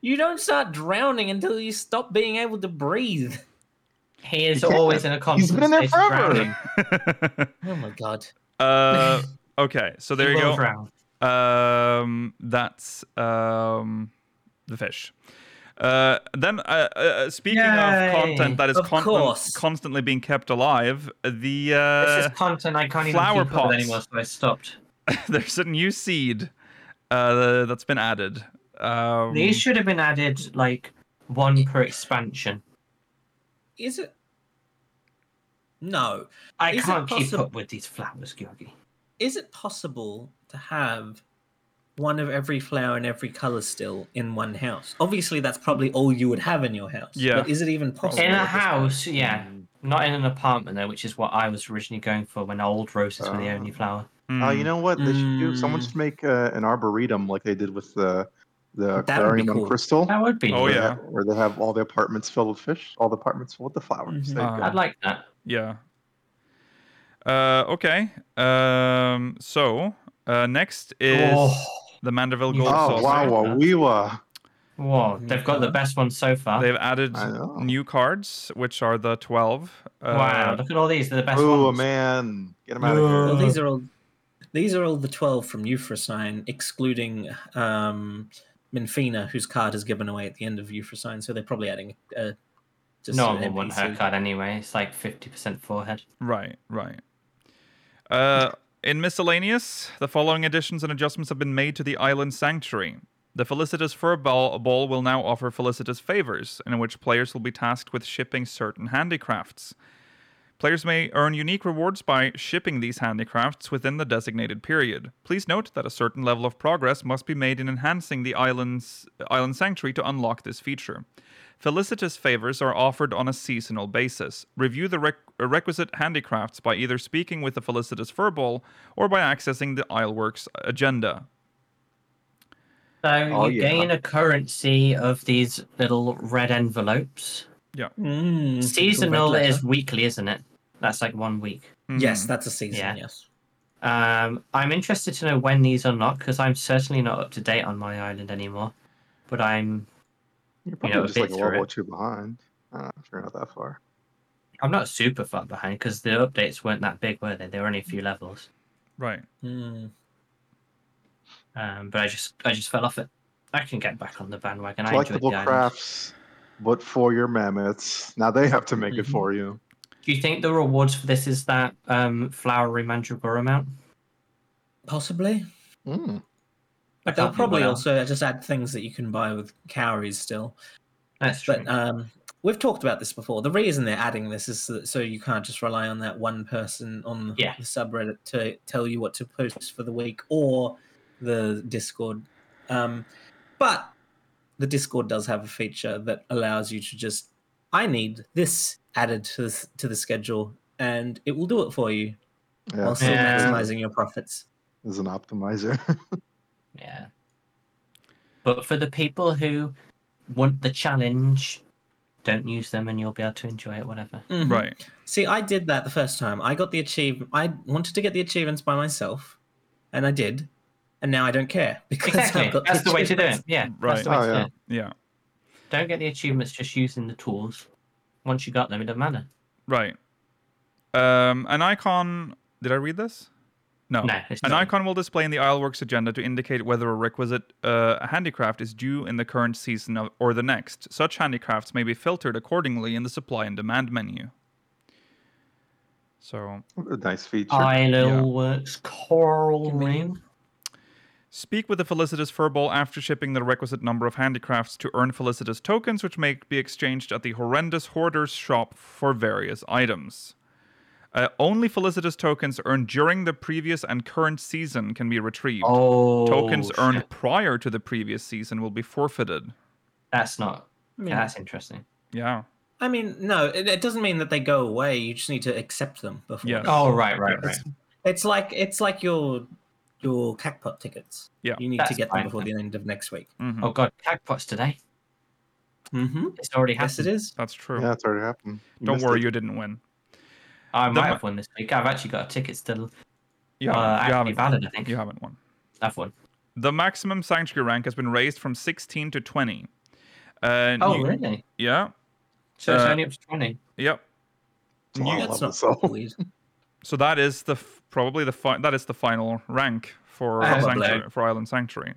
S5: You don't start drowning until you stop being able to breathe.
S3: He is
S4: He can't.
S3: always in a constant
S4: He's been in there
S3: state of
S4: forever.
S3: drowning.
S5: Oh my god!
S1: (laughs) uh, okay, so there
S3: He
S1: you
S3: will
S1: go.
S3: drown.
S1: Um, that's um, the fish. Uh, then, uh, uh, speaking
S3: Yay.
S1: of content that is
S5: Of
S1: constant-
S5: course.
S1: constantly being kept alive, the
S3: This
S1: uh,
S3: is content I can't even
S1: flower
S3: keep up with
S1: pots. Mm-hmm.
S3: anymore, so I stopped.
S1: (laughs) there's a new seed uh, that's been added. Um,
S3: These should have been added like one per expansion.
S5: Is it? No.
S3: I
S5: Is it
S3: can't keep
S5: possible-
S3: up with these flowers, Georgie.
S5: Is it possible to have one of every flower and every color still in one house? Obviously, that's probably all you would have in your house.
S1: Yeah.
S5: But is it even
S1: Oh,
S5: possible?
S3: In a
S5: at this point?
S3: house, yeah.
S1: Mm.
S3: Not in an apartment though, which is what I was originally going for when old roses were the only
S4: Ah.
S3: flower.
S4: Oh,
S1: mm,
S4: you know what? They should do. Someone
S5: Mm.
S4: should make uh, an arboretum like they did with the the
S5: That would be
S4: aquarium on
S5: cool.
S4: crystal.
S3: That would be.
S1: Oh,
S4: where
S1: yeah.
S4: they have, where they have all the apartments filled with fish, all the apartments filled with the flowers.
S5: Mhm.
S4: There you
S1: Uh,
S4: go.
S3: I'd like that.
S1: Yeah. Uh, okay. Um, so uh, next is
S3: Oh.
S1: the Mandeville
S3: You-
S1: Gold
S4: oh
S1: Saucer.
S4: wow, wow, we uh, were.
S3: Whoa, they've got
S1: Mm-hmm.
S3: the best one so far.
S1: They've added
S4: I know.
S1: new cards, which are the twelve. Uh,
S3: wow, look at all these. They're the best
S4: Ooh,
S3: ones.
S4: man, get him out
S3: Ooh.
S4: of
S5: Well,
S4: here.
S5: these are all. These are all the twelve from Euphrosyne, excluding um, Minfina, whose card is given away at the end of Euphrosyne. So they're probably adding a. just
S3: No
S5: an
S3: one will want her
S5: NPC.
S3: card anyway. It's like 50% forehead.
S1: Right, right. Uh, in miscellaneous, the following additions and adjustments have been made to the island sanctuary. The Felicitous Fur Ball, Ball will now offer Felicitous Favors, in which players will be tasked with shipping certain handicrafts. Players may earn unique rewards by shipping these handicrafts within the designated period. Please note that a certain level of progress must be made in enhancing the island's island sanctuary to unlock this feature. Felicitous favors are offered on a seasonal basis. Review the rec- uh, requisite handicrafts by either speaking with the Felicitous Furball or by accessing the Isleworks agenda.
S3: So
S4: Oh,
S3: you
S4: yeah.
S3: gain a currency of these little red envelopes.
S5: Mm,
S3: Seasonal
S5: red
S3: is
S5: letter.
S3: weekly, isn't it? That's like one week.
S1: Hmm.
S5: yes, that's a season.
S3: Yeah.
S5: Yes.
S3: Um, I'm interested to know when these unlock because I'm certainly not up to date on my island anymore. But I'm
S4: You're probably
S3: know, a
S4: just
S3: bit
S4: like a
S3: through
S4: level
S3: it.
S4: or two behind. Uh, if you're not that far.
S3: I'm not super far behind because the updates weren't that big, were they? They were only a few levels.
S1: Right.
S5: Mm.
S3: Um, but I just I just fell off it. I can get back on the bandwagon. I enjoyed the
S4: Collectible
S3: island.
S4: crafts, but for your mammoths. Now they have to make it
S5: Mhm.
S4: for you.
S3: Do you think the rewards for this is that um, flowery mandragora amount?
S5: Possibly.
S4: Mm.
S3: I
S5: They'll
S3: can't think what
S5: probably
S3: else.
S5: also just add things that you can buy with cowries still.
S3: That's true.
S5: But um, we've talked about this before. The reason they're adding this is so, that, so you can't just rely on that one person on
S3: Yeah.
S5: the subreddit to tell you what to post for the week or the Discord. Um, but the Discord does have a feature that allows you to just, I need this added to the, to the schedule, and it will do it for you
S4: Yeah,
S5: while still
S3: Yeah.
S5: maximizing your profits.
S4: is an optimizer. (laughs)
S3: Yeah. But for the people who want the challenge, don't use them and you'll be able to enjoy it, whatever.
S5: Mhm.
S1: Right.
S5: See, I did that the first time. I got the achievement. I wanted to get the achievements by myself, and I did. And now I don't care (laughs)
S3: (laughs)
S5: because
S3: Exactly.
S5: I've got
S3: That's the way to do it.
S5: achievements.
S3: Yeah.
S1: Right.
S3: That's the way
S4: Oh,
S3: to do
S4: yeah.
S3: it.
S1: Yeah.
S3: Don't get the achievements just using the tools. Once you got them, it doesn't matter.
S1: Right. Um, an icon. Did I read this? No.
S3: No, it's
S1: an
S3: not.
S1: icon will display in the Isleworks agenda to indicate whether a requisite uh, handicraft is due in the current season of, or the next. Such handicrafts may be filtered accordingly in the supply and demand menu. So,
S4: a nice feature.
S3: Isle Works Coral Ring.
S1: speak with the Felicitous Furball after shipping the requisite number of handicrafts to earn Felicitous tokens, which may be exchanged at the Horrendous Hoarder's shop for various items. Uh, only Felicitous tokens earned during the previous and current season can be retrieved.
S3: Oh.
S1: Tokens
S3: shit.
S1: earned prior to the previous season will be forfeited.
S3: That's not.
S5: I
S3: Yeah,
S5: mean,
S3: that's interesting.
S1: Yeah.
S5: I mean, no, it, it doesn't mean that they go away. You just need to accept them before.
S1: Yes.
S3: Oh, right, right, right.
S5: It's, it's like it's like your your cacpot tickets.
S1: Yeah,
S5: You need to
S3: that's
S5: get
S3: fine.
S5: them before the end of next week.
S1: hmm
S3: Oh, God. Cagpots today.
S5: Mm-hmm.
S3: It's already
S5: Yes,
S3: happened.
S5: it is.
S1: That's true.
S4: Yeah, it's already happened. You
S1: Don't
S4: missed
S1: worry,
S4: it.
S1: you didn't win.
S3: I
S1: The
S3: might
S1: mo-
S3: have won this week. I've actually got a ticket still.
S1: You
S3: Uh,
S1: haven't, you,
S3: actually
S1: haven't,
S3: valid, I think.
S1: you haven't won.
S3: I've won.
S1: The maximum sanctuary rank has been raised from 16 to 20. Uh,
S3: Oh,
S1: new-
S3: really?
S1: Yeah.
S3: So it's
S1: Uh,
S3: only up to 20.
S1: Yep.
S4: It's a lot of
S5: That's not
S4: levels, so.
S5: weird.
S1: So that is the f- probably the fi- that is the final rank for
S3: Uh,
S1: sanctuary, for Island Sanctuary.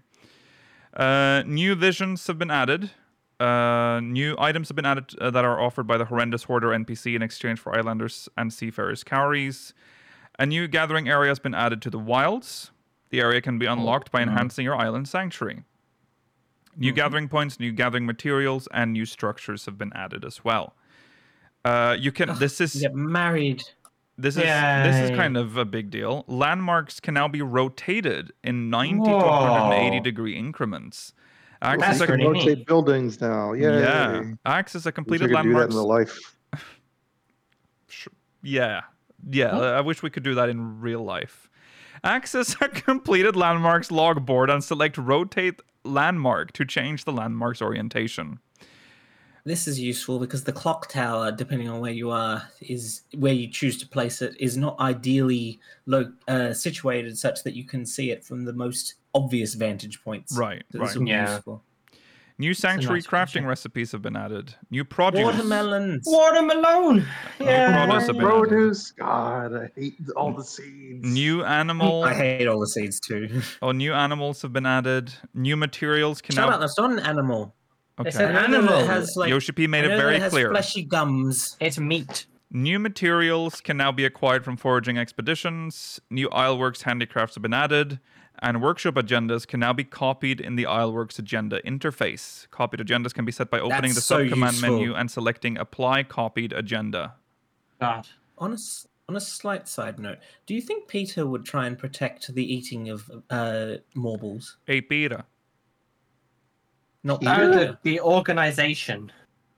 S1: Uh, new visions have been added. Uh, new items have been added uh, that are offered by the horrendous hoarder NPC in exchange for islanders and seafarers' cowries. A new gathering area has been added to the wilds. The area can be unlocked by enhancing your island sanctuary.
S5: Hmm. Mm-hmm.
S1: New gathering points, new gathering materials, and new structures have been added as well. Uh, you can. This is
S5: You get married.
S1: this is this is
S3: Yay.
S1: kind of a big deal. Landmarks can now be rotated in 90 to 180
S3: Whoa.
S1: degree increments.
S4: Well,
S1: Access
S3: That's
S4: we
S1: a,
S4: can
S3: pretty
S4: rotate
S3: neat.
S4: buildings now. Yay.
S1: yeah, access a
S4: Wish we
S1: completed
S4: could do that in
S1: landmarks.
S4: the life.
S1: Yeah, yeah. I wish we could do that in real life. (laughs) Access a completed landmarks logboard and select rotate landmark to change the landmark's orientation.
S5: This is useful because the clock tower, depending on where you are, is where you choose to place it, is not ideally lo- uh, situated such that you can see it from the most obvious vantage points.
S1: Right,
S5: So
S1: right.
S5: This will be
S3: Yeah.
S5: useful.
S1: New sanctuary
S3: nice
S1: crafting
S3: feature.
S1: recipes have been added. New produce.
S5: Watermelons.
S3: Watermelon!
S1: produce have been added.
S4: Produce. God, I hate all the seeds.
S1: New animal.
S5: I hate all the seeds too.
S1: Oh, new animals have been added. New materials can
S5: Shut
S1: now.
S5: up! That's not an animal.
S1: Okay.
S3: It's an
S5: I know that
S3: animal.
S5: It has like.
S1: Yoshi P made
S5: I
S1: it
S5: know that
S1: very
S5: it has
S1: clear.
S5: Fleshy gums.
S3: It's meat.
S1: New materials can now be acquired from foraging expeditions. New Isleworks handicrafts have been added, and workshop agendas can now be copied in the Isleworks agenda interface. Copied agendas can be set by opening
S5: That's
S1: the
S5: so
S1: subcommand
S5: useful.
S1: menu and selecting Apply Copied Agenda.
S3: God.
S5: on a s- on a slight side note, do you think Peter would try and protect the eating of uh, marbles?
S1: Hey, Peter.
S5: Not
S3: Oh,
S5: Peter.
S1: Uh,
S3: the, (laughs) the organization.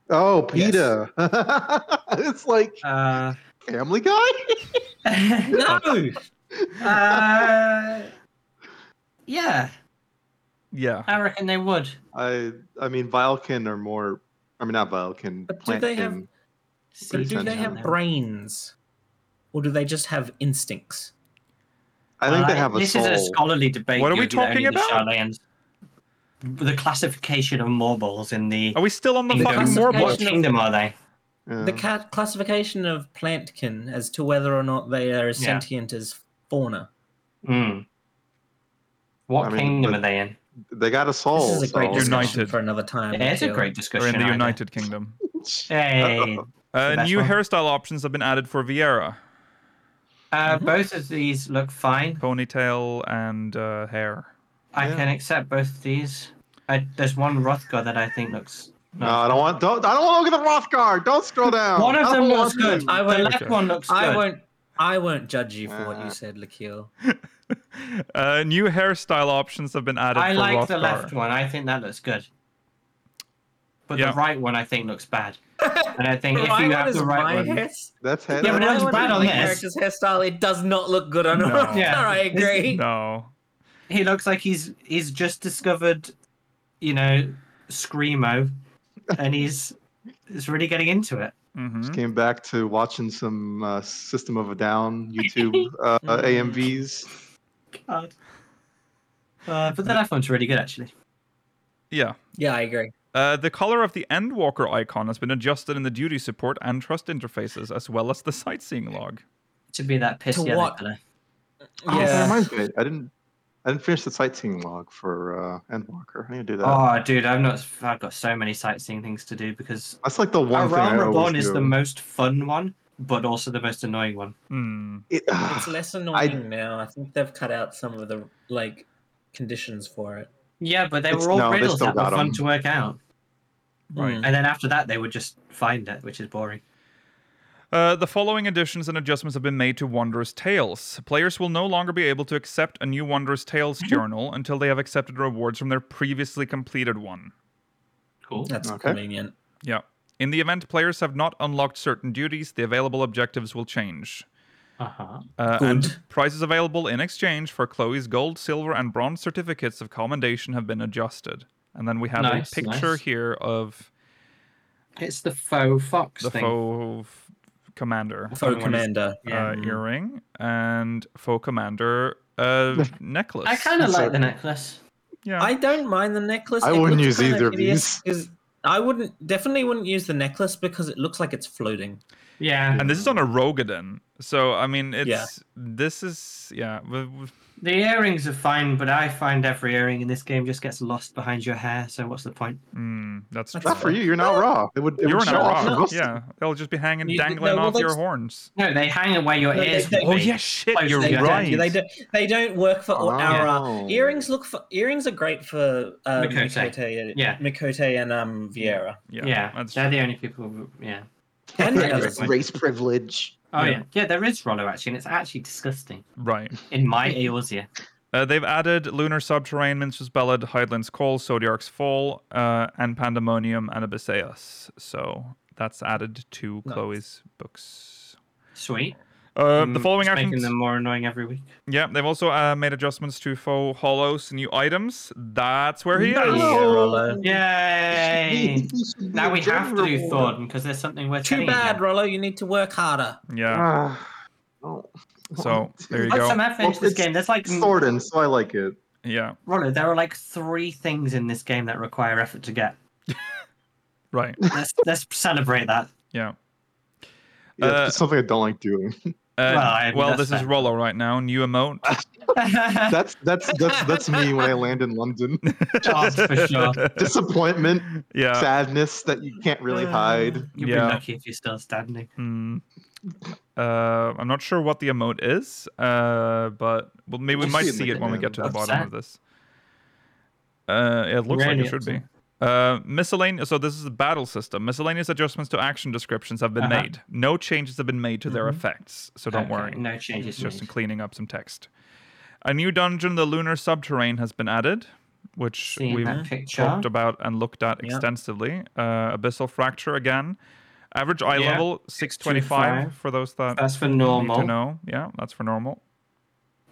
S4: Oh,
S5: Yes.
S4: PETA. (laughs) it's like
S3: (laughs) Uh,
S4: Family Guy?
S1: (laughs)
S3: no. Uh, yeah,
S1: Yeah.
S3: I reckon they would.
S4: I I mean, Vilekin are more. I mean, not Vilekin.
S5: But do they have-
S4: Plantkin.
S5: But do they
S4: Pretty
S5: have brains, or do they just have instincts?
S4: I think
S3: Uh,
S4: they have a
S3: This
S4: soul.
S3: is a scholarly debate.
S1: What are we
S3: Yogi, that only
S1: talking
S3: the
S1: about?
S3: Charlatans- The classification of marbles in the
S1: Are we still on the
S3: kingdom.
S1: fucking
S5: more
S3: Oh, What
S1: Morbots?
S5: classification-
S3: kingdom are they?
S4: Yeah.
S5: The ca- classification of plantkin as to whether or not they are as
S3: Yeah.
S5: sentient as fauna.
S3: Mm. What
S4: I mean,
S3: kingdom
S4: but-
S3: are they in?
S4: They got a soul.
S5: this is a great
S4: so-
S5: discussion
S1: United.
S5: for another time.
S3: Yeah, it's a
S5: Gil.
S3: great
S1: Or
S3: discussion.
S1: in the
S3: I
S1: United Kingdom.
S3: think. Hey, the
S1: Uh,
S3: best
S1: new
S3: one.
S1: hairstyle options have been added for Vieira.
S3: uh,
S5: Mm-hmm.
S3: both of these look fine.
S1: Ponytail and uh, hair.
S3: I
S4: Yeah.
S3: can accept both of these. I, there's one Rothgar that I think looks.
S4: No, I don't want. Don't. I don't want to look at the Rothgar. Don't scroll down.
S3: (laughs) One of
S4: I
S3: them
S4: don't
S3: looks
S4: want
S3: good.
S4: to.
S3: I, the
S5: Okay.
S3: left one looks good.
S5: I won't. I won't judge you for what
S4: Uh.
S5: you said, Lakil.
S1: Uh, new hairstyle options have been added
S3: I
S1: for
S3: like
S1: Rothgar.
S3: the left one. I think that looks good. But
S1: Yeah.
S3: the right one I think looks
S5: (laughs)
S3: bad. And I think if
S5: Right
S3: you
S5: one
S3: have
S5: is
S3: the
S5: my
S3: right one,
S5: hair-
S4: That's head.
S3: Yeah, but
S5: the
S3: it
S5: right
S3: looks
S5: one
S3: bad
S5: is
S3: on
S5: my
S3: this.
S5: character's hairstyle. It does not look good on Rothgar. (laughs)
S3: Yeah.
S5: I
S3: This-
S5: agree.
S1: No.
S3: he looks like he's he's just discovered, you know, screamo, and he's he's really getting into it.
S1: hmm
S4: Just came back to watching some uh, System of a Down YouTube uh, AMVs.
S3: God. Uh, but the left one's really good actually.
S1: Yeah.
S5: Yeah, I agree.
S1: Uh, the color of the Endwalker icon has been adjusted in the duty support and trust interfaces, as well as the sightseeing log.
S3: To be that piss
S5: To
S3: yellow
S5: what?
S3: colour.
S4: Oh, that
S5: Yeah.
S4: reminds me. I didn't. I didn't finish the sightseeing log for uh, Endwalker. I need to do that.
S3: Oh, dude, I've not. I've got so many sightseeing things to do because
S4: That's like the one
S3: A
S4: thing I
S3: Realm
S4: always
S3: Reborn is
S4: do.
S3: the most fun one, but also the most annoying one.
S1: Hmm.
S4: It- ah,
S5: it's less annoying now. I think they've cut out some of the like conditions for it.
S3: Yeah, but they
S4: It's-
S3: were all
S4: no, they
S3: riddles
S4: still
S3: that were
S4: got
S3: fun
S4: 'em.
S3: to work out.
S1: Right.
S5: Mm.
S3: And then after that, they would just find it, which is boring.
S1: Uh, the following additions and adjustments have been made to Wanderer's Tales. Players will no longer be able to accept a new Wanderer's Tales
S3: Mm-hmm.
S1: journal until they have accepted rewards from their previously completed one.
S3: Cool.
S5: That's
S4: Okay.
S5: convenient.
S1: Yeah. In the event players have not unlocked certain duties, the available objectives will change.
S3: Uh huh.
S1: Uh, and
S5: Good.
S1: prizes available in exchange for Chloe's gold, silver, and bronze certificates of commendation have been adjusted. And then we have
S3: Nice,
S1: a picture
S3: nice.
S1: here of
S3: It's the faux fox
S1: the
S3: thing.
S1: faux commander.
S5: Foe
S3: Someone is-
S5: commander.
S3: Yeah.
S1: uh, earring and faux commander
S4: (laughs)
S1: uh, necklace.
S3: I kind of
S4: It's
S3: like
S4: like-
S3: the necklace.
S1: yeah.
S5: I don't mind the necklace.
S4: I wouldn't use either of these.
S5: Because I wouldn't definitely wouldn't use the necklace because it looks like it's floating.
S3: Yeah.
S1: and this is on a Rogadin, so I mean, it's
S5: Yeah.
S1: this is yeah. w- w-
S3: The earrings are fine, but I find every earring in this game just gets lost behind your hair. So what's the point?
S1: Mm, that's
S5: That's
S1: true.
S4: Not for you. You're not raw. It would. It
S1: You're
S4: would
S1: not
S4: show off
S1: wrong.
S4: your muscle.
S1: Yeah, they'll just be hanging
S5: You-
S1: dangling
S5: no, well,
S1: off your
S5: that's-
S1: horns.
S3: No, they hang away your
S5: No, they-
S3: ears.
S5: they-
S3: would
S1: Oh
S3: be.
S1: yeah, shit.
S3: Close
S1: You're
S3: to
S5: They don't-
S1: right.
S3: exactly,
S5: They don't. They don't work for
S4: Oh.
S5: our uh, earrings. Look for earrings are great for um,
S3: Mikote.
S5: Mikote. and-
S3: Yeah.
S5: Mikote and um,
S4: (laughs)
S5: Vieira.
S1: yeah,
S3: Yeah.
S1: that's
S3: they're
S1: true.
S3: the only people. Who, yeah.
S5: And the others.
S4: Race- Race privilege.
S3: Oh
S5: Yeah.
S3: yeah. yeah. there is Rollo actually, and it's actually disgusting
S1: right.
S3: in my Eorzea.
S1: Uh, they've added Lunar Subterranean, Minstrel's Ballad, Highlands Call, Zodiac's Fall, uh, and Pandemonium and Abysseus. So that's added to
S5: Nice.
S1: Chloe's books.
S3: Sweet.
S1: Uh, the
S3: Mm,
S1: following
S3: just
S1: actions.
S3: making them more annoying every week.
S1: Yeah, they've also uh, made adjustments to faux hollows, new items. That's where he
S5: Nice.
S1: is.
S5: Yeah, Rollo. (laughs)
S3: Yay! now we have to do
S4: thought.
S3: Thornton because there's something we're
S5: Too
S3: telling
S5: bad,
S3: you.
S5: Rollo. You need to work harder.
S1: Yeah.
S4: Ah. Oh.
S1: So there you
S3: Put
S1: go.
S3: some effort into this
S4: It's-
S3: game. There's like
S4: It's Thornton, so I like it.
S1: Yeah.
S3: Rollo, there are like three things in this game that require effort to get.
S1: Right.
S5: (laughs)
S3: Let's let's celebrate that. (laughs)
S1: Yeah.
S4: Yeah,
S1: Uh,
S4: it's just something I don't like doing.
S1: Uh,
S3: Well, I mean,
S1: well,
S3: that's
S1: this is
S3: fair.
S1: Rollo right now. New
S3: (laughs)
S1: emote.
S3: Oh,
S4: That's that's that's that's me when I land in London.
S3: Chance Oh,
S1: (laughs)
S3: for sure.
S4: Disappointment,
S1: Yeah.
S4: sadness that you can't really
S5: uh, Mm.
S4: hide.
S3: You'll
S1: Yeah.
S3: be lucky if you're still standing.
S1: Mm. Uh, I'm not sure what the emote is, uh, but well, maybe we
S4: We'll
S1: might
S4: see in
S1: see
S4: the
S1: it when we
S4: game.
S1: get to the
S3: What's
S1: bottom
S3: that?
S1: of this. Uh, it looks like
S3: Really
S1: it should be. Uh, miscellaneous. So this is the battle system. Miscellaneous adjustments to action descriptions have been
S3: Uh-huh. Mm-hmm.
S1: made. No changes have been made to their effects, so don't
S3: Okay,
S1: worry.
S3: No changes.
S1: It's just in
S3: made.
S1: cleaning up some text. A new dungeon, the Lunar Subterrane, has been added, which
S3: Seeing
S1: we've
S3: that picture.
S1: talked about and looked at
S5: Yep.
S1: extensively. Uh, Abyssal Fracture again. Average eye
S3: Yeah,
S1: level 625
S3: 625.
S1: for those that
S3: That's for
S1: need to
S3: normal.
S1: know. Yeah, that's for normal.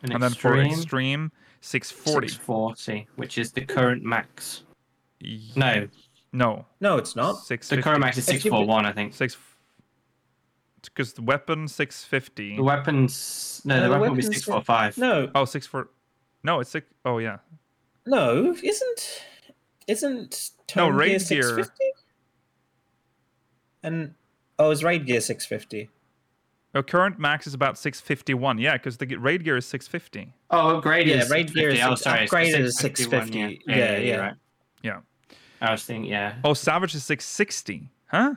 S3: And,
S1: and then for extreme, 640.
S3: 640, which is the current max. No,
S1: No.
S5: No, it's not.
S1: 650.
S3: the current max is
S5: If you-
S3: 641, I think.
S1: Six. Because the weapon six fifty.
S3: The weapons. No,
S5: No,
S3: the,
S5: Uh, the
S3: weapon would be
S5: weapon's-
S3: 645.
S5: No,
S1: oh, six four. No, it's six. Oh yeah.
S5: no, isn't isn't
S1: No,
S5: Tone
S1: Raid
S5: Gear
S1: Gear.
S5: six fifty? And oh, is Raid Gear six fifty?
S1: Our current max is about six fifty one. Yeah, because the g- raid gear is six fifty.
S3: Oh, upgraded
S5: Yeah,
S3: is
S5: raid gear is
S3: 650. Oh,
S5: six-
S3: sorry, it's
S5: upgraded is
S3: 651,
S5: 650. Yeah,
S3: you're
S5: yeah.
S3: right.
S1: Yeah.
S3: I was thinking, yeah.
S1: Oh, savage is six sixty. Huh?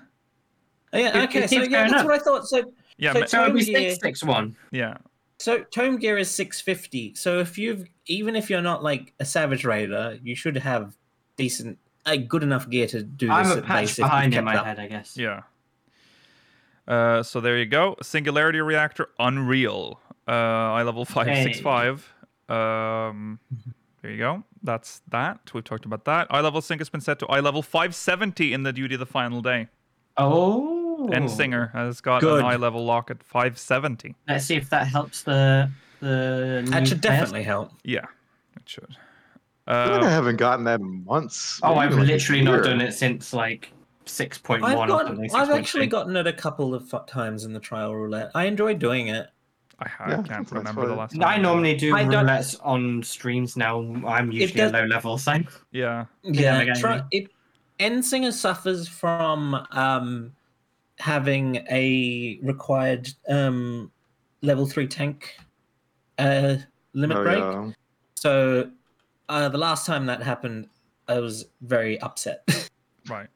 S5: Oh,
S3: It-
S5: yeah,
S3: it
S5: okay, so
S3: keeps
S5: yeah,
S3: going
S5: that's
S3: up.
S5: what I thought. So
S1: Yeah. ma-
S5: So it's-
S3: So it would be
S5: Tone Gear-
S3: 661.
S1: yeah.
S5: So tome gear is 650. So if you've even if you're not like a savage raider, you should have decent a good enough gear to do this
S3: I'm a
S5: at base
S3: patch
S5: if you've
S3: behind in
S5: kept
S3: my
S5: up.
S3: head, I guess.
S1: Yeah. Uh, so there you go. Singularity reactor, unreal. Uh, I level five six five. Um, there you go. That's that. We've talked about that. Eye level sync has been set to eye level five seventy in the duty of the final day.
S3: Oh.
S1: And singer has got
S5: Good.
S1: an eye level lock at five seventy.
S3: Let's see if that helps the the. new
S5: That should
S3: players.
S5: definitely help.
S1: Yeah, it should.
S4: I feel like I
S1: Uh,
S4: haven't gotten that in months.
S3: Oh,
S4: maybe
S3: I've
S4: like a
S3: literally
S4: year.
S3: not done it since like 6.1
S5: I've,
S3: or
S5: got,
S3: something.
S5: I've actually
S3: 6.2.
S5: gotten it a couple of fu- times in the trial roulette. I enjoy doing it.
S1: I, ha-
S4: Yeah, I
S1: can't
S4: think that's
S1: remember the
S4: fine.
S1: last.
S3: No,
S1: time
S3: I
S1: did it.
S3: normally do
S5: I don't-
S3: roulettes on streams now. I'm usually
S5: does-
S3: a low level, so
S1: Yeah,
S3: Yeah,
S5: Yeah,
S3: I get
S5: tri-
S3: you.
S5: it. Ensinger suffers from um, having a required um, level three tank uh, limit
S4: Oh,
S5: break.
S4: yeah.
S5: So, uh, the last time that happened, I was very upset. (laughs)
S1: right.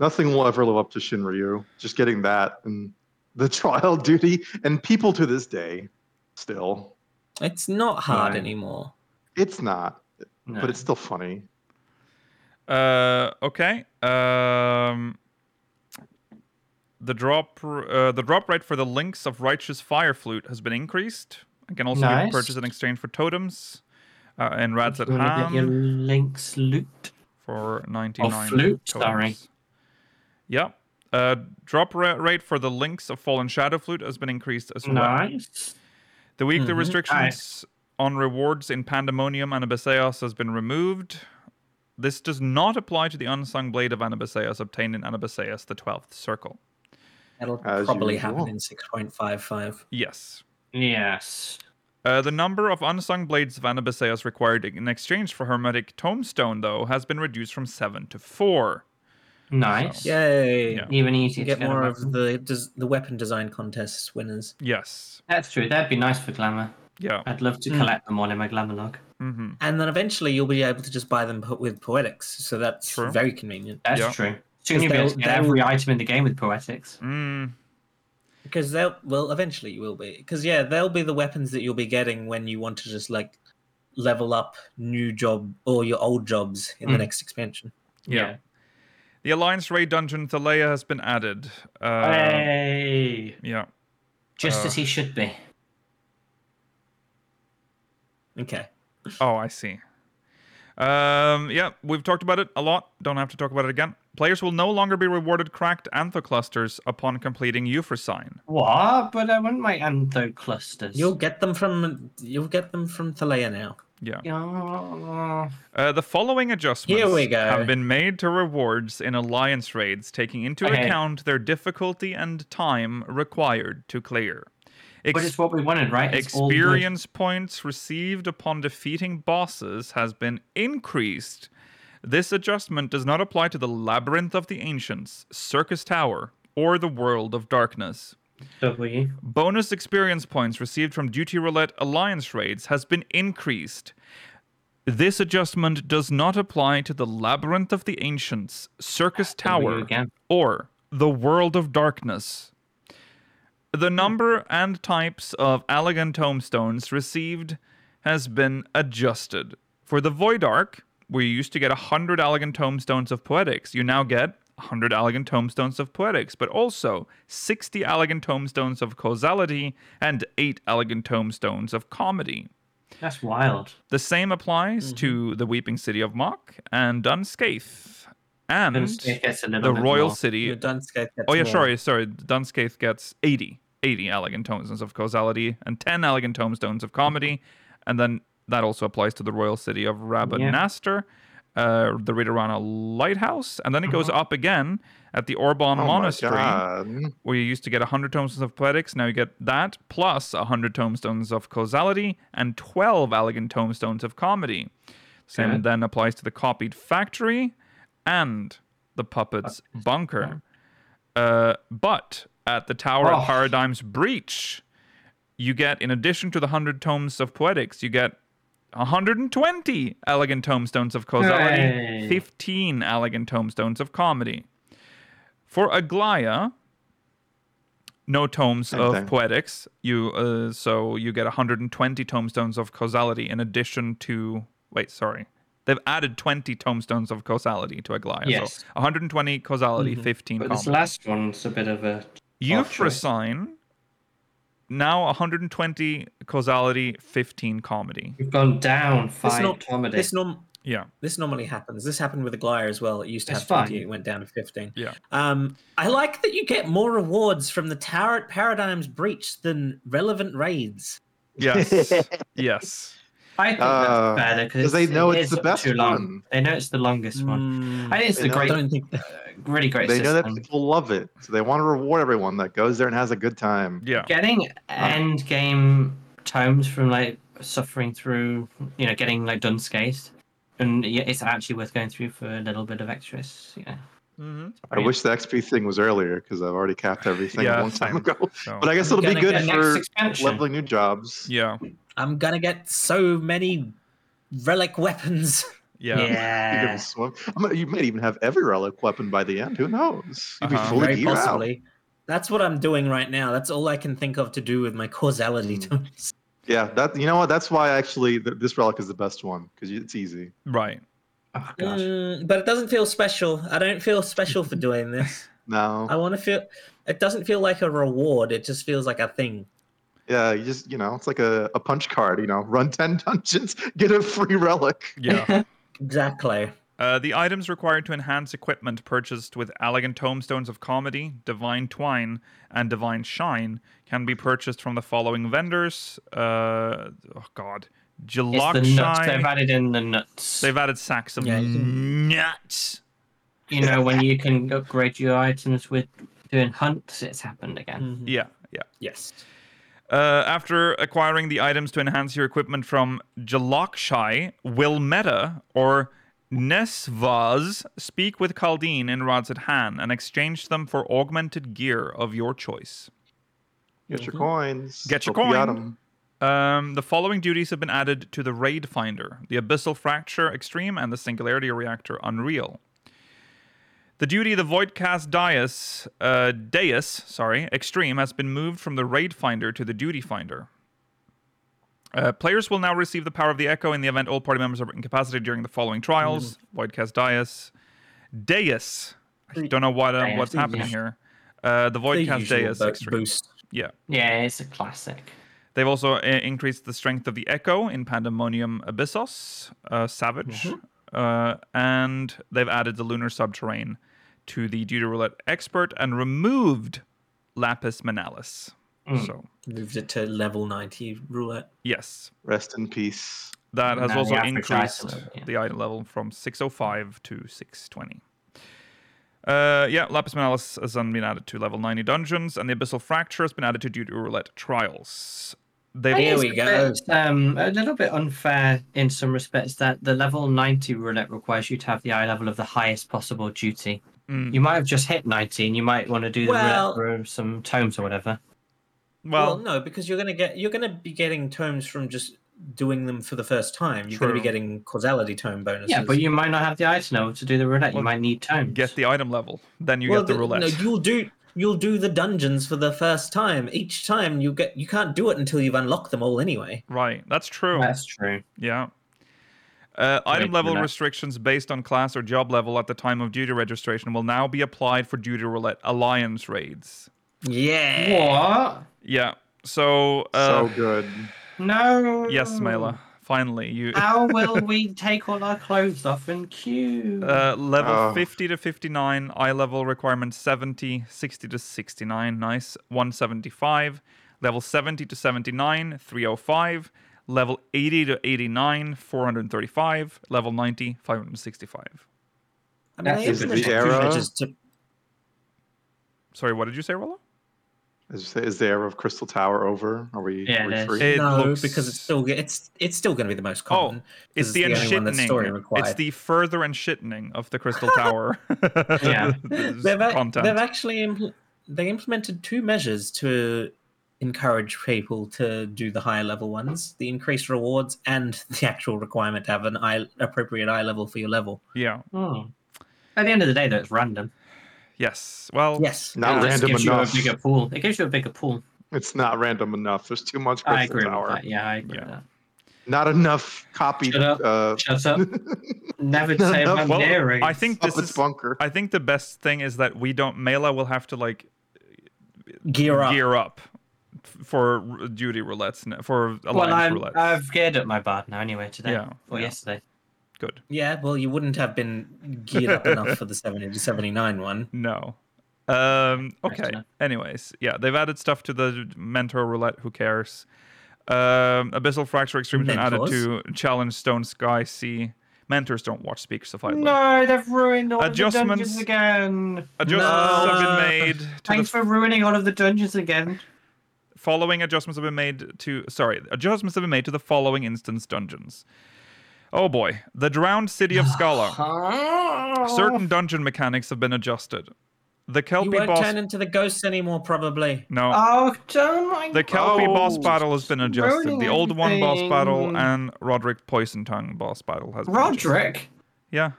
S4: Nothing will ever live up to Shinryu. Just getting that and the (laughs) trial duty and people to this day still.
S5: it's not hard
S3: Right.
S5: anymore.
S4: It's not,
S3: no.
S4: but it's still funny.
S1: Uh, okay. Um, the drop r- uh, the drop rate for the links of righteous fire flute has been increased. I can also
S3: Nice.
S1: purchase in exchange for totems uh, and rats at
S3: You wanna get your
S1: ham
S3: links loot.
S1: for ninety nine.
S3: flute, sorry.
S1: Yep. Uh, drop ra- rate for the links of fallen shadow flute has been increased as well.
S3: Nice.
S1: The weekly
S5: Mhm.
S1: restrictions on rewards in Pandemonium Anabaseos has been removed. This does not apply to the Unsung Blade of Anabaseos obtained in Anabaseos the 12th Circle.
S5: That'll
S4: As
S5: probably
S4: usual.
S5: happen in 6.55.
S1: Yes.
S3: Yes.
S1: Uh, the number of Unsung Blades of Anabaseos required in exchange for Hermetic Tombstone, though, has been reduced from 7 to 4.
S3: Nice.
S5: Yay!
S1: Yeah.
S3: Even easier
S5: You
S3: to
S5: get
S3: get
S5: more
S3: a
S5: of
S3: weapon.
S5: the des- the weapon design contest winners.
S1: Yes.
S3: That's true. That'd be nice for glamour.
S1: Yeah.
S3: I'd love to
S5: Mm.
S3: collect them all in my glamour log.
S1: hmm
S5: And then eventually you'll be able to just buy them po- with poetics. So that's
S1: True.
S5: very convenient.
S3: That's
S1: Yeah.
S3: true. Soon you'll be
S5: they'll-
S3: able to get
S5: they'll-
S3: every item in the game with poetics.
S1: Mm.
S5: Because they'll, well, eventually you will be. Because, yeah, they'll be the weapons that you'll be getting when you want to just, like, level up new job or your old jobs in the
S1: Mm.
S5: next expansion.
S1: Yeah. The Alliance Raid Dungeon Thalea has been added. Uh,
S3: Hey.
S1: Yeah.
S3: Just
S1: uh,
S3: as he should be.
S5: Okay.
S1: Oh, I see. Um, yeah, we've talked about it a lot. Don't have to talk about it again. Players will no longer be rewarded cracked antho clusters upon completing Euphrosyne.
S3: What? But I want my antho clusters.
S5: You'll get them from you'll get them from Thalea now.
S1: Yeah.
S3: Yeah.
S1: Uh, the following adjustments
S5: Here we go.
S1: have been made to rewards in alliance raids, taking into
S3: Okay.
S1: account their difficulty and time required to clear.
S3: But
S1: Ex-
S3: it's what we wanted, right? It's all good.
S1: experience points received upon defeating bosses has been increased. This adjustment does not apply to the Labyrinth of the Ancients, Circus Tower, or the World of Darkness.
S3: W.
S1: Bonus experience points received from Duty Roulette Alliance raids has been increased. This adjustment does not apply to the Labyrinth of the Ancients, Circus
S3: W
S1: Tower,
S3: again.
S1: or the world of darkness. The number and types of elegant tombstones received has been adjusted. For the Void Arc, where you used to get 100 Elegant Tombstones of Poetics, you now get 100 Elegant Tombstones of Poetics, but also 60 Elegant Tombstones of Causality and 8 Elegant Tombstones of Comedy.
S3: That's wild.
S1: The same applies to the Weeping City of Mock and Dunscaith and
S3: Dunscaith gets a
S1: the
S3: little bit
S1: Royal
S3: more.
S1: City
S5: Your Dunscape gets
S1: Oh yeah,
S5: more.
S1: sorry, sorry. Dunscaith gets 80, 80 elegant tombstones of causality and 10 elegant tombstones of comedy, and then that also applies to the royal city of Rabanaster, uh, the Ritorana Lighthouse, and then it
S5: Uh-huh.
S1: goes up again at the Orban
S4: Oh
S1: Monastery,
S4: My God.
S1: where you used to get 100 tombstones of poetics. Now you get that plus 100 tombstones of causality and 12 elegant tombstones of comedy. Same
S3: Okay.
S1: then applies to the copied factory and the puppet's bunker. Uh, but at the Tower
S3: Oh.
S1: of Paradigm's breach, you get, in addition to the 100 tomes of poetics, you get 120 elegant tombstones of causality,
S3: Hey.
S1: 15 elegant tombstones of comedy. For Aglaya, no tomes
S4: Same
S1: of
S4: thing.
S1: poetics. You uh, so you get 120 tombstones of causality in addition to wait, sorry. They've added 20 tombstones of causality to Aglaya.
S3: Yes.
S1: So 120 causality, 15
S6: But this
S1: comedy.
S6: last one's a bit of a.
S1: Euphrosyne, now 120 causality, 15 comedy.
S6: We've gone down five
S5: This, norm-
S6: comedy.
S5: this, norm-
S1: Yeah.
S5: this normally happens. This happened with Aglaya as well. It used to
S6: It's
S5: have 20,
S6: fine.
S5: it went down to 15.
S1: Yeah.
S5: Um, I like that you get more rewards from the Tower at Paradigm's Breach than relevant raids.
S1: Yes. yes.
S3: I think
S4: Uh,
S3: that's better because
S4: Because they know it's the best
S3: too
S4: one.
S3: long. They know it's the longest one.
S5: Mm.
S3: I think it's
S4: They
S3: a
S4: know-
S5: Hmm. I
S3: great,
S5: don't think
S3: really great
S4: They know
S3: system.
S4: that people love it, so they want to reward everyone that goes there and has a good time.
S1: Yeah.
S3: Getting end game tomes from like suffering through, you know, getting like done scathed, and yeah, it's actually worth going through for a little bit of extras. You know,
S1: Mm-hmm.
S4: I wish the XP thing was earlier because I've already capped everything
S1: Yeah,
S4: a long time
S1: same. Oh.
S4: ago.
S1: So,
S4: But I guess it'll be
S5: Gonna
S4: good
S5: get
S3: the next
S4: for
S3: expansion.
S4: leveling new jobs.
S1: yeah.
S5: I'm going to get so many
S1: (laughs)
S5: relic weapons.
S1: Yeah.
S4: You
S1: Eh.
S4: can swim. I mean, you might even have every relic weapon by the end. Who knows? You'd be
S1: Uh-huh.
S4: fully
S5: Very
S4: geared out.
S5: possibly. That's what I'm doing right now. That's all I can think of to do with my causality. (laughs) terms.
S4: Yeah, that you know what? That's why actually th- this relic is the best one because it's easy.
S1: Right.
S3: Oh, God.
S5: Mm, but it doesn't feel special. I don't feel special for doing (laughs) this.
S4: No,
S6: Oh.
S5: I want to feel. It doesn't feel like a reward. It just feels like a thing.
S4: yeah, you just you know, it's like a, a punch card. You know, run (laughs) ten dungeons, get a free relic.
S1: Yeah.
S5: Exactly.
S1: Uh, the items required to enhance equipment purchased with elegant tombstones of comedy, divine twine, and divine shine can be purchased from the following vendors. Uh, oh God,
S3: It's the nuts. They've
S1: Jalakshai.
S3: added in the nuts.
S1: They've added sacks of
S5: Yeah, you
S1: nuts.
S3: You know, when you can upgrade your items with doing hunts, it's happened again.
S5: Mhm.
S1: Yeah, yeah.
S5: Yes.
S1: Uh, after acquiring the items to enhance your equipment from Jalakshai, Wilmeta, or Nesvaz, speak with Khaldin in Razat-Han and exchange them for augmented gear of your choice.
S4: Get
S6: Mm-hmm.
S4: your coins.
S1: Get your
S4: Hope you got
S1: coin.
S4: 'em.
S1: Um, the following duties have been added to the Raid Finder the Abyssal Fracture Extreme and the Singularity Reactor Unreal. The duty of the Voidcast Dais, uh, Dais, sorry, Extreme has been moved from the Raid Finder to the Duty Finder. Uh, players will now receive the power of the Echo in the event all party members are incapacitated during the following trials.
S4: Hmm.
S1: Voidcast Dais. Dais. I don't know what, uh,
S3: Dais,
S1: what's happening
S3: yeah.
S1: here. Uh, the
S5: The
S1: Voidcast
S5: usual
S1: Dais
S5: bo-
S1: Extreme.
S5: boost.
S1: Yeah.
S3: Yeah, it's a classic.
S1: They've also uh, increased the strength of the Echo in Pandemonium Abyssos, uh, Savage, uh, and they've added the Lunar Subterrane to the Deuterroulette Expert and removed Lapis Manalis. So,
S5: Moved it to level 90 roulette.
S1: yes,
S4: Rest in peace.
S1: that has
S3: Now
S1: also
S3: the average
S1: increased
S3: item, yeah.
S1: the item level from 605 to 620. Uh, yeah, Lapis Manalis has then been added to level 90 dungeons, and the Abyssal Fracture has been added to Deuterroulette Trials. They've
S5: Here
S3: It's
S5: we
S3: a
S5: go.
S3: bit, um, a little bit unfair in some respects that the level 90 roulette requires you to have the eye level of the highest possible duty.
S1: Mm.
S3: You might have just hit 90 and you might want to do the
S5: Well-
S3: roulette for some tomes or whatever.
S5: Well,
S1: well,
S5: no, because you're gonna get you're gonna be getting tomes from just doing them for the first time. You're gonna be
S1: True.
S5: getting causality tome bonuses.
S3: Yeah, but you might not have the item level to do the roulette.
S1: Well,
S3: you might need tomes.
S1: get the item level, then you
S5: well,
S1: get the, roulette.
S5: No, you'll do you'll do the dungeons for the first time. Each time you get you can't do it until you've unlocked them all anyway.
S1: Right, that's true.
S3: That's true.
S1: Yeah. Uh, item
S6: Wait,
S1: level
S6: no.
S1: restrictions based on class or job level at the time of duty registration will now be applied for duty roulette alliance raids.
S5: Yeah.
S6: What?
S1: Yeah. So, uh,
S4: so good.
S6: No.
S1: yes, Mela. Finally, you
S3: How will we take all our clothes off in queue?
S1: uh, level
S4: Oh.
S1: 50 to 59, eye level requirement 70, 60 to 69, nice. 175, level 70 to 79, 305, level 80 to 89, 435, level 90, 565.
S5: I
S6: That's
S5: mean, they
S6: a
S5: implemented
S4: bit era.
S5: privileges to-
S1: Sorry, what did you say, Rollo?
S4: Is, is the era of Crystal Tower over? Are we?
S6: Yeah,
S4: are we
S6: it is.
S4: free?
S1: It
S5: no,
S1: looks-
S5: because it's still it's it's still going to be the most
S1: Oh,
S5: common. 'cause
S1: It's, the,
S5: only one that's story
S1: unshittening. It's
S5: required.
S1: the further and shittening of the Crystal
S5: (laughs)
S1: Tower. (laughs)
S6: Yeah.
S1: This
S5: they've, ac-
S1: content.
S5: they've actually impl- they implemented two measures to encourage people to do the higher level ones the increased rewards and (laughs) the actual requirement to have an eye, appropriate eye level for your level
S1: yeah.
S6: Hmm.
S3: At the end of the day, though, it's random.
S1: Yes. Well.
S5: yes
S4: Not
S6: It just
S4: random
S6: gives
S4: enough.
S6: you a bigger pool. It gives you a bigger pool.
S4: It's not random enough. There's too much
S6: I
S4: Crystal
S6: agree with
S4: Tower.
S6: that. Yeah, I agree
S1: Yeah.
S6: with that.
S4: Not enough copied.
S6: Shut up.
S4: Uh,
S6: Shut
S4: (laughs)
S6: up. Never say
S4: No,
S6: about
S1: well,
S6: their race.
S1: I think this
S4: puppets
S1: is.
S4: bunker.
S1: I think the best thing is that we don't. Mela will have to like
S5: gear up
S1: gear up f- for r- duty roulettes n- for alliance
S3: Well, I'm,
S1: roulettes.
S3: I've geared up my bard now anyway today
S1: Yeah,
S3: or
S1: yeah.
S3: yesterday.
S1: Good.
S5: yeah well you wouldn't have been geared up enough
S1: (laughs)
S5: for the 70 to 79 one
S1: No. Um,
S6: Nice to
S1: okay.
S6: know.
S1: Anyways, yeah, they've added stuff to the mentor roulette. Who cares? Um, Abyssal fracture extreme been added to
S5: Mentors?
S1: challenge stone sky sea. Mentors don't watch speakers of Island.
S3: No, they've ruined all of the
S1: Adjustments.
S3: dungeons again.
S1: Adjustments have been
S5: No.
S1: made to
S3: Thanks
S1: the
S3: for ruining all of the dungeons again.
S1: following adjustments have been made to sorry adjustments have been made to the following instance dungeons. Oh boy, the drowned city of
S3: (sighs)
S1: Scala. (laughs)
S3: Oh.
S1: Certain dungeon mechanics have been adjusted. The
S5: you
S1: Kelpie
S5: won't
S1: boss.
S5: turn into the ghosts anymore probably (laughs)
S1: no.
S3: Oh, don't mind.
S1: The Kelpie boss
S4: Oh,
S1: battle has been adjusted.
S3: ruining
S1: The old one boss battle
S3: everything.
S1: and Roderick Poison Tongue boss battle has been adjusted.
S3: Roderick.
S1: Yeah,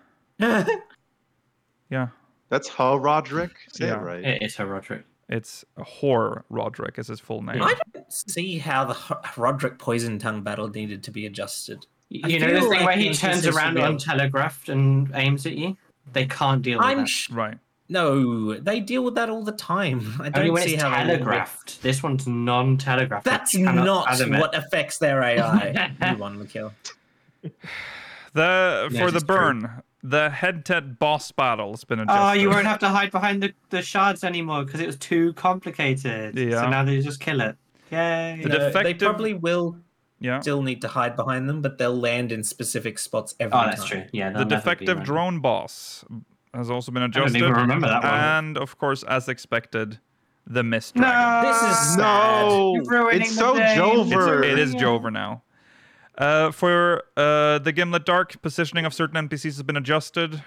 S1: yeah.
S4: That's how Roderick. Say
S1: Yeah.
S4: it right.
S6: It is her Roderick.
S1: It's horror Roderick is his full name.
S5: I don't see how the Ho- Roderick Poison Tongue battle needed to be adjusted. I
S3: You know the
S5: feel
S3: thing
S5: like
S3: where he
S5: this
S3: turns
S5: is
S3: around
S5: surreal.
S3: untelegraphed and aims at you? They can't deal with
S5: I'm
S3: that.
S5: sh-
S1: Right.
S5: no, they deal with that all the time. (laughs) I don't
S3: Only when
S5: see
S3: it's
S5: how they wouldn't be-
S6: telegraphed.
S3: This one's non-telegraphed. I
S5: That's
S3: cannot
S5: not
S3: fathom it.
S5: what affects
S3: (laughs)
S5: their AI. you won, Mikhail.
S1: The
S3: Yeah,
S1: for the
S3: it's true.
S1: burn, the head tet boss battle has been adjusted.
S3: Oh, you won't have to hide behind the, the shards anymore because it was too complicated.
S1: Yeah.
S3: So now they just kill it. Yay.
S1: The
S5: No, They
S1: defective-
S5: probably will
S1: yeah.
S5: still need to hide behind them, but they'll land in specific spots every
S3: oh,
S5: time.
S3: that's true. Yeah.
S1: The defective drone boss has also been
S3: I don't
S1: adjusted.
S3: even remember that one.
S1: And of course, as expected, the mist dragon.
S3: No.
S5: This is sad.
S4: No,
S3: You're ruining
S4: it's
S3: the
S4: so
S3: game.
S4: Jover.
S3: It's-
S1: It is
S3: Yeah.
S1: Jover now. Uh, for uh, the Gimlet Dark, positioning of certain NPCs has been adjusted.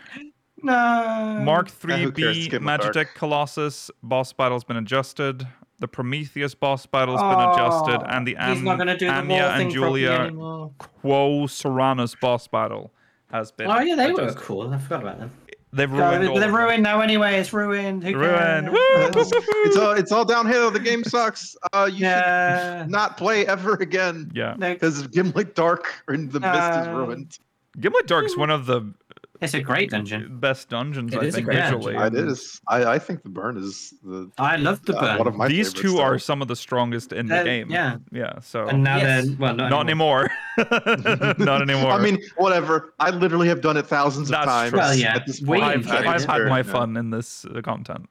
S3: No.
S1: Mark
S4: Yeah, who cares?
S1: 3B
S4: Skip my dark.
S1: Magitech Colossus boss battle's been adjusted. The Prometheus boss battle's been adjusted,
S3: Oh,
S1: and the
S3: He's
S1: An-
S3: not going to do the
S1: Anya
S3: wall
S1: and
S3: thing properly
S1: Julia
S3: anymore.
S1: Quo Serranus boss battle has been.
S3: Oh yeah, they were
S1: adjusted.
S3: cool. I forgot about them.
S1: They've
S3: No,
S1: ruined.
S3: they-
S1: all
S3: they're
S1: of them.
S3: ruined now anyway. It's ruined. Who
S1: Ruined.
S3: cares?
S1: Woo! (laughs)
S4: It's, it's all it's all downhill. The game sucks.
S3: (laughs)
S4: Uh, you
S3: Yeah.
S4: should not play ever again
S1: Yeah,
S3: No,
S4: because Gimlet Dark and the mist is
S3: Uh,
S4: ruined.
S1: Gimlet Dark's one of the
S3: it's a great dungeon.
S1: best dungeons.
S5: It
S1: I
S5: is a
S1: think
S5: great
S1: visually.
S4: It is. I, I think the burn is the
S3: I love the
S4: uh,
S3: burn.
S4: one of my.
S1: These
S4: favorites,
S1: two
S4: though.
S1: are some of the strongest in the
S3: They're-
S1: game.
S3: Yeah.
S1: yeah. So
S6: And now
S5: Yes.
S6: they're well, not,
S1: not anymore. not anymore. (laughs)
S4: I mean, whatever. I literally have done it thousands
S1: That's
S4: of times.
S1: true.
S6: Well, yeah.
S4: At this
S6: We
S4: point,
S1: I've,
S6: enjoyed
S4: I
S1: I've
S6: it.
S1: had
S4: swear,
S1: my
S4: yeah.
S1: fun in this uh, content.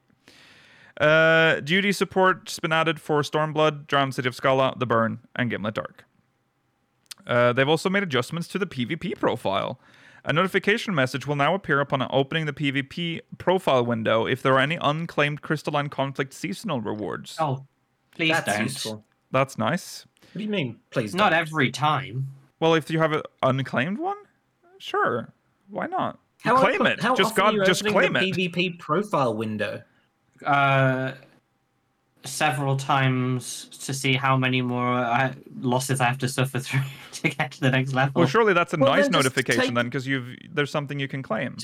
S1: Uh, duty support's been added for Stormblood, Drowned City of Scala, The Burn, and Gimlet Dark. Uh, they've also made adjustments to the PvP profile. A notification message will now appear upon opening the PvP profile window if there are any unclaimed Crystalline Conflict seasonal rewards.
S3: Oh, please
S5: That's
S3: don't.
S5: useful. What
S1: That's nice.
S5: do you mean? Please
S3: Not
S5: don't?
S3: every time.
S1: Well, if you have an unclaimed one, sure. Why not?
S5: How
S1: claim
S5: often-
S1: it.
S5: How
S1: Just
S5: often
S1: God,
S5: are you
S1: just
S5: opening
S1: claim
S5: the
S1: it.
S5: PvP profile window.
S3: Uh, several times to see how many more I, losses I have to suffer (laughs) through to get to the next level.
S1: Well, surely that's a
S5: Well,
S1: nice
S5: then just
S1: notification
S5: take-
S1: then, because you've there's something you can claim.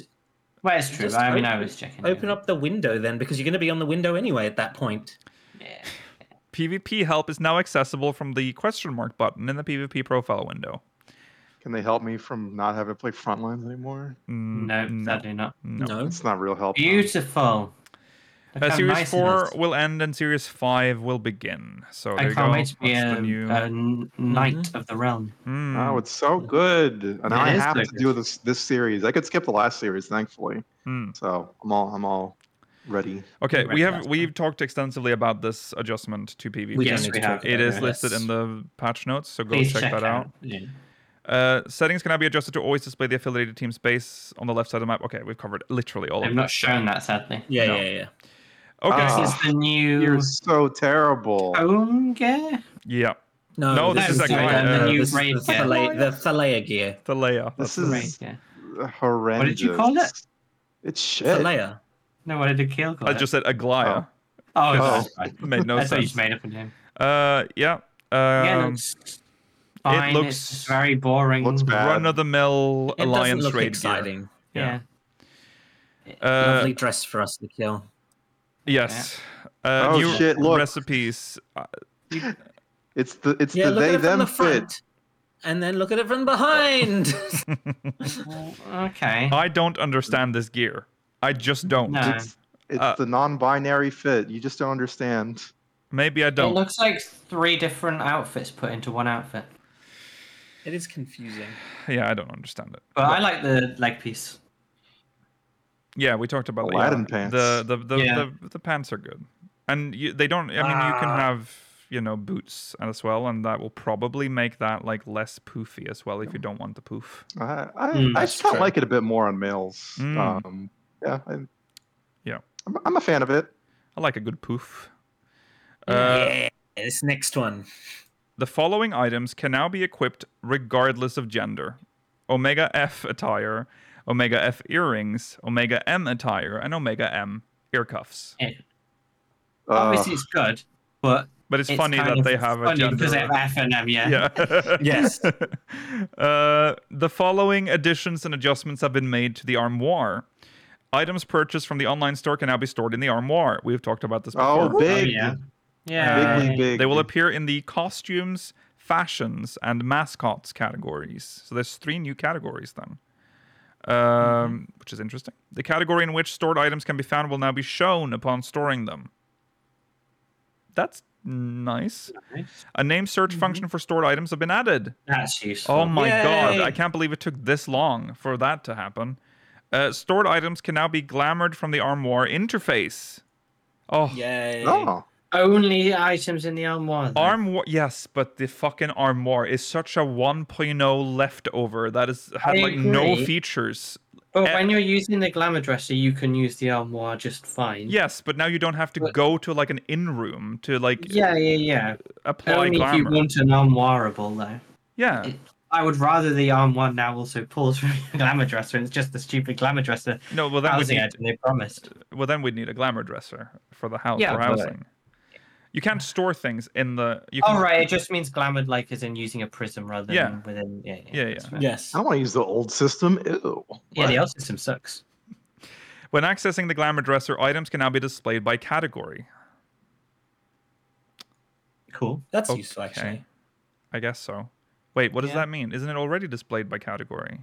S3: Well, it's true.
S5: Just
S3: I mean, I
S5: open-
S3: was checking.
S5: Open up the window then, because you're going to be on the window anyway at that point.
S3: Yeah.
S1: PvP help is now accessible from the question mark button in the PvP profile window.
S4: Can they help me from not having to play Frontlines anymore?
S1: Mm,
S3: No, sadly not.
S1: no.
S4: It's not real help. though.
S3: Beautiful. Look
S1: Uh,
S3: how
S1: series
S3: nice it
S1: four
S3: is.
S1: will end and series five will begin. So there
S3: I
S1: you
S3: can't
S1: go.
S3: wait to be uh,
S1: That's
S3: a,
S1: the new- Mm-hmm.
S3: a n- knight of the realm.
S1: Mm.
S4: Oh, it's so good. And now I
S3: It is
S4: have
S3: so
S4: to
S3: good.
S4: do this this series. I could skip the last series, thankfully.
S1: Mm.
S4: So I'm all I'm all ready.
S1: Okay, we
S3: Right,
S1: have
S3: that's
S1: we've talked extensively about this adjustment to PvP.
S5: We
S3: Yes,
S5: don't
S3: we
S5: need to
S3: have.
S5: talk
S1: It
S5: about
S1: is
S5: it.
S1: listed in the patch notes, so go
S3: Please
S1: check, that out.
S3: Yeah.
S1: Uh, settings can now be adjusted to always display the affiliated team space on the left side of the map. Okay, we've covered literally all
S3: They've
S1: of
S3: not shown that, sadly.
S5: Yeah,
S1: No.
S5: yeah, yeah.
S1: Okay.
S4: Ah.
S3: This is the new
S4: You're so terrible.
S3: Oh, home gear.
S1: yeah.
S5: No,
S1: No, this
S3: is
S5: the-
S3: actually,
S5: uh,
S3: uh, the new
S5: this is
S3: raid
S5: the
S3: gear.
S5: Thalea, the Thalea gear.
S1: The layer.
S4: This
S3: Right,
S4: is
S3: yeah.
S4: horrendous.
S3: you call it?
S4: It's shit.
S5: Thalea.
S3: No, what did Keel call
S1: I
S3: it?
S1: just said Aglaya.
S4: Oh.
S3: oh, that's
S1: (laughs)
S3: right.
S1: Made
S3: (laughs)
S1: no
S3: I thought you
S1: sense.
S3: just made up a name.
S1: Uh, yeah.
S3: yeah, it
S1: Um,
S3: looks fine. It
S1: looks-
S3: looks very boring.
S4: Looks bad.
S1: run of the mill
S5: It doesn't
S1: alliance
S5: look
S1: raid. gear.
S5: exciting.
S3: Yeah.
S1: Yeah. Uh,
S5: Lovely dress for us to kill.
S1: yes. Uh,
S4: Oh,
S1: new
S4: shit, look.
S1: recipes. Uh,
S4: It's the it's
S5: Yeah,
S4: the
S5: look at
S4: they
S5: it from
S4: them
S5: the
S4: fit.
S5: front, and then look at it from behind. (laughs)
S3: Well, okay.
S1: I don't understand this gear. I just don't.
S3: No.
S4: It's it's
S1: Uh,
S4: the non-binary fit. You just don't understand.
S1: Maybe I
S3: It
S1: don't.
S3: looks like three different outfits put into one outfit.
S5: it is confusing.
S1: yeah, I don't understand it.
S3: But I like the leg piece.
S1: Yeah, we talked about that,
S4: Aladdin
S1: yeah.
S4: pants.
S1: The the the,
S3: Yeah.
S1: the the pants are good, and you, they don't. I mean, you can
S5: Ah.
S1: have you know boots as well, and that will probably make that like less poofy as well if you don't want the poof.
S4: I I,
S3: Mm,
S4: I
S3: that's
S4: just don't
S3: true.
S4: like it a bit more on males.
S1: Mm.
S4: Um, yeah, I,
S1: Yeah.
S4: I'm, I'm a fan of it.
S1: I like a good poof. Uh,
S5: yeah, this next one.
S1: The following items can now be equipped regardless of gender Omega F attire, Omega F earrings, Omega M attire, and Omega M ear cuffs.
S4: Uh,
S3: Obviously, it's good, but
S1: But it's,
S3: it's
S1: funny
S3: kind
S1: that
S3: of
S1: they have a
S3: funny
S1: gender.
S3: because they have F and M. Yeah.
S1: yeah.
S5: Yes.
S1: (laughs) uh, the following additions and adjustments have been made to the armoire. Items purchased from the online store can now be stored in the armoire. We've talked about this before.
S4: oh, big,
S3: yeah.
S1: Uh,
S3: Yeah.
S4: bigly Oh. big.
S1: They will appear in the costumes, fashions, and mascots categories. So there's three new categories then, um, which is interesting. The category in which stored items can be found will now be shown upon storing them. That's nice.
S3: Nice.
S1: A name search function for stored items have been added.
S3: That's useful.
S1: Oh my god,
S5: Yay.
S1: I can't believe it took this long for that to happen. Uh, stored items can now be glamored from the armoire interface. Oh,
S5: Yay.
S4: Oh,
S3: Only items in the armoire. then.
S1: Armoire, yes, but the fucking armoire is such a 1.0 leftover that has had
S3: I
S1: like no
S3: agree.
S1: features.
S3: But
S1: eh.
S3: when you're using the glamour dresser, you can use the armoire just fine.
S1: Yes, but now you don't have to
S3: But-
S1: go to like an in room to like
S3: Yeah, yeah, yeah.
S1: apply
S3: Only if you
S1: glamour.
S3: want an armoireable, though.
S1: Yeah,
S3: it- I would rather the armoire now also pulls from the glamour dresser. and It's just the stupid glamour dresser
S1: no, well then, we'd
S3: housing
S1: need,
S3: item they promised.
S1: well then we'd need a glamour dresser for the house
S3: Yeah,
S1: for
S3: but-
S1: housing. You can't store things in the. You can,
S3: All Oh, right, it just means glamored like is in using a prism rather than
S1: Yeah.
S3: within. Yeah,
S1: Yeah, yeah.
S3: that's fair.
S5: Yes.
S4: I don't want to use the old system. Ew.
S3: Yeah, the L system sucks.
S1: When accessing the glamour dresser, items can now be displayed by category.
S3: Cool.
S5: That's
S1: Okay.
S5: useful, actually.
S1: I guess so. Wait, what does
S3: Yeah.
S1: that mean? Isn't it already displayed by category?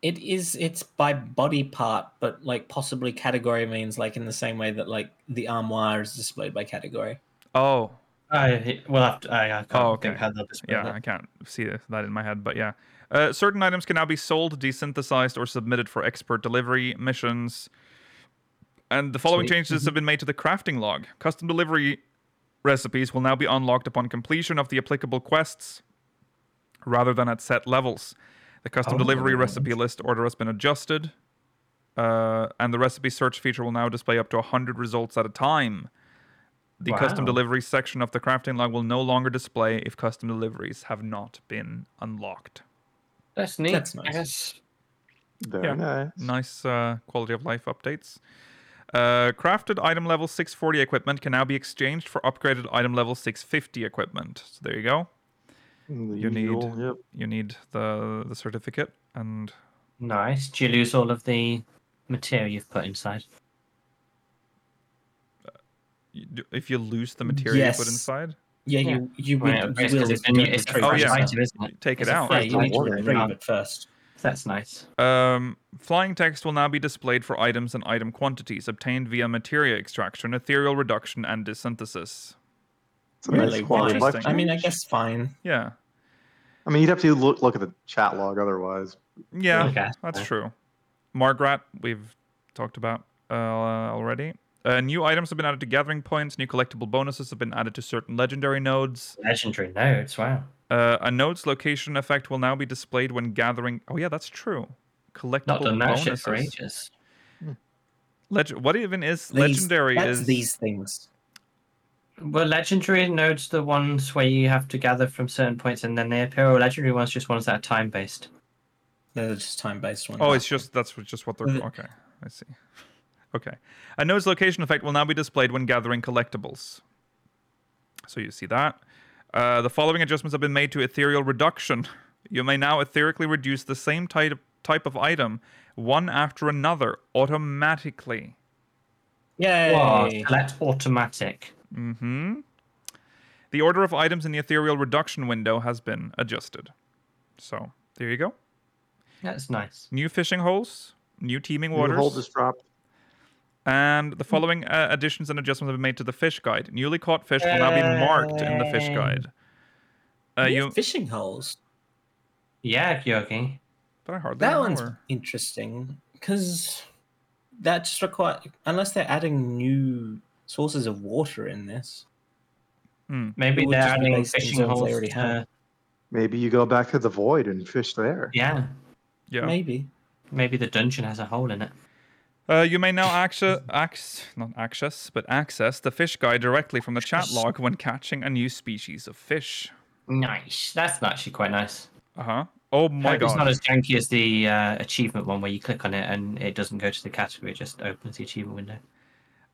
S5: It is. It's by body part, but like possibly category means like in the same way that like the armoire is displayed by category.
S1: Oh,
S3: I well, have to, I, I can't
S1: Oh,
S3: think
S1: okay.
S3: how they'll display
S1: yeah, I
S3: that.
S1: can't see th- that in my head, but yeah. Uh, certain items can now be sold, desynthesized, or submitted for expert delivery missions. And the following
S3: Sweet. Mm-hmm.
S1: changes have been made to the crafting log. Custom delivery recipes will now be unlocked upon completion of the applicable quests rather than at set levels. The custom
S3: Oh,
S1: delivery
S3: nice.
S1: recipe list order has been adjusted. Uh, and the recipe search feature will now display up to 100 results at a time. The custom
S3: Wow.
S1: delivery section of the crafting log will no longer display if custom deliveries have not been unlocked.
S3: That's neat.
S5: That's
S3: I
S5: nice.
S3: guess.
S4: Very
S1: Yeah.
S4: nice.
S1: Nice uh, quality of life updates. Uh, crafted item level 640 equipment can now be exchanged for upgraded item level 650 equipment. So there you go.
S4: The
S1: You need-
S4: usual, Yep.
S1: You need the the certificate and
S3: Nice. Do you lose all of the material you've put inside?
S1: you- if you lose the material you put
S5: Yes.
S1: inside,
S5: Yeah, you you would
S3: Right,
S5: you
S3: because
S5: will
S3: it's a new-
S5: get the
S3: it's a
S5: tree
S1: Oh,
S3: fresh
S1: yeah.
S3: item, isn't it?
S1: Take it
S3: It's a
S1: out.
S5: Yeah, you
S3: Right,
S5: need to
S3: right.
S5: retrieve it first.
S3: That's nice.
S1: Um, flying text will now be displayed for items and item quantities obtained via materia extraction, ethereal reduction, and desynthesis.
S4: It's a nice
S5: Really?
S4: quality of life
S1: Interesting.
S5: I mean, I
S4: change.
S5: guess fine.
S1: Yeah.
S4: I mean, you'd have to look look at the chat log otherwise.
S1: Yeah,
S3: Okay.
S1: that's true. Margrat, we've talked about uh, already. Uh, new items have been added to gathering points. New collectible bonuses have been added to certain legendary nodes.
S3: Legendary nodes. Wow.
S1: Uh, a node's location effect will now be displayed when gathering. Oh yeah, that's true. Collectible
S3: Not done that shit
S1: bonuses.
S3: for ages.
S1: Leg- what even is
S5: These-
S1: legendary?
S5: That's
S1: is
S5: these things.
S3: Were legendary nodes the ones where you have to gather from certain points and then they appear, or legendary ones just ones that are time based?
S5: They're just time based ones.
S1: Oh, it's just that's what- just what they're.
S4: Mm-hmm.
S5: Uh,
S1: Okay, I see. Okay, a node's location effect will now be displayed when gathering collectibles. So you see that. Uh, the following adjustments have been made to ethereal reduction. You may now etherically reduce the same type type of item one after another automatically.
S5: Yay!
S3: Wow, select automatic.
S1: Mm-hmm. The order of items in the ethereal reduction window has been adjusted. So there you go.
S3: That's nice.
S1: New fishing holes, new teeming
S4: New
S1: waters.
S4: hole just dropped.
S1: And
S5: Hmm.
S1: the following uh, additions and adjustments have been made to the fish guide. Newly caught fish will now be marked in the fish
S3: Yay.
S1: guide. Uh,
S5: Ooh,
S1: you,
S5: fishing holes.
S3: Yeah, Yogi.
S1: but I hardly
S5: That
S1: know
S5: one's
S1: her.
S5: interesting because that just require unless they're adding new sources of water in this.
S1: Hmm.
S3: Maybe
S5: It would
S3: they're
S5: just
S3: adding
S5: replace things
S3: fishing
S5: that they
S3: holes.
S5: already
S3: to-
S5: have.
S4: Maybe you go back to the void and fish there.
S3: yeah,
S1: Yeah.
S5: Maybe.
S3: maybe the dungeon has a hole in it.
S1: Uh, you may now access, ac- not access, but access the fish guide directly from the chat log when catching a new species of fish.
S3: Nice. That's actually quite nice.
S1: Uh huh. Oh my
S3: Hope It's not
S1: god.
S3: as janky as the uh, achievement one where you click on it and it doesn't go to the category, it just opens the achievement window.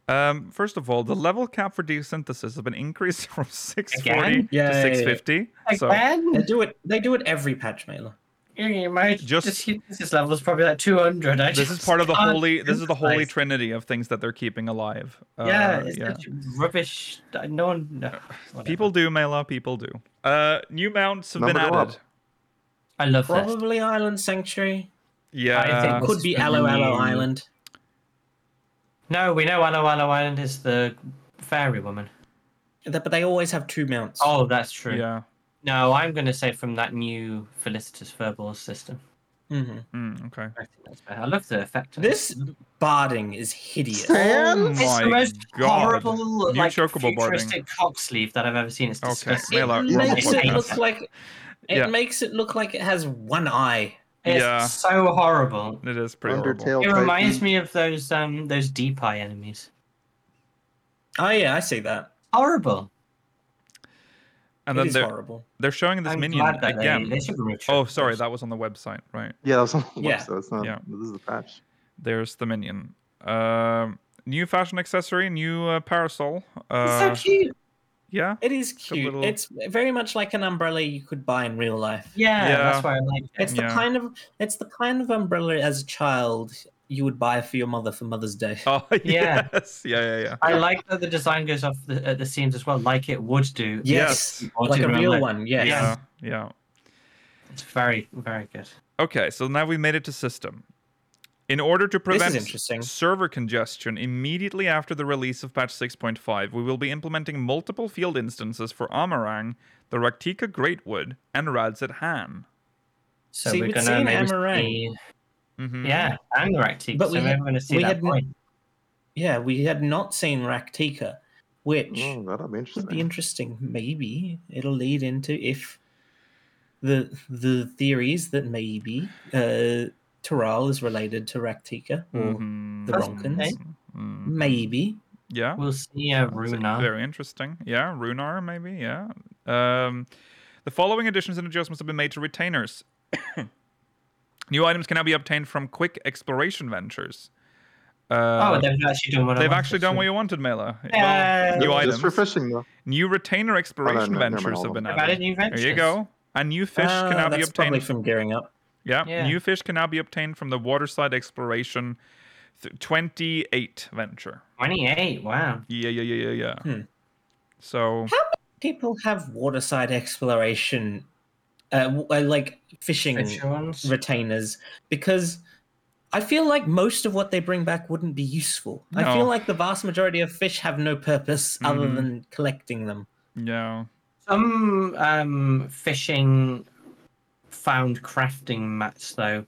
S1: Um, first of all, the level cap for desynthesis has been increased (laughs) from 640
S3: Again?
S1: to
S5: Yay.
S1: 650. So
S5: They
S3: Again?
S5: do it. They do it every patch mailer.
S3: My
S1: Just-
S3: just, this level is probably like 200. I
S1: this
S3: just
S1: is part of the
S3: can't
S1: holy. This is the holy
S3: sympathize.
S1: trinity of things that they're keeping alive. Uh,
S3: yeah, it's such rubbish. that No one. No, whatever.
S1: People do, Mela. People do. Uh, new mounts have been
S4: Number go
S1: added.
S4: up.
S3: I love this.
S5: Probably Island Sanctuary.
S1: Yeah.
S3: think-
S5: Could be Aloe Aloe Island.
S3: No, we know Allo Allo Island is the fairy woman.
S5: Th- But they always have two mounts.
S3: Oh, that's true.
S1: yeah.
S3: No, I'm going to say from that new Felicitas Furball system.
S5: hmm
S1: Mm, okay.
S3: I think that's better. I love the effect. of it.
S5: This barding is hideous.
S1: Oh
S4: And
S3: It's
S1: my
S3: the most
S1: god.
S3: horrible,
S1: New
S3: like,
S1: chocobo barding.
S3: futuristic cock sleeve that I've ever seen. It's
S1: Okay, (laughs)
S3: disgusting.
S1: Mela,
S5: It
S1: you're on the
S5: makes it
S1: podcast.
S5: look like it
S1: Yeah.
S5: makes it look like it has one eye.
S3: It's
S1: Yeah.
S3: so horrible.
S1: It is pretty horrible.
S4: Undertale.
S3: It
S4: type
S3: reminds
S4: beat.
S3: me of those um those Deepy enemies.
S5: Oh yeah, I see that.
S3: Horrible.
S1: And
S5: It
S1: then
S5: is
S1: they're
S5: horrible.
S1: they're showing this
S3: I'm
S1: minion
S3: glad that
S1: again.
S3: They, they should remove
S1: oh, sorry,
S3: Chocobos.
S1: that was on the website, right?
S4: Yeah, that was on the
S5: Yeah.
S4: website. It's not,
S1: Yeah.
S4: This is the patch.
S1: There's the minion. Um, new fashion accessory, new uh, parasol.
S3: It's
S1: Uh,
S3: so cute.
S1: yeah. (laughs)
S5: It is
S1: a
S5: cute.
S1: little-
S5: It's very much like an umbrella you could buy in real life.
S3: Yeah,
S1: Yeah.
S3: that's why I like it.
S5: It's the
S1: Yeah.
S5: kind of it's the kind of umbrella as a child you would buy for your mother for Mother's Day.
S1: Oh
S3: Yeah.
S1: yes. Yeah, yeah, yeah.
S3: I like that the design goes off the, at the seams as well, like it would do.
S1: yes.
S5: yes, like a
S3: Ultimate
S5: real
S3: umbrella.
S5: one. Yes.
S1: Yeah. Yeah.
S3: It's very, very good.
S1: Okay, so now we made it to system. In order to prevent
S5: interesting.
S1: server congestion immediately after the release of patch 6.5, we will be implementing multiple field instances for Amarang, the Raktika Greatwood, and Radzit Han.
S3: So
S5: See,
S3: we're
S5: we'd
S3: gonna
S5: seen
S3: maybe
S5: Amaranth.
S3: see,
S1: Mm-hmm.
S3: yeah, Angaracti.
S5: But
S3: so
S5: we
S3: maybe
S5: had-
S3: we're gonna see
S5: we
S3: that
S5: hadn't-
S3: point.
S5: Yeah, we had not seen Raktika, which
S4: Oh, that'll be interesting.
S5: would be interesting. Maybe it'll lead into if the the theories that maybe uh, Tyrell is related to Raktika, or
S1: Mhm.
S5: Mm-hmm. the
S3: That's
S5: Ronkans.
S3: okay.
S1: Mhm.
S5: Maybe.
S1: Yeah.
S3: We'll see a
S1: That's
S3: Runa.
S1: Very interesting. Yeah, Runar, maybe. Yeah. Um, the following additions and adjustments have been made to retainers. (coughs) New items can now be obtained from quick exploration ventures. Uh,
S3: Oh, they've actually done what I
S1: They've
S3: wanted,
S1: actually done
S3: so-
S1: what you wanted, Mela.
S3: Yay.
S1: New
S4: Just
S1: items.
S4: for fishing, though.
S1: New retainer
S4: Oh, no,
S1: exploration
S4: no, never
S1: ventures
S4: mind,
S1: have been
S3: They've added
S1: added.
S3: new
S1: There
S3: ventures.
S1: you go. And new fish
S5: Ah,
S1: can now be
S5: that's probably
S1: obtained.
S5: from gearing up.
S1: yeah,
S3: Yeah.
S1: new fish can now be obtained from the waterside exploration th- 28 venture.
S3: Twenty-eight. Wow.
S1: Yeah, yeah, yeah, yeah, yeah.
S5: Hmm.
S1: So
S5: people have waterside exploration, uh, w- uh, like fishing
S6: Adventure ones.
S5: retainers, because I feel like most of what they bring back wouldn't be useful. I feel
S1: No.
S5: like the vast majority of fish have no purpose other
S6: Mm-hmm.
S1: Mhm.
S5: than collecting them.
S1: Yeah.
S6: Some um, fishing found crafting mats though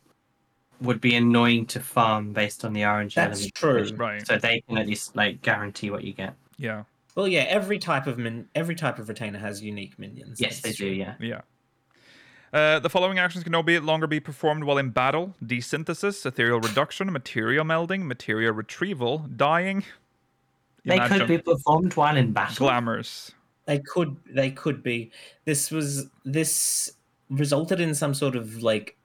S6: would be annoying to farm based on the RNG
S5: That's
S6: element.
S5: true.
S1: Right.
S6: So they can at least like guarantee what you get.
S1: Yeah.
S5: Well, yeah, every type of min- every type of retainer has unique minions.
S6: Yes, they
S5: that's
S6: do.
S5: true.
S6: Yeah.
S1: Yeah. Uh, the following actions can no be longer be performed while in battle: desynthesis, ethereal reduction, material melding, material retrieval, dying.
S6: They
S1: Imagine.
S6: could be performed while in battle.
S1: glamours.
S5: They could they could be. This was this resulted in some sort of like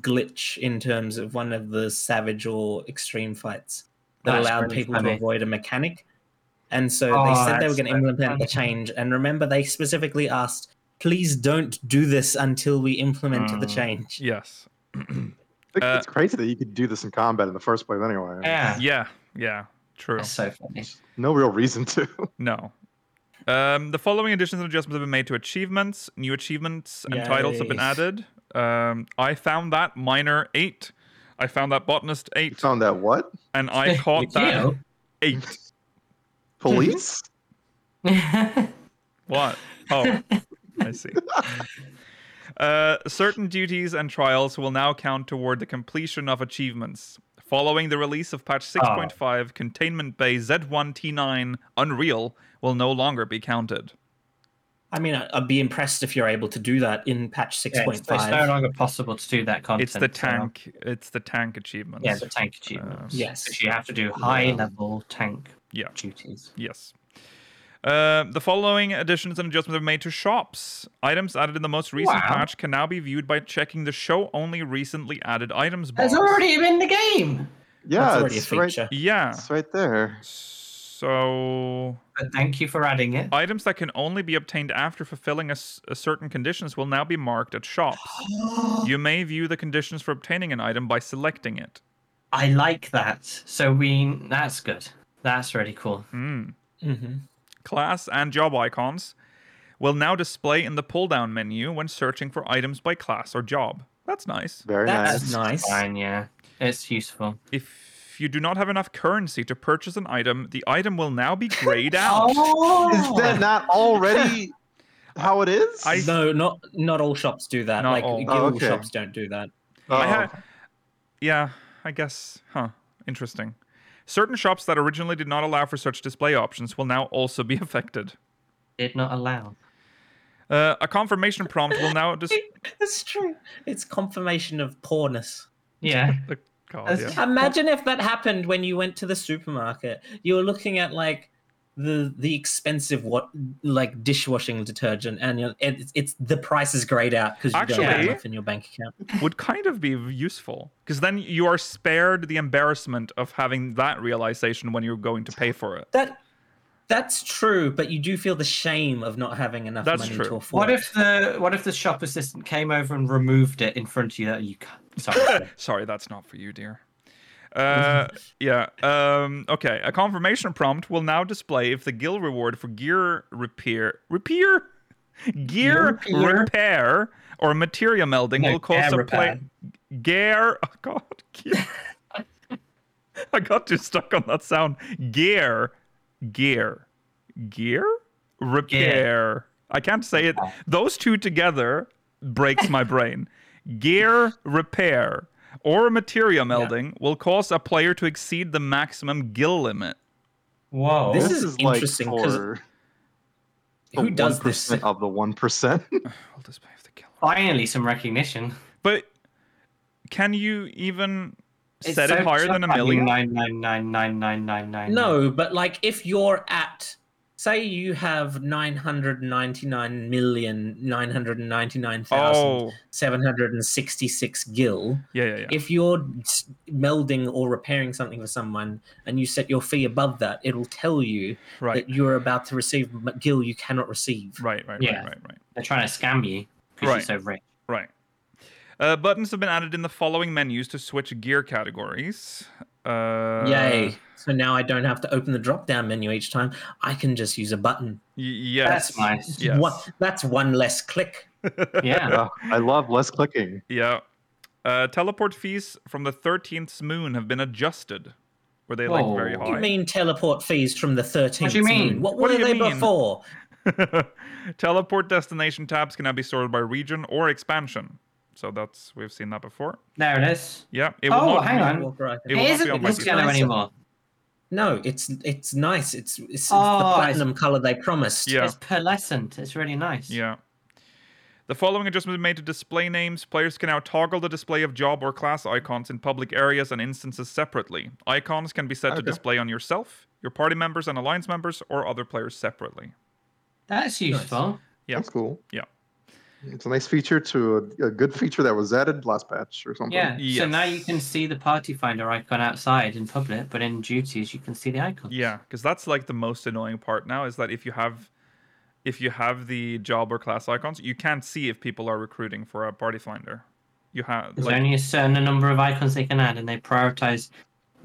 S5: glitch in terms of one of the savage or extreme fights that
S6: That's
S5: allowed
S6: really
S5: people
S6: funny.
S5: to avoid a mechanic. And so they
S6: Oh,
S5: said they were
S6: that's
S5: going to
S6: so
S5: implement
S6: funny.
S5: the change. And remember, they specifically asked, "Please don't do this until we implement the
S6: Mm.
S5: change."
S1: Yes.
S4: Like,
S1: Uh,
S4: it's crazy that you could do this in combat in the first place, anyway.
S6: Yeah.
S1: Yeah. Yeah. True.
S6: That's so (laughs) funny.
S4: No real reason to. (laughs)
S1: No. Um, the following additions and adjustments have been made to achievements. New achievements and titles have been
S5: Yay.
S1: added. Um, I found that minor eight. I found that botanist
S4: You
S1: eight,
S4: found that
S5: (laughs)
S4: what?
S1: and I caught that
S6: You?
S1: eight.
S4: Police?
S1: What? Oh, I see. Uh, certain duties and trials will now count toward the completion of achievements. Following the release of patch 6.5, Containment Bay Z1T9 Unreal will no longer be counted.
S5: I mean, I- I'd be impressed if you're able to do that in patch six
S6: Yeah, it's,
S5: point
S6: it's no
S5: five.
S6: longer possible to do that content.
S1: It's the
S6: so-
S1: tank. It's the tank achievements.
S6: Yeah, the tank achievements.
S5: Yes.
S6: Because you have to do high level tank
S1: Yeah.
S6: duties.
S1: Yes. Uh, the following additions and adjustments are made to shops. Items added in the most recent
S6: Wow.
S1: patch can now be viewed by checking the show only recently added items box.
S6: That's already in the game.
S5: That's
S4: Yeah,
S5: already a
S4: it's right,
S5: feature.
S1: Yeah.
S4: it's right there.
S1: So
S6: But thank you for adding it.
S1: items that can only be obtained after fulfilling a, s- a certain conditions will now be marked at
S6: (gasps)
S1: shops. You may view the conditions for obtaining an item by selecting it.
S6: I like that. So we that's good. That's really cool.
S1: Hmm.
S5: hmm
S1: Class and job icons will now display in the pull down menu when searching for items by class or job. That's nice.
S4: Very
S5: That's
S4: nice.
S5: nice.
S6: Fine, yeah. It's useful.
S1: If you do not have enough currency to purchase an item, the item will now be grayed out.
S5: Oh!
S4: Is
S5: (laughs)
S4: that not already how it is?
S1: I-
S5: no, not not all shops do that.
S1: Not
S5: like
S1: all.
S5: guild
S4: Oh, okay.
S5: shops don't do that.
S1: I
S4: Oh.
S1: ha- yeah, I guess. Huh. Interesting. Certain shops that originally did not allow for such display options will now also be (laughs) affected.
S6: Did not allow.
S1: Uh, a confirmation prompt will now dis-
S5: That's true. It's confirmation of poorness.
S6: Yeah.
S1: the- God,
S6: That's-
S1: Oh, yeah.
S5: Imagine if that happened when you went to the supermarket. You were looking at like the the expensive what like dishwashing detergent, and you're, and it's, it's the price is grayed out because you don't have
S1: Actually-
S5: enough in your bank account.
S1: would kind of be useful because then you are spared the embarrassment of having that realization when you're going to pay for it.
S5: That that's true, but you do feel the shame of not having enough
S1: That's
S5: money
S1: true.
S5: to afford.
S6: What
S5: it.
S6: if the what if the shop assistant came over and removed it in front of you? That you can't. (laughs) Sorry.
S1: Sorry, that's not for you, dear. Uh, yeah. Um, okay. A confirmation prompt will now display if the guild reward for gear repair, repair, gear
S6: Repair.
S1: repair, or material melding
S6: No,
S1: will cost
S6: gear
S1: a play. Gear. Oh God.
S6: (laughs)
S1: Gear. I got too stuck on that sound. Gear, gear, gear, repair. I can't say it. Those two together breaks
S6: (laughs)
S1: my brain. Gear repair or material melding will cause a player to exceed the maximum gill limit. (sighs)
S6: Whoa.
S5: This
S4: This,
S5: is
S4: is, like
S5: interesting 'cause
S4: for the
S5: who does this?
S4: 1% of the one percent.
S1: I'll display of the gill.
S6: Finally, some recognition.
S1: But can you even
S6: It's
S1: set it
S6: so
S1: higher than a
S6: shocking.
S1: million?
S6: Nine nine nine nine nine nine nine.
S5: No, but like if you're at say you have 999 million 999,766
S1: Oh,
S5: gil
S1: yeah, yeah, yeah.
S5: if you're s- melding or repairing something for someone and you set your fee above that it'll tell you
S1: right,
S5: that you're about to receive m- gil you cannot receive
S1: right, right,
S6: Yeah.
S1: right, right, right.
S6: They're trying to scam you because
S1: Right.
S6: you're so rich.
S1: Right. Uh, buttons have been added in the following menus to switch gear categories. Uh,
S5: yay So now I don't have to open the drop down menu each time. I can just use a button.
S1: Y- yes.
S3: That's nice.
S1: Yes.
S5: One, that's one less click.
S3: Yeah.
S4: Yeah, I love less clicking.
S1: (laughs) Yeah. Uh, teleport fees from the 13th moon have been adjusted. Were they like very
S3: Oh.
S1: high?
S5: You mean teleport fees from the 13th?
S3: What do you mean?
S5: moon? What,
S1: What
S5: were
S1: do you
S5: they
S1: mean?
S5: before?
S1: (laughs) Teleport destination tabs can now be sorted by region or expansion. So that's we've seen that before.
S3: There it is.
S1: Yeah. It
S3: Oh,
S1: not
S3: hang
S1: be-
S3: on.
S5: Walker, I think.
S1: It will
S3: It
S1: not
S3: isn't
S1: be on my
S3: this
S1: PC.
S3: yellow anymore.
S5: No, it's it's nice. It's it's, it's
S3: Oh,
S5: the
S3: I
S5: platinum color they promised.
S1: Yeah.
S3: It's pearlescent. It's really nice.
S1: Yeah. The following adjustment made to display names. Players can now toggle the display of job or class icons in public areas and instances separately. Icons can be set to
S4: Okay.
S1: display on yourself, your party members and alliance members, or other players separately.
S3: That's useful.
S1: Yeah.
S4: That's cool.
S1: Yeah.
S4: It's a nice feature to a, a good feature that was added last patch or something.
S3: Yeah. So now you
S1: Yes.
S3: can see the party finder icon outside in public, but in duties you can see the icon.
S1: Yeah, because that's like the most annoying part now is that if you have, if you have the job or class icons, you can't see if people are recruiting for a party finder. You have
S3: There's
S1: like,
S3: only a certain number of icons they can add, and they prioritize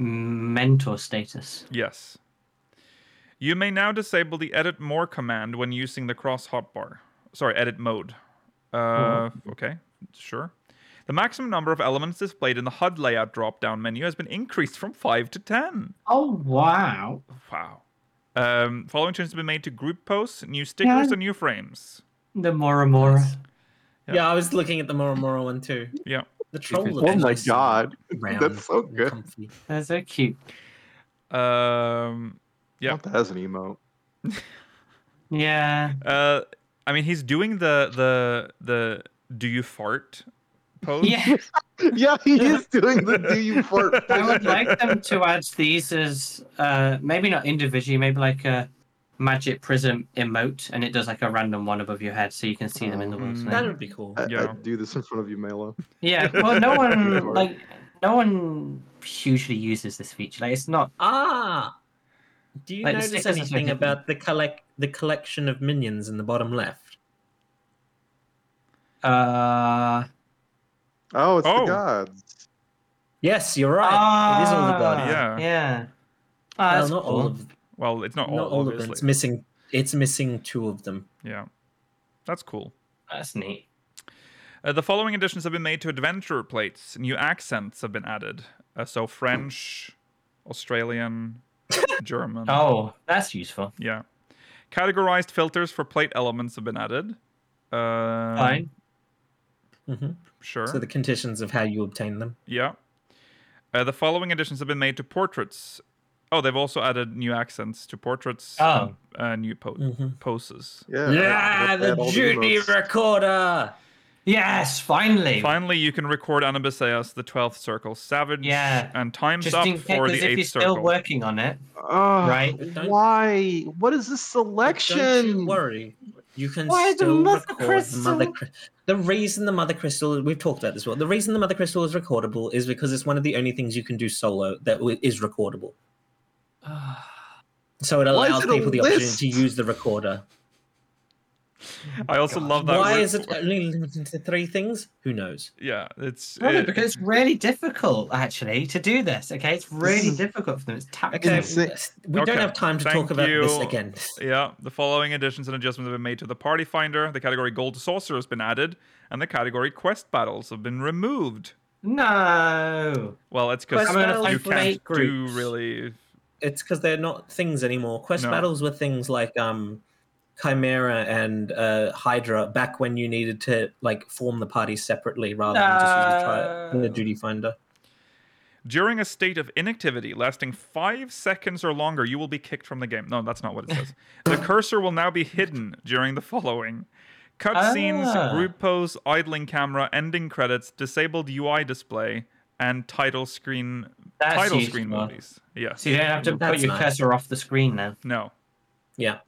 S3: mentor status.
S1: yes. You may now disable the edit more command when using the cross hotbar. Sorry, edit mode. Uh, okay, sure. The maximum number of elements displayed in the HUD layout drop-down menu has been increased from five to ten.
S3: Oh wow!
S1: Wow. Um, following changes have been made to group posts, new stickers,
S3: Yeah.
S1: and new frames.
S3: The Mora Mora.
S1: Yeah.
S5: Yeah. I was looking at the Moromoro one too.
S1: Yeah.
S5: The troll.
S4: Oh
S5: look
S4: my
S5: actually
S4: god.
S5: round
S4: That's so
S5: and
S4: good.
S5: comfy.
S3: They're so cute.
S1: Um, Yeah.
S4: Want that as an emote.
S3: Yeah.
S1: uh, I mean, he's doing the the the do you fart pose?
S3: Yeah.
S4: (laughs) yeah, he is doing (laughs) the do you fart.
S3: I would like them to add these as uh, maybe not individually, maybe like a magic prism emote, and it does like a random one above your head, so you can see them in the world's
S1: Mm.
S5: That
S3: name.
S5: would be cool.
S4: I,
S1: Yeah.
S4: I'd do this in front of you, Mela.
S1: (laughs)
S3: Yeah. Well, no one
S4: Sure.
S3: like no one hugely uses this feature. Like it's not.
S5: Ah. Do you
S3: Like, the
S5: notice
S3: stickers are so
S5: anything
S3: hidden.
S5: about the collect the collection of minions in the bottom left?
S3: Uh,
S4: Oh, it's
S1: Oh.
S4: the gods.
S5: Yes, you're right. it is all the
S3: ah,
S5: gods.
S1: Yeah.
S3: Yeah. Ah,
S5: Well,
S3: that's
S5: not
S3: cool.
S5: all of
S1: Well, it's not,
S5: not
S1: all,
S5: all of them. It's
S1: obviously.
S5: missing. It's missing two of them.
S1: yeah, that's cool.
S3: That's neat.
S1: Uh, the following additions have been made to adventurer plates. New accents have been added. Uh, so French,
S5: (laughs)
S1: Australian, German.
S3: Oh, that's useful.
S1: Yeah. Categorized filters for plate elements have been added. Uh,
S3: Fine.
S5: Mhm.
S1: Sure.
S5: So the conditions of how you obtain them.
S1: Yeah. Uh, the following additions have been made to portraits. Oh, they've also added new accents to portraits
S3: Oh.
S1: and uh, new po-
S5: Mhm.
S1: poses.
S4: Yeah. I-
S5: yeah,
S4: I'd
S5: the
S4: add all
S5: duty
S4: emotes.
S5: recorder.
S3: Yes, finally.
S1: Finally, you can record Anabaseas, the 12th circle, Savage,
S3: Yeah.
S1: and Time's
S3: Just
S1: Up
S3: in case,
S1: for the
S3: because if
S1: 8th
S3: you're
S1: circle.
S3: still working on it,
S4: Ugh,
S3: Right.
S5: Don't-
S4: Ah, Why? What is this selection?
S5: Don't you worry. You can
S3: Why the
S5: still
S3: mother
S5: record the mother
S3: crystal?
S5: crystal. The reason the mother crystal, we've talked about this well. The reason the mother crystal is recordable is because it's one of the only things you can do solo that w- is recordable. So it
S4: Why is
S5: allows
S4: it a
S5: people the opportunity
S4: list?
S5: to use the recorder.
S1: I also love that.
S5: Why
S1: we're-
S5: is it only limited to three things? Who knows?
S1: Yeah, it's.
S3: Probably
S1: it-
S3: because it's really difficult actually to do this. Okay, it's (laughs) really difficult for them. It's tactical.
S5: Okay,
S4: Insane.
S5: we
S1: Okay,
S5: don't have time to
S1: thank
S5: talk about this
S1: you.
S5: again.
S1: Yeah, the following additions and adjustments have been made to the Party Finder. The category Gold Saucer has been added, and the category Quest Battles have been removed.
S3: No.
S1: Well, that's because
S5: Quest
S3: battles
S1: you
S3: are
S1: can't
S3: great
S1: do
S3: groups.
S1: really.
S5: It's because they're not things anymore. Quest
S1: No.
S5: battles were things like um, Chimera and uh, Hydra back when you needed to like form the party separately rather than just use the, tri- the
S3: No.
S5: duty finder.
S1: During a state of inactivity lasting five seconds or longer, you will be kicked from the game. No, that's not what it says. the cursor will now be hidden during the following cutscenes,
S3: Ah.
S1: group pose, idling camera, ending credits, disabled UI display, and title screen
S3: That's
S1: title
S3: useful.
S1: screen movies. Yes.
S3: So you don't have to put
S5: That's
S3: your
S5: nice.
S3: cursor off the screen now.
S1: No.
S5: Yeah.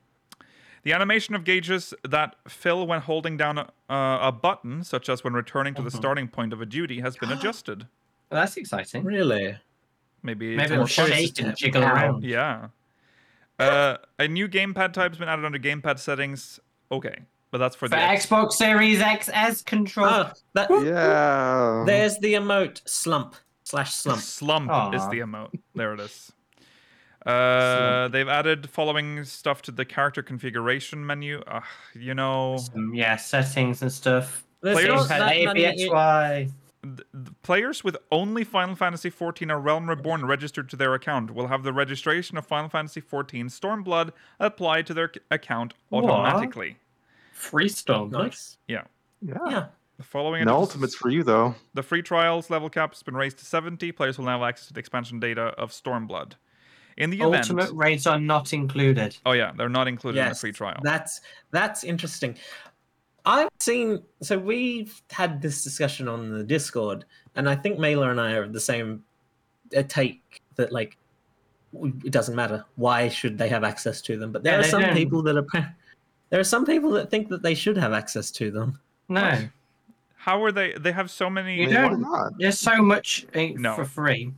S1: The animation of gauges that fill when holding down a, uh, a button, such as when returning to the starting point of a duty, has been adjusted.
S3: Well, that's exciting.
S5: Really?
S1: Maybe, it's
S3: Maybe
S1: more
S3: it'll
S5: sure it's
S3: shake
S5: just
S3: and
S5: a
S3: jiggle
S5: power.
S3: around.
S1: Yeah. Uh, a new gamepad type has been added under gamepad settings. Okay, but that's for,
S3: For
S1: the X.
S3: Xbox Series X S control.
S5: Oh, that,
S4: Yeah.
S5: there's the emote slump slash slump.
S1: slump is
S3: Aw.
S1: the emote. There it is. Uh, they've added following stuff to the character configuration menu. Ugh, you know,
S6: Um, yeah, settings and stuff.
S5: There's
S1: Players There's
S5: not
S6: There's
S5: that
S6: A, B,
S5: many
S6: X,
S5: in-
S6: Y.
S1: th- th- players with only Final Fantasy XIV or Realm Reborn registered to their account will have the registration of Final Fantasy XIV Stormblood applied to their c- account
S6: What?
S1: automatically.
S6: Free storm.
S5: Nice.
S4: Yeah.
S5: Yeah.
S1: The following
S4: No
S1: announcements-
S4: ultimates for you though.
S1: The free trials level cap has been raised to 70. Players will now have access to the expansion data of Stormblood. In the event,
S6: Ultimate raids are not included.
S1: oh yeah, they're not included in the
S5: Yes,
S1: free trial.
S5: That's that's interesting. I've seen so we've had this discussion on the Discord, and I think Mailer and I are of the same uh, take that like w- it doesn't matter. Why should they have access to them? But there
S6: Yeah,
S5: are
S6: they
S5: some
S6: don't.
S5: people that are (laughs) pre- there are some people that think that they should have access to them.
S6: No,
S1: How are they? They have so many.
S6: You
S4: I mean,
S6: don't-
S4: why not?
S6: there's so much uh,
S1: No.
S6: for free.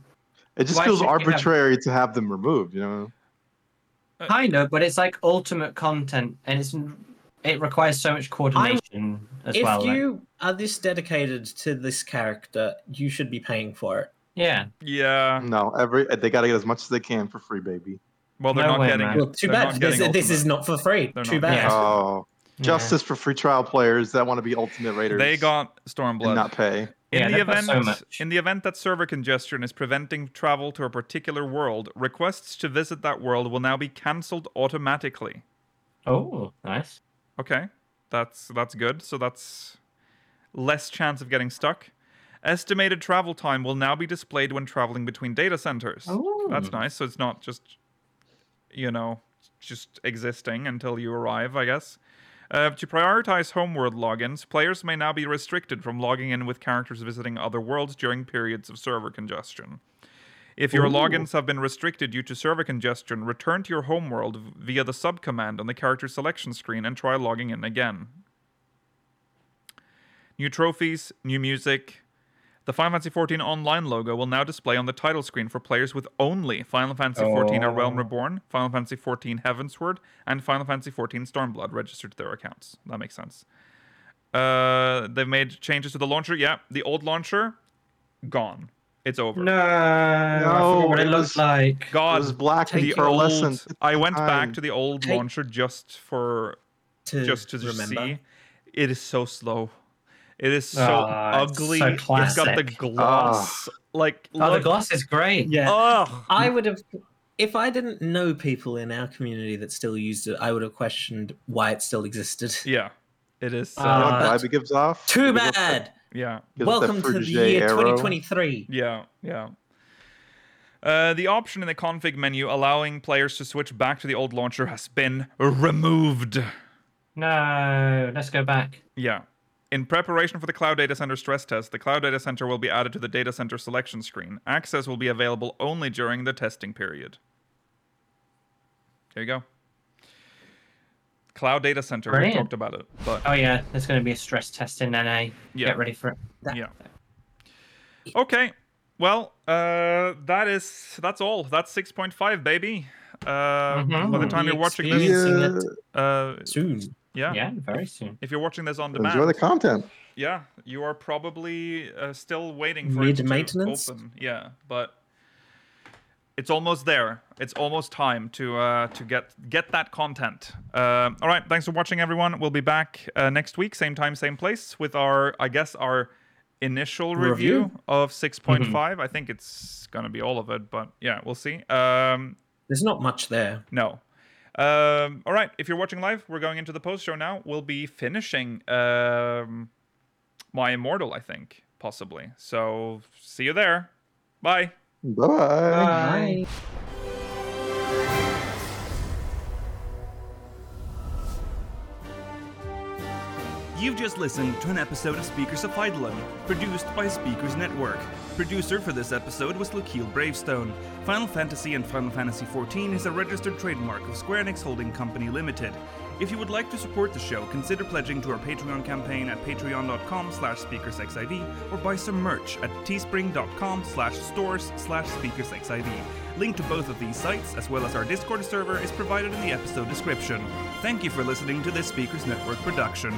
S4: It just
S6: Why
S4: feels
S6: should you have-
S4: arbitrary to have them removed, you know.
S6: I know, but it's like ultimate content, and it's it requires so much coordination as
S5: if
S6: well. like-
S5: you are this dedicated to this character, you should be paying for it.
S6: yeah,
S1: Yeah.
S4: No, every they got to get as much as they can for free, baby.
S1: Well, they're
S6: No
S1: not
S6: way,
S1: getting
S6: man.
S1: it.
S5: Well, too
S1: They're
S5: bad.
S1: not
S5: This,
S1: getting
S5: this is
S1: Ultimate.
S5: not for free.
S1: They're
S5: too
S1: not
S5: bad.
S6: getting Yeah.
S4: Oh, justice for free trial players that want to be ultimate raiders.
S1: They got
S4: and not
S1: Stormblood.
S4: pay.
S1: In
S6: Yeah,
S1: the
S6: they've got
S1: event,
S6: so much.
S1: in the event that server congestion is preventing travel to a particular world, requests to visit that world will now be cancelled automatically.
S6: Oh, nice.
S1: Okay, that's that's good. So that's less chance of getting stuck. Estimated travel time will now be displayed when traveling between data centers. That's nice. So it's not just, you know, just existing until you arrive, I guess. Uh, to prioritize homeworld logins, players may now be restricted from logging in with characters visiting other worlds during periods of server congestion. If your logins have been restricted due to server congestion, return to your homeworld v- via the sub command on the character selection screen and try logging in again. New trophies, new music, the Final Fantasy XIV Online logo will now display on the title screen for players with only Final Fantasy XIV: A Realm
S6: Oh.
S1: Reborn, Final Fantasy XIV Heavensward, and Final Fantasy XIV Stormblood registered to their accounts. That makes sense. Uh, they've made changes to the launcher. Yeah, the old launcher, gone. It's over.
S6: No, I forgot
S4: No,
S6: what it,
S4: it
S6: looks
S4: was-
S6: like.
S4: It
S1: God,
S4: was black and
S1: the
S4: pearlescent.
S1: old. I went back
S4: time.
S1: to the old
S5: Take-
S1: launcher just for
S5: To
S1: just to just
S5: remember.
S1: see. It is so slow. It is so
S6: Ah, it's so
S1: ugly. it's got the
S6: classic.
S1: gloss. Like
S6: Oh, the
S1: look-
S6: gloss is great.
S5: Yeah.
S1: Ugh.
S5: I would have, if I didn't know people in our community that still used it, I would have questioned why it still existed.
S1: Yeah, it is. So,
S4: You know
S6: Ah.
S4: what vibe it gives off?
S5: Too
S4: It gives off that-
S5: bad.
S1: yeah,
S4: gives off that
S5: Welcome to the
S4: Frugier
S5: year
S4: arrow.
S5: 2023.
S1: yeah, yeah. Uh, the option in the config menu allowing players to switch back to the old launcher has been removed.
S6: No, let's go back.
S1: Yeah. In preparation for the cloud data center stress test, the cloud data center will be added to the data center selection screen. Access will be available only during the testing period. There you go. Cloud data center.
S6: Brilliant.
S1: We talked about it, but
S6: Oh yeah, there's going to be a stress test in NA.
S1: yeah.
S6: Get ready for it.
S1: Yeah. Okay. Well, uh, that is that's all. That's six point five, baby. Uh,
S6: Mhm.
S1: By the time you're
S5: We'll be
S1: watching
S4: Yeah,
S1: this,
S5: Experiencing it.
S1: uh,
S5: Soon.
S1: yeah,
S6: Yeah, very soon.
S1: if you're watching this on demand,
S4: enjoy the content.
S1: yeah, you are probably uh, still waiting for
S5: Mid
S1: it to
S5: maintenance?
S1: open. Yeah, but it's almost there. It's almost time to uh, to get get that content. Uh, all right, thanks for watching, everyone. We'll be back uh, next week, same time, same place, with our I guess our initial review,
S5: Review?
S1: of six I think it's gonna be all of it, but yeah, we'll see. Um,
S5: There's not much there.
S1: no. Um, all right. If you're watching live, we're going into the post show now. We'll be finishing um, My Immortal, I think, possibly. So see you there. Bye.
S4: Bye.
S5: Bye.
S1: You've just listened to an episode of Speakers of Eidolon, produced by Speakers Network. Producer for this episode was Lukeel Bravestone. Final Fantasy and Final Fantasy XIV is a registered trademark of Square Enix Holding Company Limited. If you would like to support the show, consider pledging to our Patreon campaign at patreon.com slash speakersxiv or buy some merch at teespring.com slash stores slash speakersxiv. Link to both of these sites, as well as our Discord server, is provided in the episode description. Thank you for listening to this Speakers Network production.